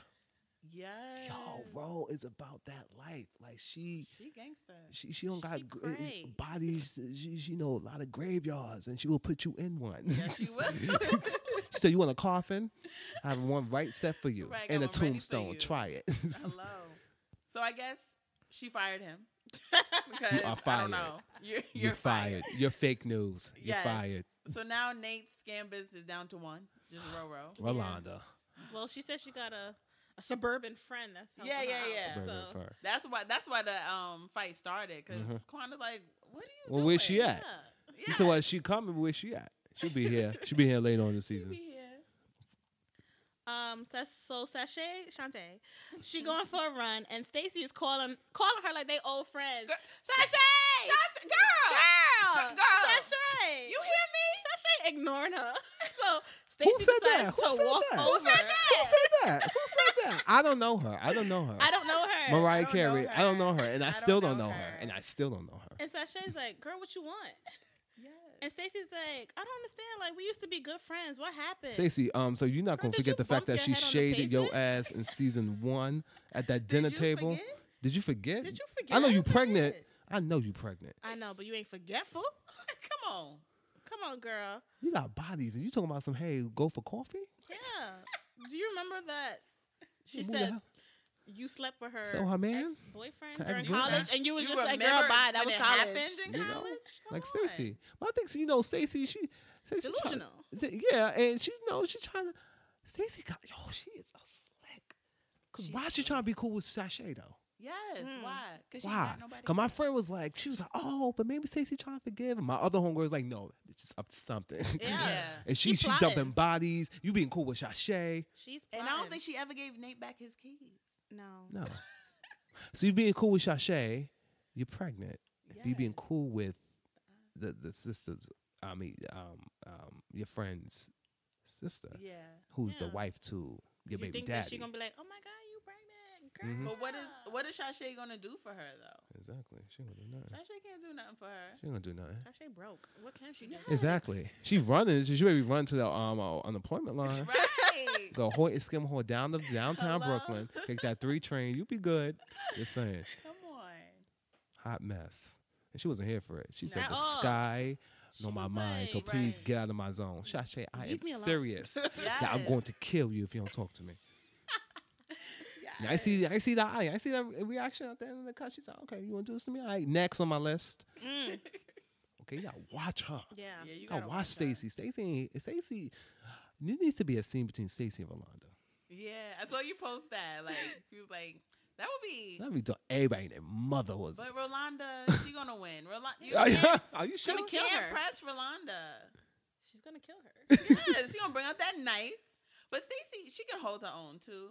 S3: Yes.
S4: "Yo, Ro is about that life. Like she,
S3: She gangster.
S4: she, she don't got g-
S3: pray.
S4: bodies. eh, She, she know a lot of graveyards, and she will put you in one.
S3: Yeah,
S4: <laughs>
S3: she will.
S4: She said, "You want a coffin? I have one right set for you
S3: Right, got
S4: and
S3: one
S4: a
S3: ready for
S4: tombstone.
S3: you."
S4: Try it." <laughs>
S3: Hello. So I guess she
S1: <laughs>
S3: fired him. Because
S4: are
S3: I
S4: fired.
S3: don't know. You're, you're,
S4: You're fired. You're fake news.
S3: Yes.
S4: You're fired,
S3: So now Nate's scam business is down to one. Just row row.
S4: Rolanda.
S1: Well, she said she got a, a suburban friend. That's helping
S3: Yeah,
S1: her
S3: yeah,
S1: out,
S3: yeah.
S4: Suburban
S1: so-
S4: fire.
S3: That's why that's why the um fight started because
S4: Mhm.
S3: Quanda's like, what are you
S4: Well,
S3: doing?
S4: where's she at? You said, "Well, she coming. Where she at? She'll be here. She'll be here later on in
S3: <laughs>
S4: the season."
S1: Um, so, so Sashay, Shantae, she going for a run, and Stacy is calling calling her like they old friends. Sashay,
S3: Shant- girl!
S1: girl,
S3: Girl!
S1: Sashay, you hear me? Sashay ignoring her. <laughs> So Stacy
S4: Who said that?
S1: decides
S4: Who
S1: to
S4: said
S1: walk
S4: that?
S1: over.
S4: Who said Who said that? Who said that? I don't know her. I don't know her.
S1: I don't know her.
S4: Mariah
S1: I don't know
S4: Carey.
S1: her.
S4: I don't know her, and I, still don't know her. and I still don't know her.
S1: And Sashay's like, "Girl, what you want?"
S3: Yes.
S1: And Stacy's like, "I don't understand. Like, we used to be good friends. What happened?"
S4: Stacey, um, so you're not gonna forget the fact that
S1: your
S4: she
S1: head on the
S4: shaded your ass in season one at that dinner table. Did you forget?
S1: Did you
S4: I know
S1: forget?
S4: you pregnant. I know you pregnant.
S1: I know, but you ain't forgetful. <laughs>
S3: Come on,
S1: come on, girl.
S4: You got bodies, and you talking about some hey, go for coffee?
S1: Yeah. Do you remember that she
S4: Who the
S1: said
S4: hell-
S1: you slept with her,
S4: So her man?
S1: boyfriend
S4: Her
S1: during
S4: ex-boyfriend?
S1: college, and you was
S3: You
S1: just like, "Girl,
S3: remember
S1: bye." That
S3: when
S1: was
S3: it
S1: college.
S3: happened in
S4: You know? like Stacy. But I think so, you know Stacy. She Stacey try-
S1: Delusional.
S4: Sta- yeah, and she you know she trying to. Stacy got yo. She is a slick. Cause why she trying to be cool with Sashay though?
S3: Yes. Why? Because she
S4: Why?
S3: got nobody.
S4: Cause my friend was like, she was like, oh, but maybe Stacey trying to forgive. And my other homegirl was like, no, it's just up to something. <laughs>
S3: Yeah.
S4: and she
S3: She
S4: she
S3: plotting.
S4: dumping bodies. You being cool with Sashay.
S1: She's
S3: and I don't think she ever gave Nate back his keys.
S1: No.
S4: No. so you being cool with Sashay, you're pregnant. You being cool with the the sisters. I mean, um, um, your friend's sister.
S3: Yeah.
S4: Who's the wife to your
S1: you
S4: baby
S1: think that she
S4: daddy? Mm-hmm.
S1: gonna be like, "Oh my god, you pregnant, girl."
S3: But what is what is Sashay gonna do for her though?
S4: exactly. She ain't gonna do nothing.
S3: Sashay can't do nothing for her.
S4: She ain't gonna do nothing.
S1: Sashay broke. What can she do?
S4: Exactly. She running. She she maybe run to the um uh, unemployment line.
S3: <laughs> Right.
S4: Go hoy skim hole down the downtown Brooklyn. Take that three train. You be good. Just saying.
S3: Come on.
S4: Hot mess. And she wasn't here for it. She said
S3: Not
S4: the
S3: at all.
S4: sky on my mind. So please get out of my zone. Shache, I
S3: Leave me
S4: am
S3: alone. <laughs>
S4: serious. that I'm
S3: Yes.
S4: going to kill you if you don't talk
S3: <laughs>
S4: to me. And I see I see that eye. I see that re- reaction out there in the cut. She's like, okay, you wanna do this to me? All right, next on my list.
S1: Mm.
S4: <laughs> Okay, you gotta watch her.
S1: Yeah.
S3: Yeah,
S4: You gotta watch Stacy. Stacy, Stacy, there needs to be a scene between Stacy and Rolanda.
S3: Yeah, I saw you post that. Like he was like, that would be.
S4: Let me tell everybody and their mother was. <laughs>
S3: But Rolanda, she gonna win. Rolanda, you
S4: Are you-
S3: can't,
S4: are you sure?
S3: You
S4: Gonna kill
S3: can't
S4: her.
S3: press Rolanda.
S1: She's gonna kill her.
S3: yes, she gonna bring out that knife. But Stacey, she can hold her own too.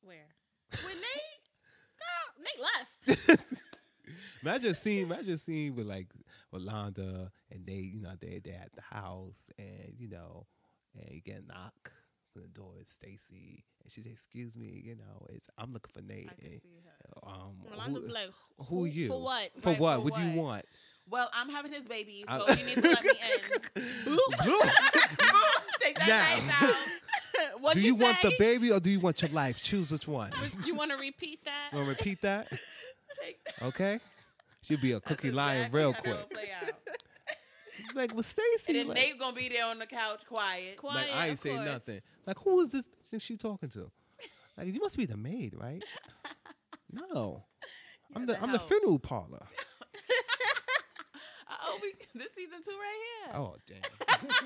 S1: Where?
S3: With Nate,
S1: Girl, Nate left.
S4: Imagine seeing, imagine seeing with like Rolanda and they, you know, they they at the house and you know, and you get a knock on the door. It's Stacy, and she says, "Excuse me, you know, it's I'm looking for Nate." and, um,
S1: Rolanda be like,
S4: who,
S1: "Who-
S4: you?
S1: for what?"
S4: For
S1: Right,
S4: what?
S1: for
S4: what do you
S1: what?"
S4: want? Uh,
S3: well, I'm having his baby, so
S4: I-
S3: you need to <laughs>
S4: <laughs>
S3: let me in. Take <laughs> that knife
S4: Now. <laughs>
S3: out. what
S4: do
S3: you,
S4: you, want the
S3: say?
S4: baby or do you want your life? Choose
S3: <laughs>
S4: which one.
S1: You want to repeat that?
S4: Want to repeat that? Okay. She'll be a cookie lion real quick.
S3: Play out.
S4: Like with
S3: And
S4: Stacy,
S3: then
S4: like,
S3: Nate gonna be there on the couch, quiet.
S4: like, I ain't say nothing. Like who is this bitch that she talking to? Like you must be the maid, right?
S3: <laughs>
S4: no, I'm the,
S3: the
S4: I'm the
S3: help. <laughs>
S4: funeral parlor. <laughs>
S3: Oh, we, this season two right here.
S4: Oh damn!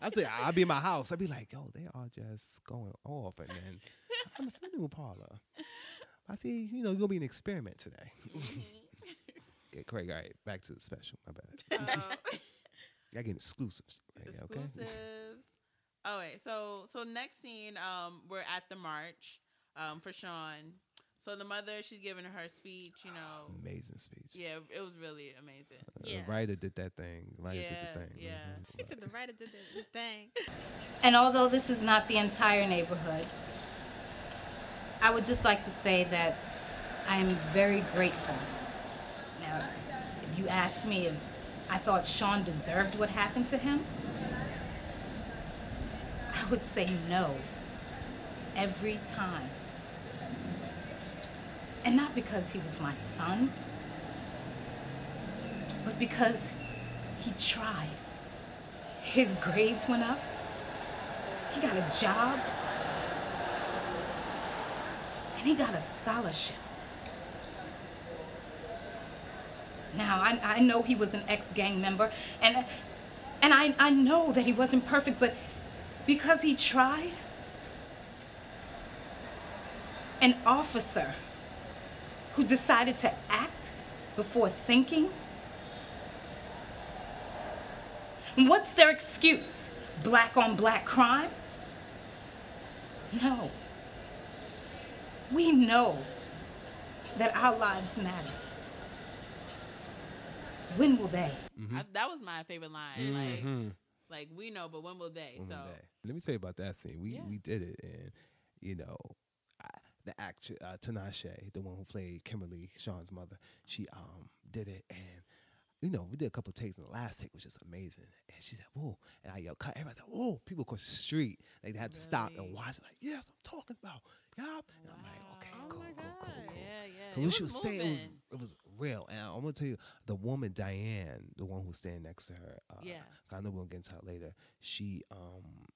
S4: I say I'll be in my house. I'd be like, yo, they are just going off, and then I'm a new parlor. I see, you know, you're gonna be an experiment today.
S3: Mm-hmm.
S4: <laughs> okay, Craig, all right, back to the special. My bad. I get exclusives. Right now, okay.
S3: exclusives. Oh wait, so so next scene, um, we're at the march, um, for Sean. So the mother, she's giving her speech. You know,
S4: Amazing speech.
S3: yeah, it was really amazing.
S4: The writer did that thing. The writer did the thing. Mm-hmm.
S3: yeah.
S1: She
S3: <laughs>
S1: said the writer did this thing.
S9: And although this is not the entire neighborhood, I would just like to say that I am very grateful. Now, if you ask me if I thought Sean deserved what happened to him, I would say no. Every time. And not because he was my son, but because he tried. His grades went up. He got a job. And he got a scholarship. Now, I, I know he was an ex gang member, and, and I, I know that he wasn't perfect, but because he tried, an officer who decided to act before thinking. And what's their excuse? Black on black crime? No. We know that our lives matter. When will they?
S3: I, that was my favorite line. Like,
S4: Mhm.
S3: like we know, but Mm-hmm. when will they?
S4: One
S3: so
S4: day. Let me tell you about that scene. We
S3: Yeah.
S4: we did it, and you know, I, the actress uh, Tinashe, the one who played Kimberly Sean's mother, she um did it, and you know we did a couple takes, and the last take was just amazing. And she said, "Whoa!" And I yelled, "Cut!" Everybody said, "Whoa!" People across the street, like they had to stop and watch. Like, yes, I'm talking about. Yup. And I'm like, okay,
S3: Oh
S4: cool, cool, cool, cool. Yeah, yeah.
S3: It
S4: Cause what she
S3: was
S4: was saying it was
S3: moving.
S4: it was real. And I'm gonna tell you, the woman Diane, the one who's standing next to her, uh,
S3: Yeah.
S4: I know we'll get into that later. She um,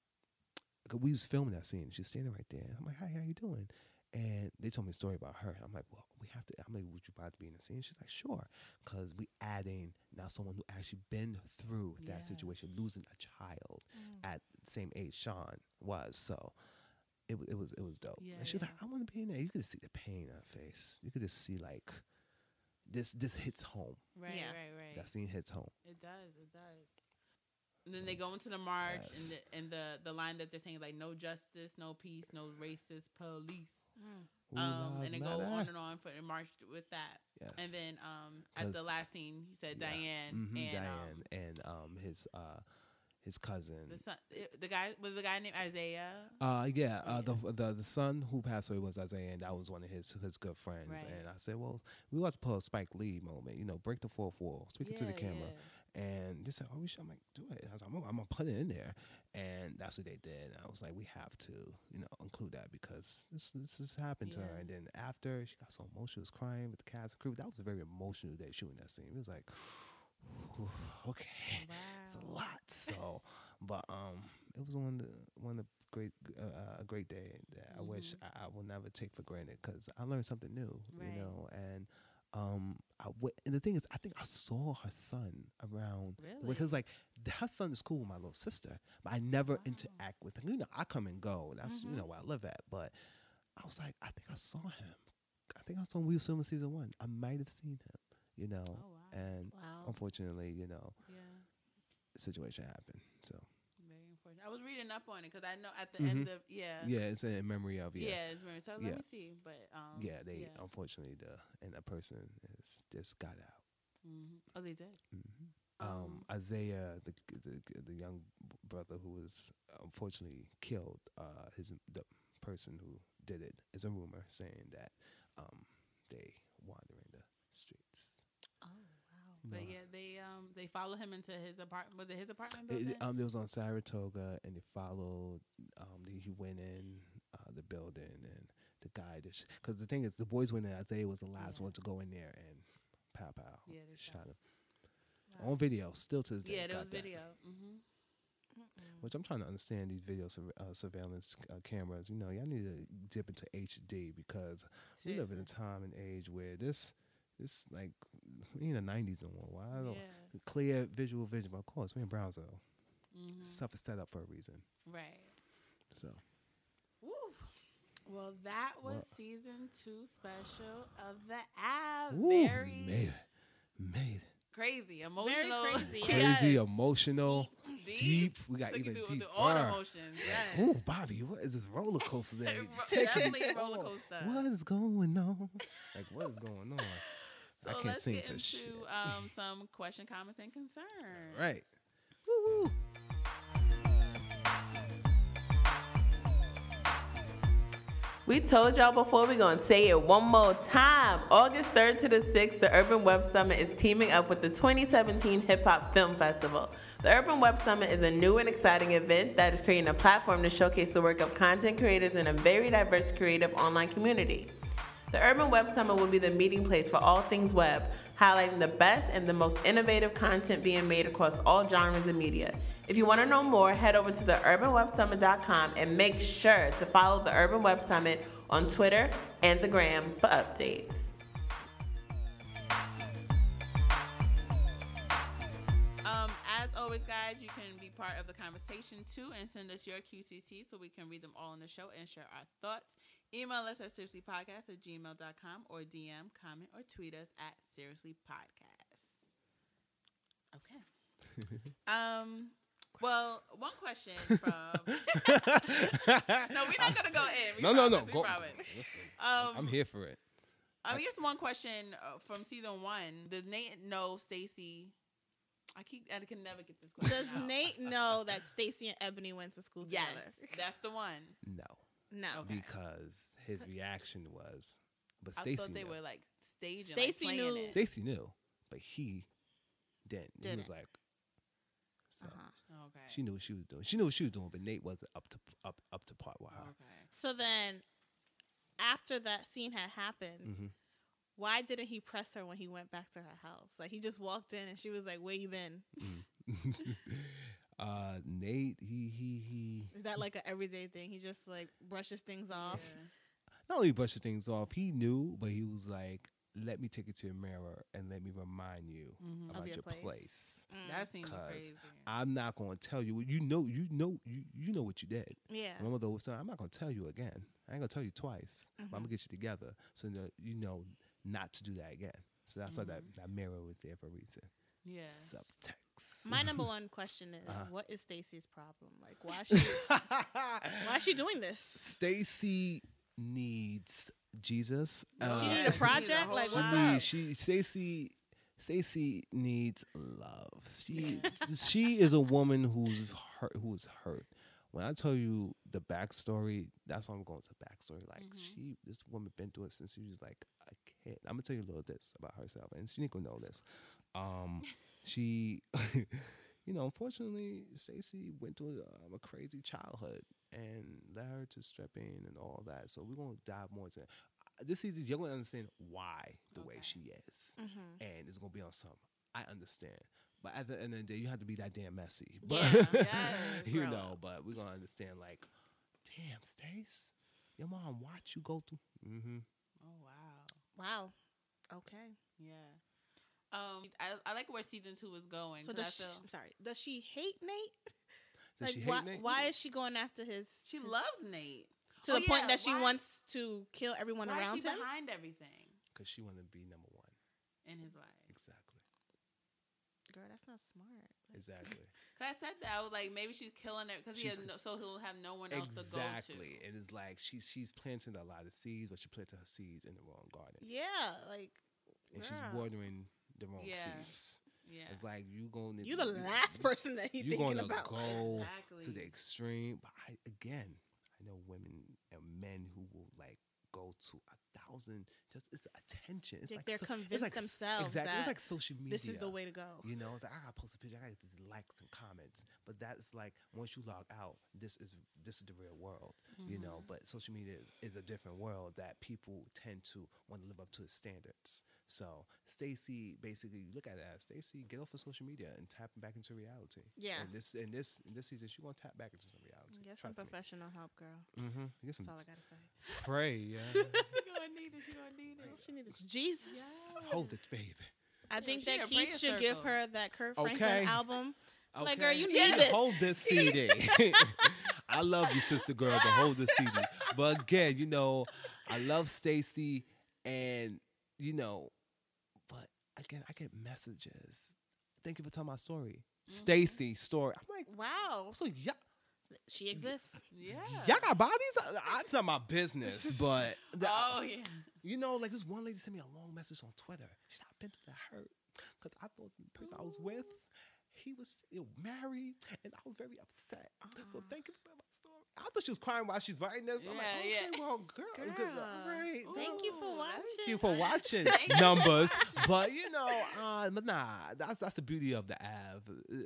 S4: 'cause we was filming that scene. She's standing right there. I'm like, hi, how you doing? And they told me a story about her. I'm like, well, we have to. I'm like, would you about to be in the scene? She's like, sure, because we adding now someone who actually been through that
S14: Yeah.
S4: situation, losing a child
S14: Mm.
S4: at the same age Sean was. So it wa- it was it was dope. and she was like, I want to be in there. You could see the pain on her face. You could just see like this this hits home.
S3: right, right, right.
S4: That scene hits home.
S3: It does. It does. And then they go into the march,
S4: Yes.
S3: and, the, and the the line that they're saying like no justice, no peace, no racist police.
S2: Ooh,
S3: Um,
S2: lives
S3: and they go on
S2: matter.
S3: and on for and march with that.
S4: Yes.
S3: And then um, at the
S4: 'Cause-
S3: last scene, you said
S4: Yeah.
S3: Diane
S4: Mhm,
S3: and
S4: Diane
S3: Um,
S4: and um his uh his cousin.
S3: the son, i- the guy was the guy named Isaiah.
S4: Uh yeah, uh, the the the son who passed away was Isaiah, and that was one of his his good friends.
S3: Right.
S4: And I said, well, we want to pull a Spike Lee moment, you know, break the fourth wall, speak it to the
S3: Yeah,
S4: camera. And they said, oh, we should. I'm like, do it. I was like, I'm, gonna- I'm gonna put it in there, and that's what they did. And I was like, we have to, you know, include that because this this has happened to her.
S14: Yeah.
S4: And then after she got so emotional, she was crying with the cast and crew. That was a very emotional day shooting that scene. It was like, <sighs> okay, it's a lot. So, but um, it was one of the one of the great uh, a great day that I wish I, I will never take for granted because I learned something new,
S14: Mm-hmm. Right.
S4: you know. And um, I w- and the thing is, I think I saw her son around because
S14: Really?
S4: like th- her son is cool with my little sister, but I never interact with him. You know, I come and go, and that's you know where I live at. But I was like, I think I saw him. I think I saw him. We were filming season one. I might have seen him. You know, and
S3: Wow.
S4: unfortunately, you know,
S3: Yeah,
S4: situation happened. So
S3: very important. I was reading up on it because I know at the end
S4: Mhm.
S3: of yeah
S4: yeah, it's in memory of yeah.
S3: yeah, it's very, so let me see, but um
S4: yeah, they oh. unfortunately the and the person is just got out.
S3: hmm oh they did
S4: Um, Isaiah, the, g- the g- the young b- brother who was unfortunately killed, uh, his the person who did it is a rumor saying that um, they wandering the streets.
S3: but
S4: No.
S3: yeah they um they follow him into his apartment was it his apartment
S4: It-
S3: building?
S4: It, um, it was on Saratoga, and they followed. Um, the, he went in uh, the building, and the guy just because the thing is, the boys went in. Isaiah was the last one to go in there, and pow pow,
S3: Yeah, they
S4: shot him on video. Still to this day,
S3: yeah there was
S4: got that.
S3: video mm-hmm.
S4: Which I'm trying to understand these video surve uh, surveillance uh, cameras. You know, y'all need to dip into HD because we live in a time and age where this, this like, we in the '90s and what? Why I don't
S14: Yeah.
S4: clear visual vision? But of course, we in Brownsville.
S3: Mm-hmm.
S4: Stuff is set up for a reason.
S3: Right.
S4: So
S3: Woo. Well, that was
S4: Well-
S3: season two special of the app.
S4: Woo,
S3: Very
S4: made it, made it.
S3: crazy, emotional. <laughs>
S1: crazy,
S4: Crazy, emotional,
S3: Deep.
S4: deep. We got
S3: Took you
S4: even
S3: through- through
S4: deeper.
S3: all the emotions, yes.
S4: Ooh, Bobby, what is this roller
S3: <laughs>
S4: coaster that <laughs> you taking?
S3: Definitely a roller coaster.
S4: What is going on? Like what is going on? <laughs>
S3: So
S4: I can't
S3: let's
S4: sing
S3: get
S4: for
S3: into
S4: shit.
S3: um, some question, comments, and concerns.
S4: <laughs> Right.
S14: We told y'all before, we're going to say it one more time. August 3rd to the 6th, the Urban Web Summit is teaming up with the 2017 Hip Hop Film Festival. The Urban Web Summit is a new and exciting event that is creating a platform to showcase the work of content creators in a very diverse creative online community. The Urban Web Summit will be the meeting place for all things web, highlighting the best and the most innovative content being made across all genres of media. If you want to know more, head over to theurbanwebsummit.com and make sure to follow the Urban Web Summit on Twitter and the gram for updates.
S3: Um, as always, guys, you can be part of the conversation too and send us your QCC so we can read them all on the show and share our thoughts. Email us at seriouslypodcast at gmail.com or DM, comment, or tweet us at seriouslypodcast. Okay. <laughs> Um, well, one question from. no, we're not going to go in. We
S4: <laughs> no, no, no.
S3: promise, we
S4: Go,
S3: promise.
S4: listen, <laughs>
S3: Um,
S4: I'm here for it.
S3: I guess one question uh, from season one. Does Nate know Stacy? I keep I can never get this question.
S1: Does
S3: out.
S1: Nate know that Stacy and Ebony went to school
S3: Yes,
S1: together?
S3: that's the one.
S4: No.
S1: No.
S4: Because his reaction was, but
S3: I
S4: Stacy.
S3: thought they
S4: knew.
S3: were like staging.
S1: Stacey
S3: like, playing
S1: knew.
S3: It.
S4: Stacy knew, but he didn't. Uh-huh. He
S3: Didn't.
S4: was like, so
S1: Uh-huh.
S3: Okay.
S4: she knew what she was doing. She knew what she was doing, but Nate wasn't up to up up to par with her.
S1: So then, after that scene had happened,
S4: Mhm.
S1: why didn't he press her when he went back to her house? Like he just walked in and she was like, "Where you been?"
S4: <laughs> uh, Nate, he he he.
S1: Is that like an everyday thing? He just like brushes things off.
S4: Not only brushed things off, he knew, but he was like, "Let me take it to your mirror and let me remind you
S1: Mm-hmm.
S3: Mhm. Of
S4: about
S3: your
S4: your
S3: place.
S4: place."
S3: Mm. That seems
S4: 'Cause
S3: crazy.
S4: I'm not going to tell you. You know, you know, you you know what you did.
S1: Yeah.
S4: My mother was saying, "I'm not going to tell you again. I ain't going to tell you twice. but I'm
S1: Mhm.
S4: gonna get you together so that you know not to do that again." So that's why that,
S1: Mm-hmm.
S4: that mirror was there for a reason.
S3: Yeah.
S4: Subtext. <laughs>
S1: My number one question is,
S4: Uh-huh.
S1: what is Stacy's problem? Like, why is she why is she doing <laughs> this?
S4: Stacy needs Jesus. Uh,
S1: she need a project. like, what's
S4: she,
S1: up?
S4: she Stacy Stacy needs love. She she is a woman who's hurt who is hurt. When I tell you the backstory, that's why I'm going to backstory. Like
S1: Mm-hmm.
S4: she this woman been through it since she was like a kid. I'm gonna tell you a little this about herself and she ain't gonna know this.
S1: <laughs>
S4: Um she <laughs> you know, unfortunately, Stacy went through um, a crazy childhood and led her to stripping and all that. So we're gonna dive more into uh, this season. You're gonna understand why the way she is,
S1: Mhm.
S4: and it's gonna be on some. I understand, but at the end of the day, you have to be that damn messy. <laughs> But <laughs>
S1: Yeah.
S4: you
S1: Grow
S4: know, but we're gonna understand like, damn, Stace, your mom watch you go through. Mm-hmm.
S3: Oh wow.
S1: Wow. Okay.
S3: Yeah. Um, I, I like where season two is going.
S1: So
S3: 'cause I
S1: does she,
S3: feel-
S1: I'm sorry. Does she hate Nate?
S4: Does she hate
S1: why,
S4: Nate?
S1: why is she going after his?
S3: She
S1: his-
S3: loves Nate
S1: to
S3: Oh,
S1: the point
S3: yeah,
S1: that she
S3: why-
S1: wants to kill everyone
S3: why
S1: around
S3: is she
S1: him.
S3: behind everything
S4: Cause she wanted to be number one.
S3: in his life.
S4: Exactly.
S1: Girl, that's not smart.
S4: Exactly.
S3: Cause I said that I was like, maybe she's killing it because he
S4: She's-
S3: has no, so he'll have no one else to go to.
S4: Exactly. And it's like she's she's planting a lot of seeds, but she planted her seeds in the wrong garden.
S1: Yeah, like.
S4: and she's
S1: girl.
S4: watering the wrong
S1: Yeah.
S4: seeds.
S3: Yeah.
S4: It's like you going to
S1: You the last person that he
S4: you
S1: thinking
S4: gonna
S1: about.
S4: go to
S1: Exactly.
S4: the extreme. But I, again, I know women and men who will like go to a thousand just it's attention. It's
S1: Like,
S4: like
S1: they're
S4: so- it's
S1: convinced
S4: like s-
S1: themselves
S4: Exactly.
S1: that
S4: it's like social media.
S1: this is the way to go.
S4: You know, it's like I gotta post a picture, I gotta get these likes and comments. But that's like once you log out, this is this is the real world. You know,
S1: Mhm.
S4: but social media is, is a different world that people tend to want to live up to its standards. So Stacy basically you look at it as Stacy, get off of social media and tap back into reality.
S1: Yeah.
S4: And this in this in this season she's gonna tap back into some reality.
S1: Get some
S4: Trust me.
S1: professional help, girl.
S4: Mhm. Get
S1: That's
S4: some-
S1: all I gotta say.
S4: Pray, yeah.
S3: She gonna need it. She gonna need it.
S1: She needed Jesus.
S4: <laughs> Hold it, baby.
S1: I think that
S3: she need a
S1: Keith
S3: prayer
S1: should give
S3: circle.
S1: her that Kurt Franklin
S4: Okay.
S1: album Like, girl, you need
S4: Yeah,
S1: this.
S4: Hold this CD. <laughs> I love you, sister girl, but hold this CD. But again, you know, I love Stacy, and you know, but again, I get messages. Thank you for telling my story, Stacy story. I'm like,
S1: wow.
S4: So yeah,
S1: she exists.
S3: Yeah.
S4: y'all got bodies? I, I, it's not my business, but
S3: oh yeah.
S4: You know, like this one lady sent me a long message on Twitter. She said, I've been through the hurt because I thought the person I was
S2: Oh.
S4: with, he was you know, married, and I was very upset. So thank you for telling my story. I thought she was crying while she's writing this. I'm like,
S2: Oh. Yeah,
S4: okay,
S2: yeah.
S4: well, girl, good. All right.
S1: Thank you for watching.
S4: <laughs> Thank you for watching numbers, but you <laughs> know, uh, but nah, that's that's the beauty of the app. Uh,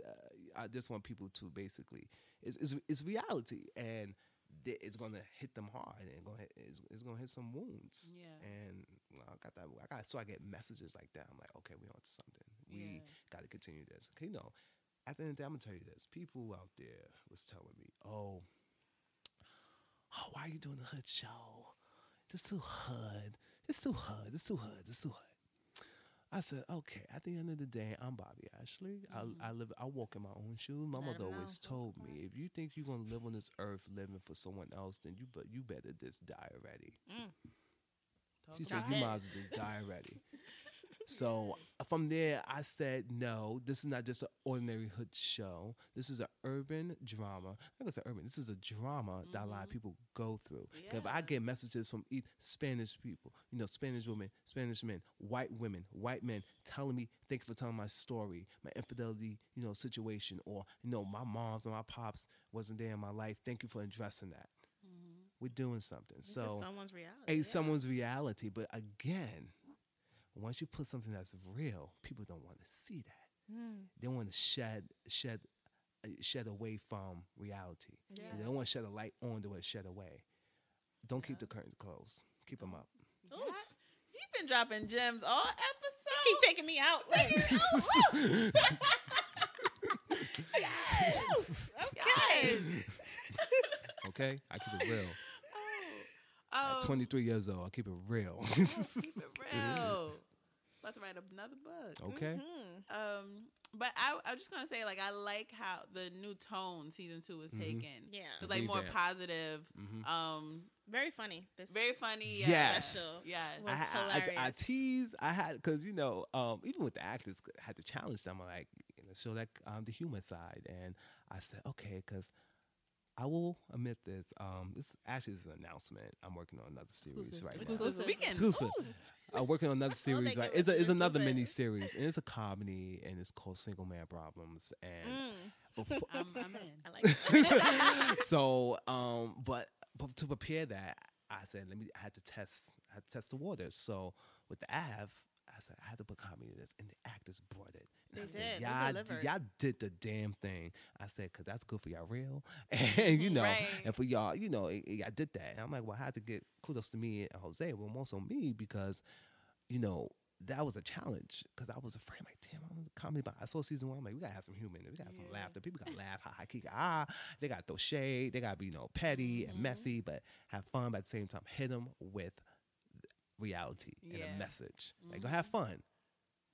S4: I just want people to basically, it's it's, it's reality, and th- it's gonna hit them hard, and it's gonna hit, it's, it's gonna hit some wounds.
S3: Yeah.
S4: and well, I got that. I got so I get messages like that. I'm like, okay, we on to something. We
S3: Yeah.
S4: got to continue this. 'Cause, You know, at the end of the day, I'm gonna tell you this. People out there was telling me, oh, oh, why are you doing the hood show? This too hood. It's too hood. It's too hood. It's too hood. I said, okay. At the end of the day, I'm Bobby Ashley. I, I live. I walk in my own shoes. My mother always told me, if you think you're gonna live on this earth living for someone else, then you but you better just die already. She said,
S2: about
S4: "You
S2: it.
S4: might as well just die already." so uh, from there, I said, "No, this is not just an ordinary hood show. This is an urban drama. I think it's an urban. This is a drama that a lot of people go through. 'Cause If I get messages from e- Spanish people, you know, Spanish women, Spanish men, white women, white men, telling me, "Thank you for telling my story, my infidelity, you know, situation, or you know, my mom's and my pops wasn't there in my life. Thank you for addressing that." We're doing something.
S1: This is
S4: so
S1: someone's reality,
S4: a-
S1: yeah.
S4: someone's reality. But again, once you put something that's real, people don't want to see that.
S1: Mm.
S4: They want to shed shed uh, shed away from reality.
S1: Yeah.
S4: They don't want to shed a light on. They want to shed away. Don't keep the curtains closed. Keep
S3: <laughs>
S4: them up.
S3: You've been dropping gems all episode.
S1: Keep taking me out. <laughs>
S3: okay.
S4: <laughs> okay, I keep it real.
S3: Oh,
S4: At 23 years old, I keep it real. <laughs>
S3: keep it real. Let's write another book.
S4: Okay.
S3: Um, but I, I was just gonna say, like, I like how the new tone season two is
S4: Mhm.
S3: taken.
S1: Yeah.
S3: so
S1: The
S3: like more
S4: revamp.
S3: positive.
S4: Mhm.
S3: Um,
S1: very funny. This
S3: very funny. Yeah.
S4: Yes.
S1: special
S3: Yes.
S1: was
S4: I, ha- I- I, I
S1: hilarious.
S4: tease. I had because you know, um, even with the actors, I had to challenge them. I'm like, you know, show that um, the human side, and I said, okay, because I will admit this. Um, this actually is an announcement. I'm working on another series
S3: Exclusive.
S4: right now.
S3: Exclusive. Exclusive.
S4: Exclusive. I'm
S3: <laughs>
S4: working on another series right. It's a, it's another mini
S3: exclusive.
S4: series, and it's a comedy, and it's called Single Man Problems, and.
S3: Mm.
S4: befo-
S3: I'm, I'm in. I
S4: <laughs> so um but, but to prepare that i said let me i had to test i had to test the waters so with the av i said i had to put comedy in this and the actors brought it and I
S1: They
S4: said,
S1: did. They
S4: y'all, d-
S1: delivered."
S4: y'all did the damn thing i said because that's good for y'all real <laughs>
S1: <laughs>
S4: and you know
S1: Right.
S4: and for y'all you know it, it- i did that and i'm like well i had to get kudos to me and jose well more so me because you know that was a challenge because I was afraid. like, damn, I'm a comedy. But I saw season one. I'm like, we gotta have some humor. in it. We gotta have some laughter. People gotta laugh. Ha ha kika ah. They gotta throw shade. They gotta be you know petty
S3: Mm-hmm.
S4: and messy, but have fun. But at the same time, hit them with th- reality and
S3: Yeah. Mm-hmm.
S4: a message. Like, go have fun,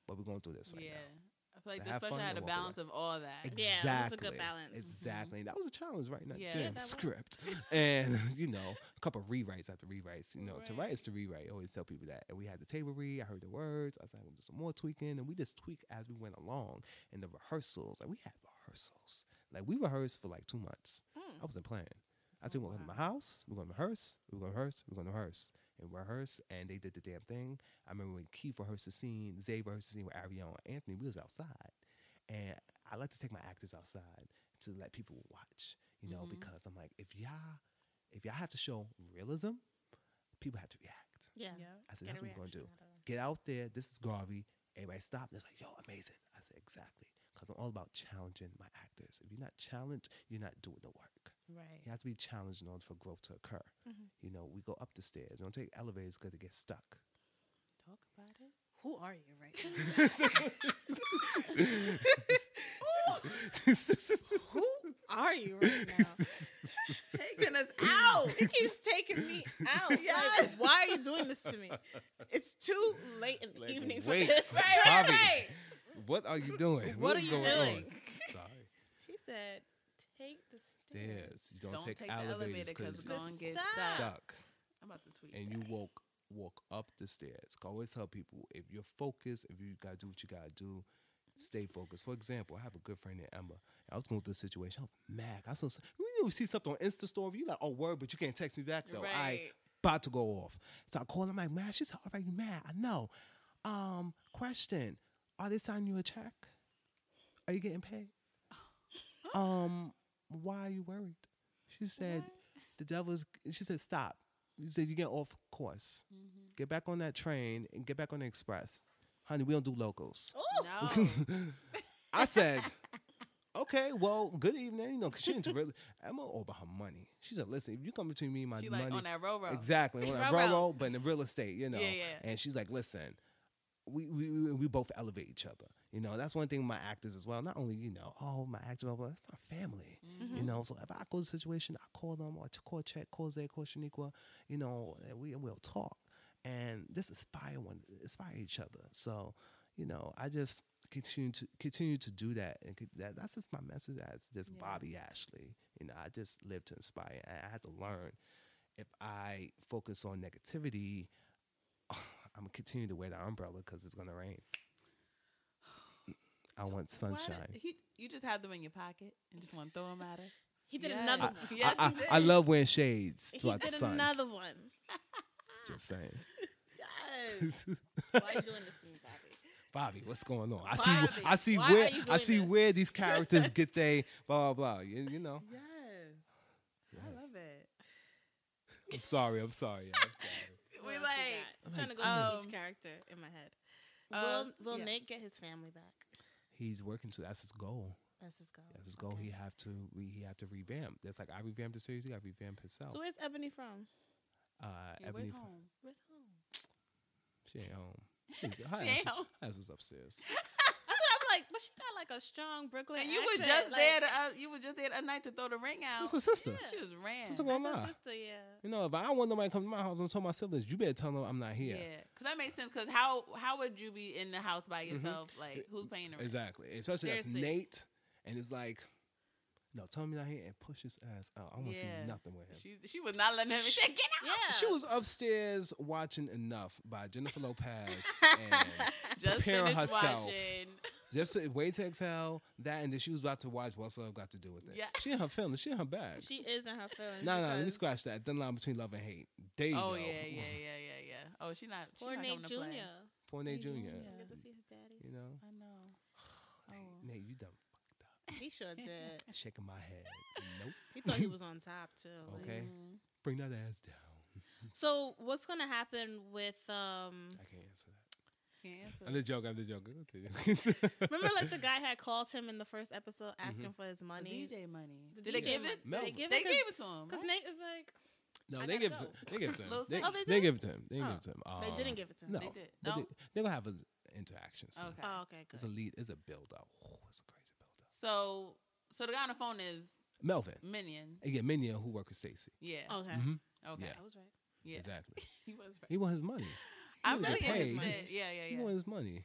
S4: but we're going through this right
S3: yeah.
S4: now.
S3: I feel like
S4: So
S3: this
S4: have
S3: special
S4: fun
S3: had a
S4: and walk away.
S3: balance of all that.
S4: Exactly. Exactly. And that was a challenge, right? Not
S3: Yeah.
S4: yeah,
S3: Yeah,
S4: damn
S3: that was- <laughs>
S4: script. and, <laughs> you know, a couple of rewrites after rewrites. You know, to write is to rewrite. I always tell people that. And we had the table read. I heard the words. I was like, I'm do some more tweaking. And we just tweak as we went along. And the rehearsals, like, we had rehearsals. Like, we rehearsed for like two months.
S3: Hmm.
S4: I wasn't playing. I
S3: Oh,
S4: said, we're going to my house. We're going to rehearse. We're going to rehearse. We're going to rehearse. And rehearse. And they did the damn thing. I remember when Keith rehearsed the scene, Zay rehearsed the scene with Ariel and Anthony. We was outside and I like to take my actors outside to let people watch, you know, because I'm like, if y'all, if y'all have to show realism, people have to react.
S1: Yeah.
S4: I said, that's what we're gonna do. Get out there. This is Garvey. Everybody stop. It's like, yo, amazing. I said, exactly, because I'm all about challenging my actors. If you're not challenged, you're not doing the work.
S3: Right.
S4: You have to be challenged in order for growth to occur.
S3: Mhm.
S4: You know, we go up the stairs. Don't take elevators because they get stuck. <laughs>
S3: Talk about it.
S1: Who are you right <laughs> Who are you right
S4: <laughs>
S1: now? taking us out. It keeps taking me out. Like, why are you doing this to me? It's too late in the <laughs> evening for
S4: Wait,
S1: this.
S4: Bobby, what are you doing?
S1: <laughs> What are
S4: is
S1: you
S4: going on?
S1: doing?
S4: Sorry.
S1: said, "Take the stairs."
S4: Stairs. You don't,
S3: Don't
S4: take,
S3: take the
S4: elevators
S3: elevator 'cause
S4: you
S3: we're gonna get
S4: stuck.
S3: stuck.
S1: I'm about to tweet.
S4: and you walk walk up the stairs. I always tell people if you're focused, if you gotta do what you gotta do, stay focused. For example, I have a good friend named Emma. And I was going through a situation. I was mad. I saw some- you know, see something on Insta story. You like, oh word, but you can't text me back though. I
S2: Right.
S4: about to go off. So I call him like, man, she's all right. You mad? I know. Um, question: Are they signing you a check? Are you getting paid? um, why are you worried? She said, the devil's. She said, stop. She said, you get off course. Get back on that train and get back on the express, honey. We don't do locals.
S2: No.
S4: <laughs> I said, okay, well, good evening. You know, 'cause she didn't really. Emma all about her money. She said, listen, if you come between me and my
S3: She like
S4: money,
S3: on that roll-roll. <laughs>
S4: exactly on that
S3: Roll-roll.
S4: roll, but in the real estate, you know.
S3: Yeah, yeah.
S4: And she's like, listen, we, we we we both elevate each other. You know, that's one thing with my actors as well. Not only you know, oh my actor, blah, blah, that's not family. You
S3: Mm-hmm.
S2: Mhm.
S4: know, so if I go to a situation, I call them or I call Chet, call Zay, call Shaniqua. You know, and we and we'll talk and just inspire one, inspire each other. So, you know, I just continue to continue to do that, and con- that, that's just my message as this Bobby Ashley. You know, I just live to inspire. I, I had to learn if I focus on negativity, <sighs> I'm gonna continue to wear the umbrella because it's gonna rain. I want
S3: Why did-
S4: sunshine.
S1: <laughs>
S3: he, you just have them in your pocket and just want to throw them at us.
S1: He did
S3: Yes.
S1: another
S4: I,
S1: one.
S4: I-
S3: Yes,
S4: I-
S3: he did.
S4: I love wearing shades
S1: <laughs> He
S4: throughout the
S1: did
S4: sun.
S1: another one.
S4: Just saying.
S1: <laughs>
S4: <laughs>
S1: Yes. Why are you doing this to me, Bobby?
S4: Bobby, what's going on? I see, I see
S1: why
S4: where,
S1: are you
S4: I
S1: doing
S4: see
S1: this? <laughs>
S4: where these characters get they blah blah blah. You, you know,
S3: <laughs> Yes. I love it.
S4: I'm sorry, I'm sorry.
S1: <laughs>
S4: y'all. I'm sorry.
S3: We
S1: I'm
S3: like
S1: trying to go
S3: um,
S1: through each character in my head. Um,
S3: uh,
S1: will Will
S3: yeah.
S1: Nick get his family back?
S4: He's working to that's his goal.
S1: That's his goal.
S4: That's his goal. He have to re, he have to revamp. That's like I revamped the series. He got to revamp himself.
S1: So where's Ebony from?
S4: uh, Ebony, F-
S1: Where's home?
S4: she ain't home.
S1: She
S4: She's, her ass
S1: ain't
S4: is-
S1: home.
S4: her ass was upstairs.
S1: That's what I'm like. But she got like a strong Brooklyn.
S3: And you were
S1: accent,
S3: just
S1: like-
S3: there. The, oth- you were just there the other night to throw the ring out.
S4: That's her sister.
S3: She was ran.
S4: Sister gonna lie.
S1: sister, yeah.
S4: You know, if I don't want nobody to come to my house, I'm telling my siblings, you better tell them I'm not
S3: Yeah,
S4: here.
S3: because that makes sense. Because how how would you be in the house by
S4: Mhm.
S3: yourself? Like who's paying the rent?
S4: Exactly. Especially that's
S3: Seriously.
S4: Nate. And it's like, no, tell me not here and push his ass out. I want to
S3: Yeah.
S4: see nothing with him.
S3: She she was not letting him. She said, get out.
S4: She was upstairs watching Enough by Jennifer Lopez and
S3: <laughs> Just
S4: preparing
S3: finished
S4: herself.
S3: watching.
S4: Just to wait to exhale that, and then she was about to watch What's Love Got to Do with It.
S1: Yeah.
S4: She in her feelings. She in her bag.
S1: She is in her feelings.
S4: No, no, let me
S1: because
S4: scratch that. Thin line between love and hate. There you
S3: Oh
S4: go.
S3: yeah, yeah, yeah, yeah, yeah. Oh, she not. She
S1: Poor
S3: not
S1: Nate
S3: coming to play.
S1: Jr.
S4: Poor Nate Jr.
S1: Don't Get to see his daddy.
S4: You know,
S3: I know.
S4: Nate, you done
S1: He <laughs> sure did.
S4: shaking my head. nope.
S1: He
S4: <laughs>
S1: thought he was on top too. <laughs> like- mm-hmm.
S4: Okay, bring that ass down.
S1: So what's gonna happen with um?
S4: I can't answer that.
S3: Can't answer.
S4: I'm the joke. I'm the joke. Remember,
S1: <laughs> Remember, like the guy had called him in the first episode asking
S4: Mhm.
S1: for his money,
S3: DJ money.
S1: The
S3: Did they
S1: DJ
S3: give it?
S1: money.
S4: Melvin.
S1: They give it.
S3: They
S1: 'cause-
S3: gave it to him,
S1: Cause
S3: right?
S1: Nate is like,
S4: <laughs> No,
S1: I
S4: they
S1: gotta
S4: give it.
S1: go.
S4: to- They give it to him.
S1: Little
S4: They,
S1: Sam. Oh, they
S4: they
S1: did?
S4: give it to him. They
S1: Oh.
S4: give it to him.
S1: They didn't give it to him.
S4: No,
S1: They did.
S4: but
S3: No?
S4: They, they're gonna have an interaction. Soon.
S3: Okay.
S1: Oh, okay,
S4: It's a lead. It's a build up. Oh, it's a crazy build up.
S3: So so the guy on the phone is
S4: Melvin.
S3: Minion.
S4: And yeah, Minion, who worked with Stacy.
S3: Yeah.
S1: Okay.
S4: Mhm.
S3: Okay.
S4: Yeah.
S3: I was right. Yeah.
S4: Exactly.
S3: he was right.
S4: He want
S3: <laughs>
S4: his money. He
S3: I'm
S4: was
S3: really
S4: paid.
S3: interested. Yeah, yeah,
S4: He
S3: yeah.
S4: want his money.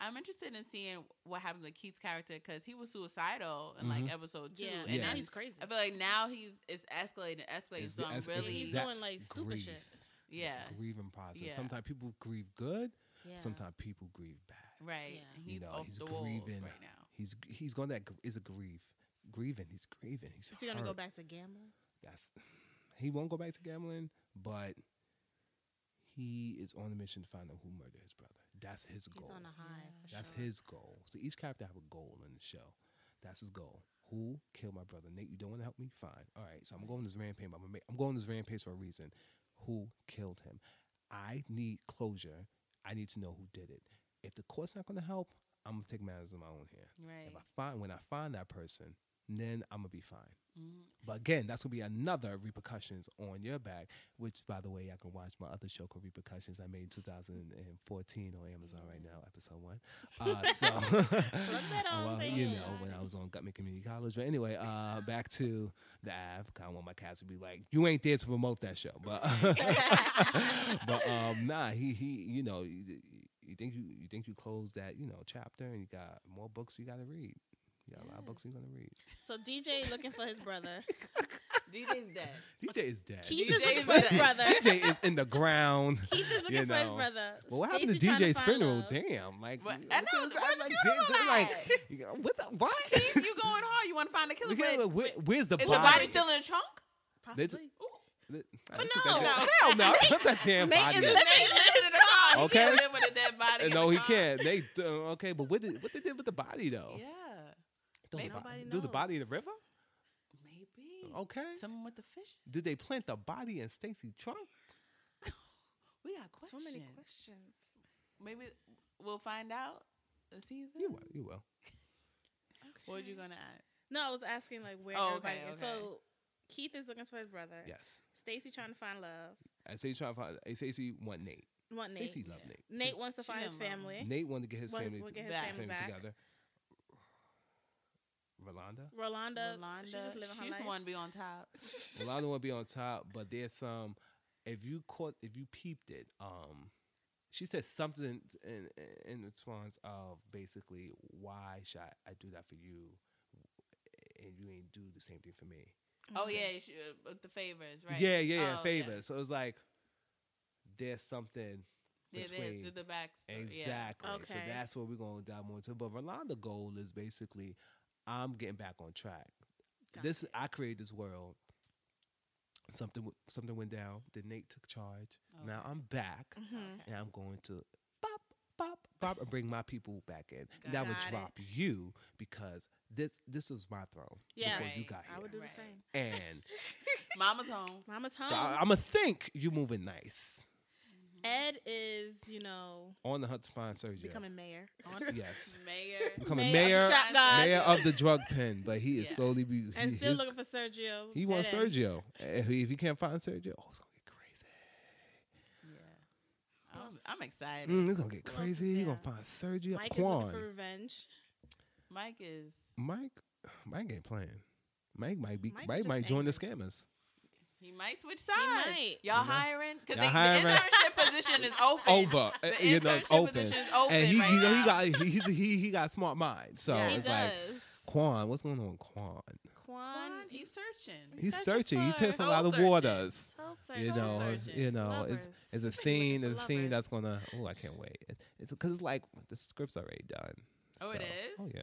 S3: I'm interested in seeing what happened with Keith's character because he was suicidal in
S4: Mhm.
S3: like episode two.
S1: Yeah,
S3: and
S4: and now
S3: then
S1: he's crazy.
S3: I feel like now he's it's escalating, escalating.
S4: It's
S3: so
S4: the
S3: I'm
S4: escalation.
S3: really
S1: He's
S4: That
S1: doing, like, stupid
S4: grief,
S1: shit.
S3: Yeah.
S4: Grieving process.
S3: Yeah.
S4: Sometimes people grieve good.
S3: Yeah.
S4: Sometimes people grieve bad.
S3: right. And he's
S4: you know,
S3: off
S4: he's
S3: the
S4: grieving
S3: walls right now.
S4: He's he's going that is a grief, grieving. He's grieving. He's
S1: is he gonna go
S4: hurt.
S1: back to gambling?
S4: That's he won't go back to gambling, but he is on a mission to find out who murdered his brother. That's his
S1: He's
S4: goal.
S1: on a high. For
S4: That's
S1: sure.
S4: his goal. So each character have a goal in the show. That's his goal. Who killed my brother? Nate, you don't want to help me? Fine. All right. So I'm going on this rampage. but I'm, gonna make, I'm going on this rampage for a reason. Who killed him? I need closure. I need to know who did it. If the court's not going to help, I'm gonna take matters in my own hand.
S3: Right.
S4: If I find when I find that person, then I'm gonna be fine.
S1: Mm.
S3: Mhm.
S4: But again, that's gonna be another repercussions on your back. Which, by the way, y'all can watch my other show called Repercussions I made in 2014 on Amazon
S1: Mm.
S4: right now, episode one. Uh,
S1: <laughs>
S4: so, <laughs>
S2: that on
S4: well,
S2: there.
S4: you know, when I was on Gutman Community College. But anyway, uh, back to the app. Kind of want my cats to be like, "You ain't there to promote that show," but
S1: <laughs>
S4: <laughs> but um, nah, he he, you know, you, you think you you think you closed that you know chapter, and you got more books you got to read. You got a lot of books you're gonna read.
S1: So DJ looking for his <laughs> brother.
S3: <laughs>
S14: DJ's dead.
S4: DJ is dead.
S1: Keith
S4: <laughs>
S1: is looking for his brother.
S4: DJ is in the ground.
S1: <laughs> Keith is looking
S4: you
S1: for his
S4: know.
S1: brother.
S4: Well, what happened
S1: Stacey
S4: to
S1: trying to
S4: DJ's
S1: find
S4: funeral?
S1: love.
S4: Damn, like,
S3: But, I know. Where's the
S4: damn,
S3: funeral
S4: damn,
S3: at?
S4: like, <laughs> you know, what the what?
S3: Keith, you going hard? You want to <laughs> find the killer?
S4: Look at
S3: but
S4: it, where- where's the
S3: is
S4: body?
S3: the body still in the trunk?
S4: They t- they- I
S3: But
S4: took
S3: no.
S4: that damn- hell no, <laughs> I took that damn
S3: Nate
S4: body.
S3: is living <laughs> in the car.
S4: Okay.
S3: He can't live with a dead body. in
S4: <laughs> no,
S3: the
S4: he
S3: car.
S4: can't. They uh, okay, but what did what they did with the body though?
S3: Yeah.
S4: Throw the
S3: Maybe
S4: bo-
S3: nobody
S4: Do the body in the river?
S3: Maybe.
S4: Okay.
S3: Someone with the fish.
S4: Did they plant the body in Stacy's trunk?
S3: We got questions. So many questions. Maybe we'll find out the season.
S4: You will. You will.
S3: What were you gonna ask?
S1: No, I was asking like where
S3: Oh,
S1: everybody
S3: okay,
S1: is.
S3: okay.
S1: So Keith is looking for his brother.
S4: Yes. Uh,
S1: Stacy trying to find love.
S4: I say trying to find. I say she want Nate.
S1: Want Nate.
S4: Stacey love Nate.
S1: Nate wants to find his
S3: didn't love him.
S1: family.
S4: Nate wanted to get his
S1: Want-
S4: family,
S1: will
S4: to-
S1: get his
S4: back.
S1: family
S4: family
S1: back.
S4: together. Rolanda.
S1: Rolanda,
S3: Rolanda.
S1: she just living her
S3: She's the
S1: life.
S3: one to be on top. <laughs>
S4: Rolanda want to be on top, but there's some. If you caught, if you peeped it, um, she said something in in response of basically, why should I, I do that for you, and you ain't do the same thing for me?
S3: oh yeah, she, uh, with the favors, right?
S4: Yeah, yeah, yeah.
S3: Oh,
S4: favor. So it's like there's something
S3: Yeah, there's
S4: between
S3: the- the backstory, yeah.
S4: Exactly. So
S3: Okay.
S4: that's what we're gonna dive more into. But Rolanda goal is basically I'm getting back on track.
S3: Got
S4: this I created this world. Something w- something went down. Then Nate took charge.
S1: Oh,
S4: Now I'm back,
S1: Mhm.
S4: and I'm going to bop bop and bring my people back in.
S1: Got
S4: and I
S1: it.
S4: would
S1: Got it.
S4: drop you because this this was my throne
S1: Yeah.
S4: before you got here.
S1: I would do the same.
S4: and
S3: Mama's home.
S1: Mama's home.
S4: so I, I'm gonna think you moving nice
S1: Ed is, you know,
S4: on the hunt to find Sergio.
S1: becoming mayor.
S4: Yes.
S1: <laughs>
S3: Mayor.
S4: becoming
S1: of
S4: mayor,
S1: the trap god.
S4: mayor of the drug pen, but he is slowly be
S1: Uh, and
S4: he-
S1: still
S4: his-
S1: looking for Sergio.
S4: He wants
S1: Dead end.
S4: Sergio. Eh, If he, if he can't find Sergio, oh, it's gonna get
S3: <laughs> I'm, I'm excited.
S4: crazy. Mm, it's gonna get crazy. He gonna find Sergio.
S1: Mike is looking for
S4: Quan.
S1: revenge.
S3: Mike is.
S4: Mike. Mike ain't playing. Mike might be.
S3: Mike
S4: Mike,
S3: is
S4: might
S3: just
S4: join the scammers.
S3: He might switch sides. Y'all hiring? Because
S4: Mm-hmm. Y'all
S3: the
S4: hiring.
S3: internship position
S4: <laughs>
S3: is open.
S4: Over. Uh,
S3: The
S4: you know, it's
S3: internship
S4: open.
S3: position is open
S4: And he,
S3: right
S4: you know,
S3: now.
S4: he got he, he's, he he got smart mind. So
S3: Yeah, he
S4: it's like
S3: does.
S4: Quan. What's going on, with Quan?
S1: Quan,
S3: he's searching.
S4: He's searching. He tests a lot of waters.
S1: Soul
S4: You
S1: searching.
S4: know,
S1: Soul
S4: you know, it's,
S1: Lovers.
S3: <laughs>
S4: it's a scene, it's a scene that's gonna. Oh, I can't wait. It- It's because it's like the script's already done.
S3: Oh, it is?
S4: Oh yeah.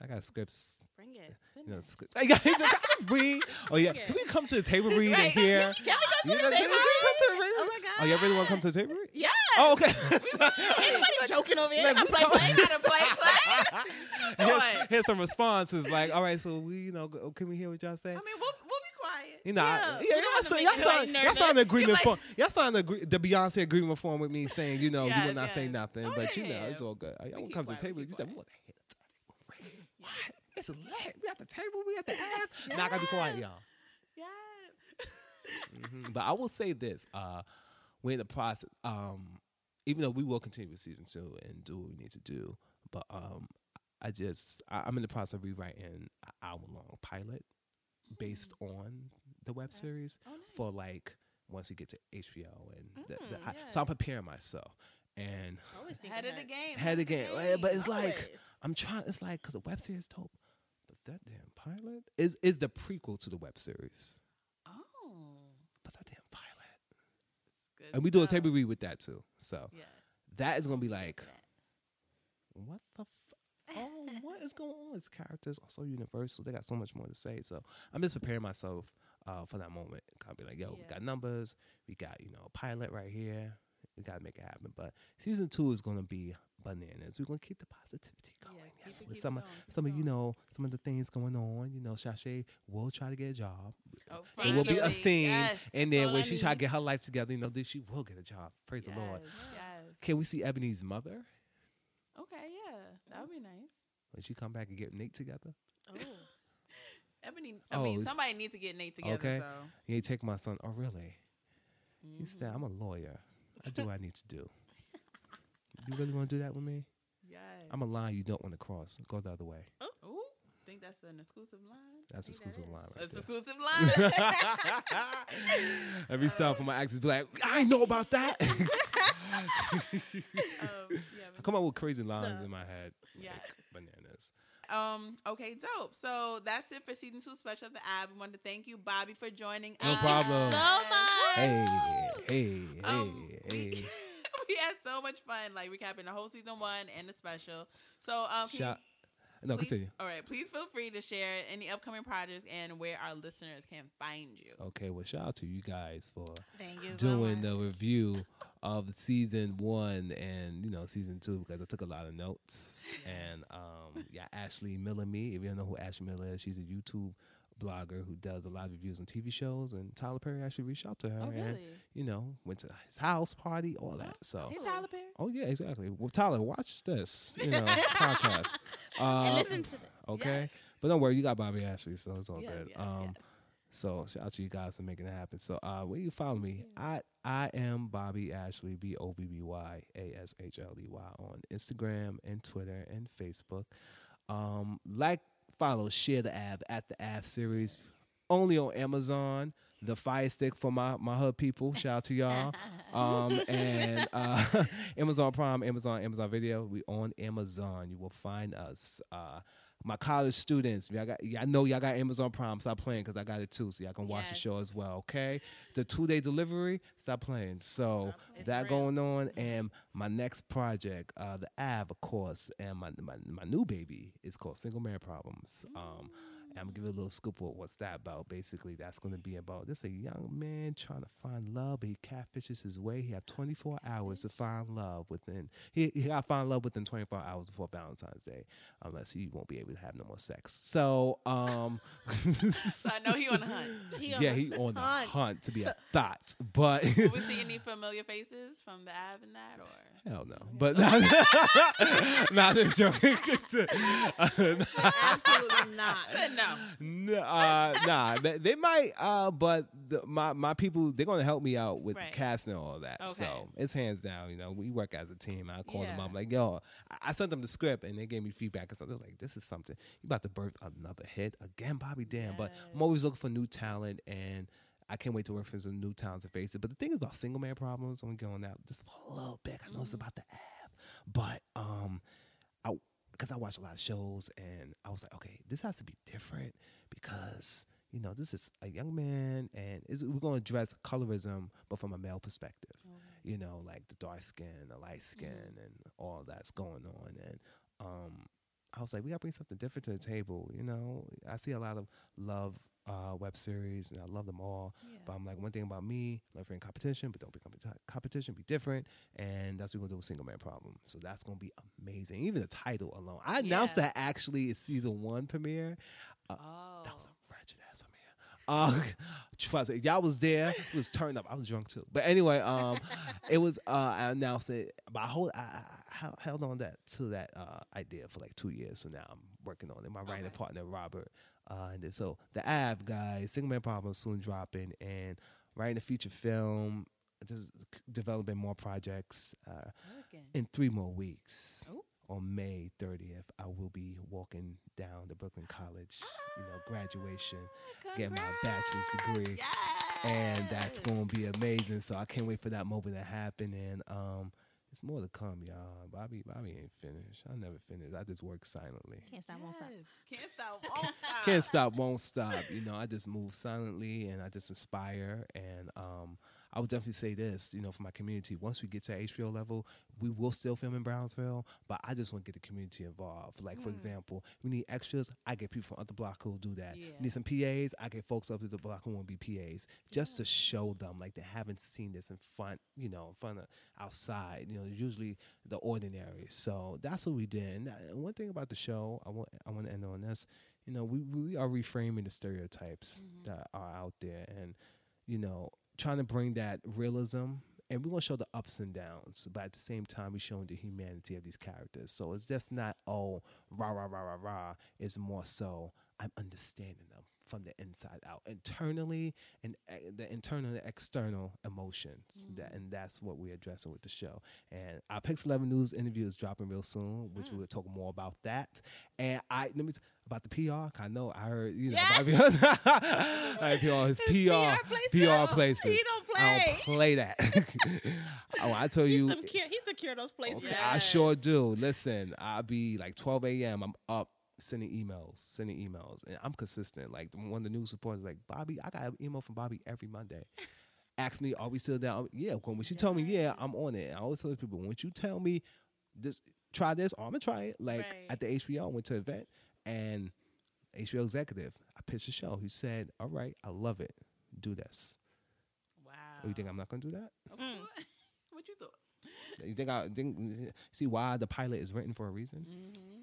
S4: I got scripts.
S1: Bring it.
S4: You know, scripts. <laughs> I got, I got read. Oh yeah. Can we come to
S3: <laughs>
S4: the table read in here?
S1: Can we
S4: You know, can we come to
S1: Oh
S4: the table
S1: my
S4: read? Oh, y'all really want to come to the table read?
S1: Yeah.
S4: Oh, okay. <laughs>
S1: Anybody joking over here?
S4: Let
S1: Gotta
S4: me
S1: play,
S4: come-
S1: play,
S4: <laughs>
S1: gotta play, play.
S4: here's, here's some responses like, all right, so we, you know, go- can we hear what y'all say?
S3: I mean, we'll, we'll be quiet.
S4: You know, I, yeah,
S3: we don't
S4: y'all,
S3: wanna
S4: sign,
S3: make
S4: y'all,
S3: everybody
S4: sign, y'all signed an
S3: nervous. <laughs>
S4: agreement
S3: You're
S4: form. Y'all signed the, agree- the Beyonce agreement form with me saying, you know, you
S3: Yes,
S4: will not say nothing, but you know,
S3: Oh, yeah.
S4: it's all good. I all comes to the table. You said, what the hell? It's lit. We at the table. We
S3: <laughs>
S4: at the ass. Now I gotta be quiet, y'all. Mhm. But I will say this: uh, we're in the process. Um, even though we will continue with season two and do what we need to do, but um, I just I, I'm in the process of rewriting an hour long pilot based on the web series for like once you get to HBO and the, the, I, so I'm preparing myself and
S1: Always
S3: Head of the game.
S4: head again. Eh, But it's like
S3: Always.
S4: I'm trying. It's like because the web series dope, but that damn pilot is is the prequel to the web series.
S3: Oh. But that damn pilot.
S4: and we do a table read with that too. So
S3: Yes.
S4: that is gonna be like, what the? F- oh, what is going on? These characters are so universal. They got so much more to say. So I'm just preparing myself uh, for that moment. I'll be like, yo, we
S3: Yeah.
S4: got numbers. We got you know a pilot right here. We gotta make it happen. But season two is gonna be bananas. We're gonna keep the positivity going. yes, with some of- some of you know some of the things going on. You know, Sashay will try to get a job.
S3: Oh,
S4: It will be a
S3: finally.
S4: scene,
S3: Yes,
S4: and
S3: that's
S4: then
S3: all
S4: when
S3: I
S4: she try to
S3: need.
S4: get her life together, you know, then she will get a job. Praise the Lord. Can we see Ebony's mother
S3: Okay, yeah. That would be nice.
S4: when she come back and get Nate together?
S3: Oh. Ebony, I mean,
S4: Oh.
S3: somebody needs to get Nate together.
S4: okay,
S3: So.
S4: yeah, you take my son. Oh, really? He
S3: Mm.
S4: said, "I'm a lawyer. I do what I need to
S3: <laughs>
S4: do." You really want to do that with me?
S3: Yes.
S4: I'm a line you don't want to cross. Go the other way.
S3: <laughs> Oh, Ooh, think that's an exclusive line.
S4: That's exclusive line. Right
S3: That's
S4: there.
S3: exclusive
S4: <laughs>
S3: line.
S4: Every time for my actions, be like, I ain't know about that. <laughs>
S3: Um,
S4: I come up with crazy lines in my head.
S3: Yeah.
S4: like bananas.
S3: Um, okay, dope. So that's it for season two special of the ab. We wanted to thank you, Bobby, for joining
S4: No
S3: us.
S4: problem.
S3: so much.
S4: Hey, hey, hey, hey.
S3: Um, <laughs> we had so much fun, like recapping the whole season one and the special. So um, can you-
S4: Shout.
S3: please-
S4: No, oh, continue.
S3: All right, please feel free to share any upcoming projects and where our listeners can find
S4: <laughs>
S3: you.
S4: Okay, well, shout out to you guys for
S3: Thank you so
S4: doing the review of season one and you know season two because I took a lot of notes. And um, yeah, Ashley Miller, me if you don't know who Ashley Miller is, she's a YouTube blogger who does a lot of reviews on TV shows. And Tyler Perry actually reached out to her
S3: Oh,
S4: and
S3: really?
S4: you know went to his house party, all that. So
S3: Hey, Tyler Perry.
S4: Oh yeah, exactly. Well, Tyler, watch this, you
S3: <laughs>
S4: know, podcast. Uh,
S3: And listen to this.
S4: Okay, but don't worry, you got Bobby Ashley, so it's all
S3: Yes,
S4: good.
S3: yes,
S4: um, so shout out to you guys for making it happen. So uh, where you follow me? I I am Bobby Ashley, B O B B Y A S H L E Y on Instagram and Twitter and Facebook. Um, like, follow, share the app at the app series. Only on Amazon. The Fire Stick for my my hub people. Shout out to y'all. Um, and uh, <laughs> Amazon Prime, Amazon, Amazon Video. We on Amazon. You will find us. Uh, my college students, y'all got, y'all know y'all got Amazon Prime. Stop playing because I got it too, so y'all can watch the show as well. Okay, the two day delivery. Stop playing. So that going on, and my next project, uh, the Av, of course, and my my, my new baby is called Single Man Problems. Um, and I'm gonna give you a little scoop of what's that about. Basically, that's gonna be about this a young man trying to find love, but he catfishes his way. He have 24 hours to find love within. He he got to find love within 24 hours before Valentine's Day, unless he won't be able to have no more sex. So
S3: <laughs>
S4: um, so
S3: I know he on the hunt. He on
S4: yeah,
S3: the
S4: he on the
S3: hunt.
S4: hunt, to be
S3: To-
S4: a thought,
S3: <laughs>
S4: but
S3: Will we see any familiar faces from the Av and that, or
S4: <laughs> Hell no. But <laughs> not, not <laughs> this joking. <laughs>
S3: absolutely <laughs> not? no.
S4: <laughs> N- uh, nah, they, they might, uh, but the, my my people they're gonna help me out with
S3: Right.
S4: the casting and all that. So it's hands down. You know, we work as a team. I called them
S3: Yeah.
S4: up like, yo, I, I sent them the script and they gave me feedback and stuff. They was like, this is something you about to birth another hit again, Bobby. Damn, but I'm always looking for new talent and. I can't wait to work for some new talents and faces. But the thing is about single man problems, I'm going out just a little bit. I know
S3: Mm-hmm.
S4: it's about the app, but um, I because I watch a lot of shows and I was like, okay, this has to be different because you know this is a young man and is we're going to address colorism, but from a male perspective. You know, like the dark skin, the light skin, and all that's going on. And um, I was like, we got to bring something different to the table. You know, I see a lot of love. Uh, web series and I love them all, but I'm like one thing about me: like if you're in competition, but don't be competi- competition, be different, and that's what we're gonna do with Single Man Problem. So that's gonna be amazing. Even the title alone, I announced that actually is season one premiere. Uh, That was a wretched ass premiere. Uh, <laughs> trust it, y'all was there. It was turned up. I was drunk too. But anyway, um, it was. Uh, I announced it. But I hold. I, I I held on that to that uh, idea for like two years. So now I'm working on it. My writing partner Robert. Uh, and then- so the Av guys, Single Man Problem soon dropping, and writing a feature film. Just c- developing more projects. Uh, in three more weeks. On May 30th, I will be walking down to Brooklyn College, you know, graduation, get my bachelor's degree. And that's going to be amazing. So I can't wait for that moment to happen. And um, it's more to come, y'all. Bobby, Bobby ain't finished. I never finished. I just work silently.
S1: Can't stop, won't stop.
S3: Can't stop,
S4: <laughs>
S3: won't stop.
S4: Can't stop, won't stop. You know, I just move silently and I just inspire. And um, I would definitely say this, you know, for my community, once we get to HBO level, we will still film in Brownsville, but I just want to get the community involved. Like, for
S15: Mm.
S4: example, we need extras. I get people from other block who'll do that.
S15: Yeah.
S4: We Need some PAs. I get folks up to the block who want to be PAs just to show them, like, they haven't seen this in front, you know, in front of outside, you know, usually the ordinary. So that's what we did. And that- and one thing about the show, I want, I want to end on this you know, we, we are reframing the stereotypes that are out there and, you know, trying to bring that realism. And we're going to show the ups and downs, but at the same time, we're showing the humanity of these characters. So it's just not, oh, rah, rah, rah, rah, rah. It's more so, I'm understanding them from the inside out, internally, and uh, the internal and external emotions. That, and that's what we're addressing with the show. And our Pix 11 News interview is dropping real soon, which we'll talk more about that. And I, let me, t- about the PR, 'cause I know I heard, you know, about <laughs> like, you know, his PR, PR places.
S1: He don't
S4: I don't play that. <laughs> oh, I tell you,
S1: Some cure, he secure those places.
S4: I sure do. Listen, I'll be like 12 a.m. I'm up sending emails, sending emails, and I'm consistent. Like the- one of the news reporters, like Bobby, I got an email from Bobby every Monday. Ask me, are we still down? Yeah. When when she told me, yeah, I'm on it. And I always tell people, once you tell me, just try this, or I'm gonna try it. Like
S15: Right.
S4: at the HBO, I went to an event and HBO executive, I pitched a show. He said, all right, I love it. Do this.
S3: Wow.
S4: Oh, you think I'm not gonna do that?
S3: what you thought?
S4: You think I think see why the pilot is written for a reason?
S3: hmm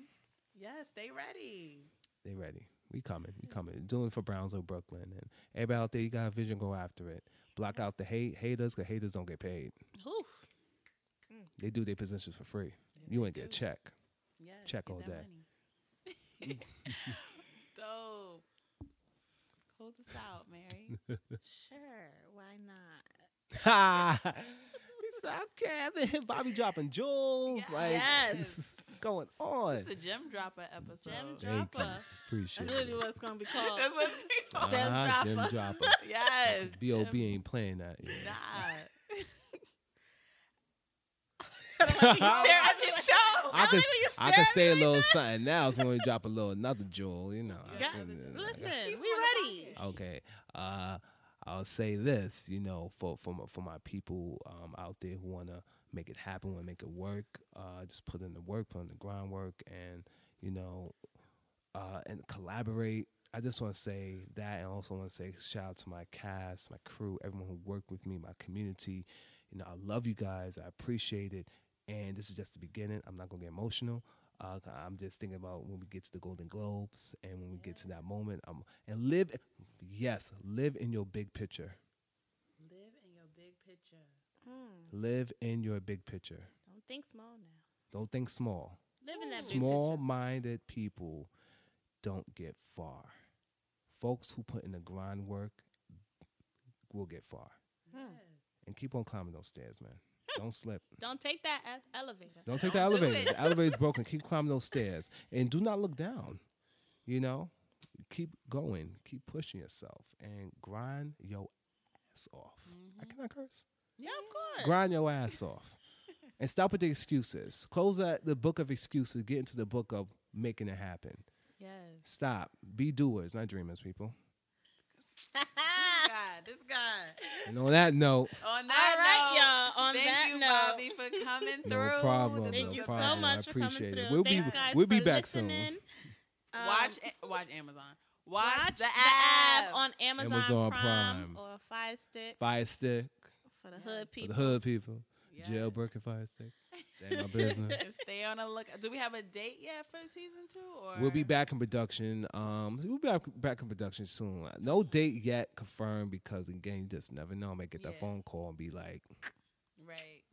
S3: Yes, stay ready.
S4: They ready. We coming. We coming. Doing it for Brownsville, Brooklyn, and everybody out there, you got a vision. Go after it. Block out the hate haters, cause haters don't get paid.
S1: Ooh.
S4: They do their positions for free. you ain't get a check.
S3: Yes,
S4: check
S3: get
S4: all
S3: that
S4: day.
S3: money. <laughs> Dope. Close us out,
S4: <laughs>
S3: Mary.
S1: Sure, why not?
S4: <laughs> Ha! It's okay. I've been hit <laughs> Bobby dropping jewels. Like
S1: Yes.
S4: <laughs> going on.
S3: It's a gem dropper episode. Gem
S4: Thank you. Appreciate it.
S1: Literally what it's gonna be called.
S3: <laughs> That's what
S1: <laughs>
S3: it's
S4: called. Ah, gem dropper.
S3: yes.
S4: Bob ain't playing that. yeah. <laughs>
S1: stare at
S3: the show.
S4: I could, I could say a
S1: little.
S4: little something now. So when we drop a little another jewel, you know. I couldn't-
S1: Listen, we ready.
S4: Okay. Uh, I'll say this, you know, for for my, for my people um, out there who want to make it happen, want to make it work, uh, just put in the work, put in the groundwork, and you know, uh, and collaborate. I just want to say that, and also want to say shout out to my cast, my crew, everyone who worked with me, my community. You know, I love you guys. I appreciate it, and this is just the beginning. I'm not gonna get emotional. Uh, 'cause I'm just thinking about when we get to the Golden Globes and when we get to that moment. Um, and live, yes, live in your big picture.
S3: Live in your big picture.
S4: Live in your big picture.
S1: Don't think small now.
S4: Don't think small.
S1: Live in that big picture.
S4: Small-minded people don't get far. Folks who put in the grind work will get far.
S1: Hmm.
S4: And keep on climbing those stairs, man. Don't slip.
S1: Don't take that e- elevator.
S4: Don't take the elevator. The elevator's broken. Keep climbing those stairs. And do not look down. You know? Keep going. Keep pushing yourself and grind your ass off. I
S1: Mm-hmm.
S4: cannot curse.
S1: Yeah, of course.
S4: Grind your ass off. And stop with the excuses. Close that the book of excuses. Get into the book of making it happen.
S3: Yes.
S4: Stop. Be doers, not dreamers, people.
S3: this guy, this guy.
S4: And on that note,
S3: On that
S1: Ah, All right, y'all. On
S3: thank
S1: that
S3: you,
S1: note.
S3: Bobby, for coming through.
S4: <laughs> no problem.
S1: Thank
S4: no
S1: you so
S4: problem.
S1: much
S4: I
S1: for coming
S4: appreciate it.
S1: through.
S4: We'll
S1: Thanks,
S4: be
S1: guys,
S4: we'll be
S1: for
S4: back soon.
S1: listening. Um,
S3: watch watch Amazon. Watch,
S1: watch
S3: the app.
S1: on Amazon,
S4: Amazon
S1: Prime,
S4: Prime.
S1: or Fire Stick
S4: Fire stick
S1: for the hood
S4: for the
S1: people.
S4: hood people. Jailbreak and fire stick. That's my business.
S3: And Stay on the look. Do we have a date yet for season two? Or
S4: We'll be back in production. Um, we'll be back, back in production soon. No date yet confirmed because again, you just never know. I may get that phone call and be like,
S3: right.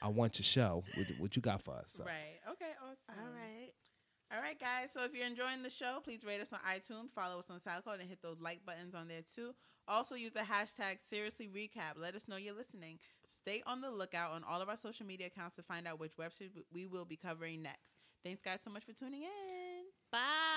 S4: "I want your show. What, what you got for us?" So,
S3: Right. Okay. Awesome. All right. All right, guys. So if you're enjoying the show, please rate us on iTunes, follow us on SoundCloud, and hit those like buttons on there too. Also, use the hashtag Seriously Recap. Let us know you're listening. Stay on the lookout on all of our social media accounts to find out which web series we will be covering next. Thanks, guys, so much for tuning in.
S1: Bye.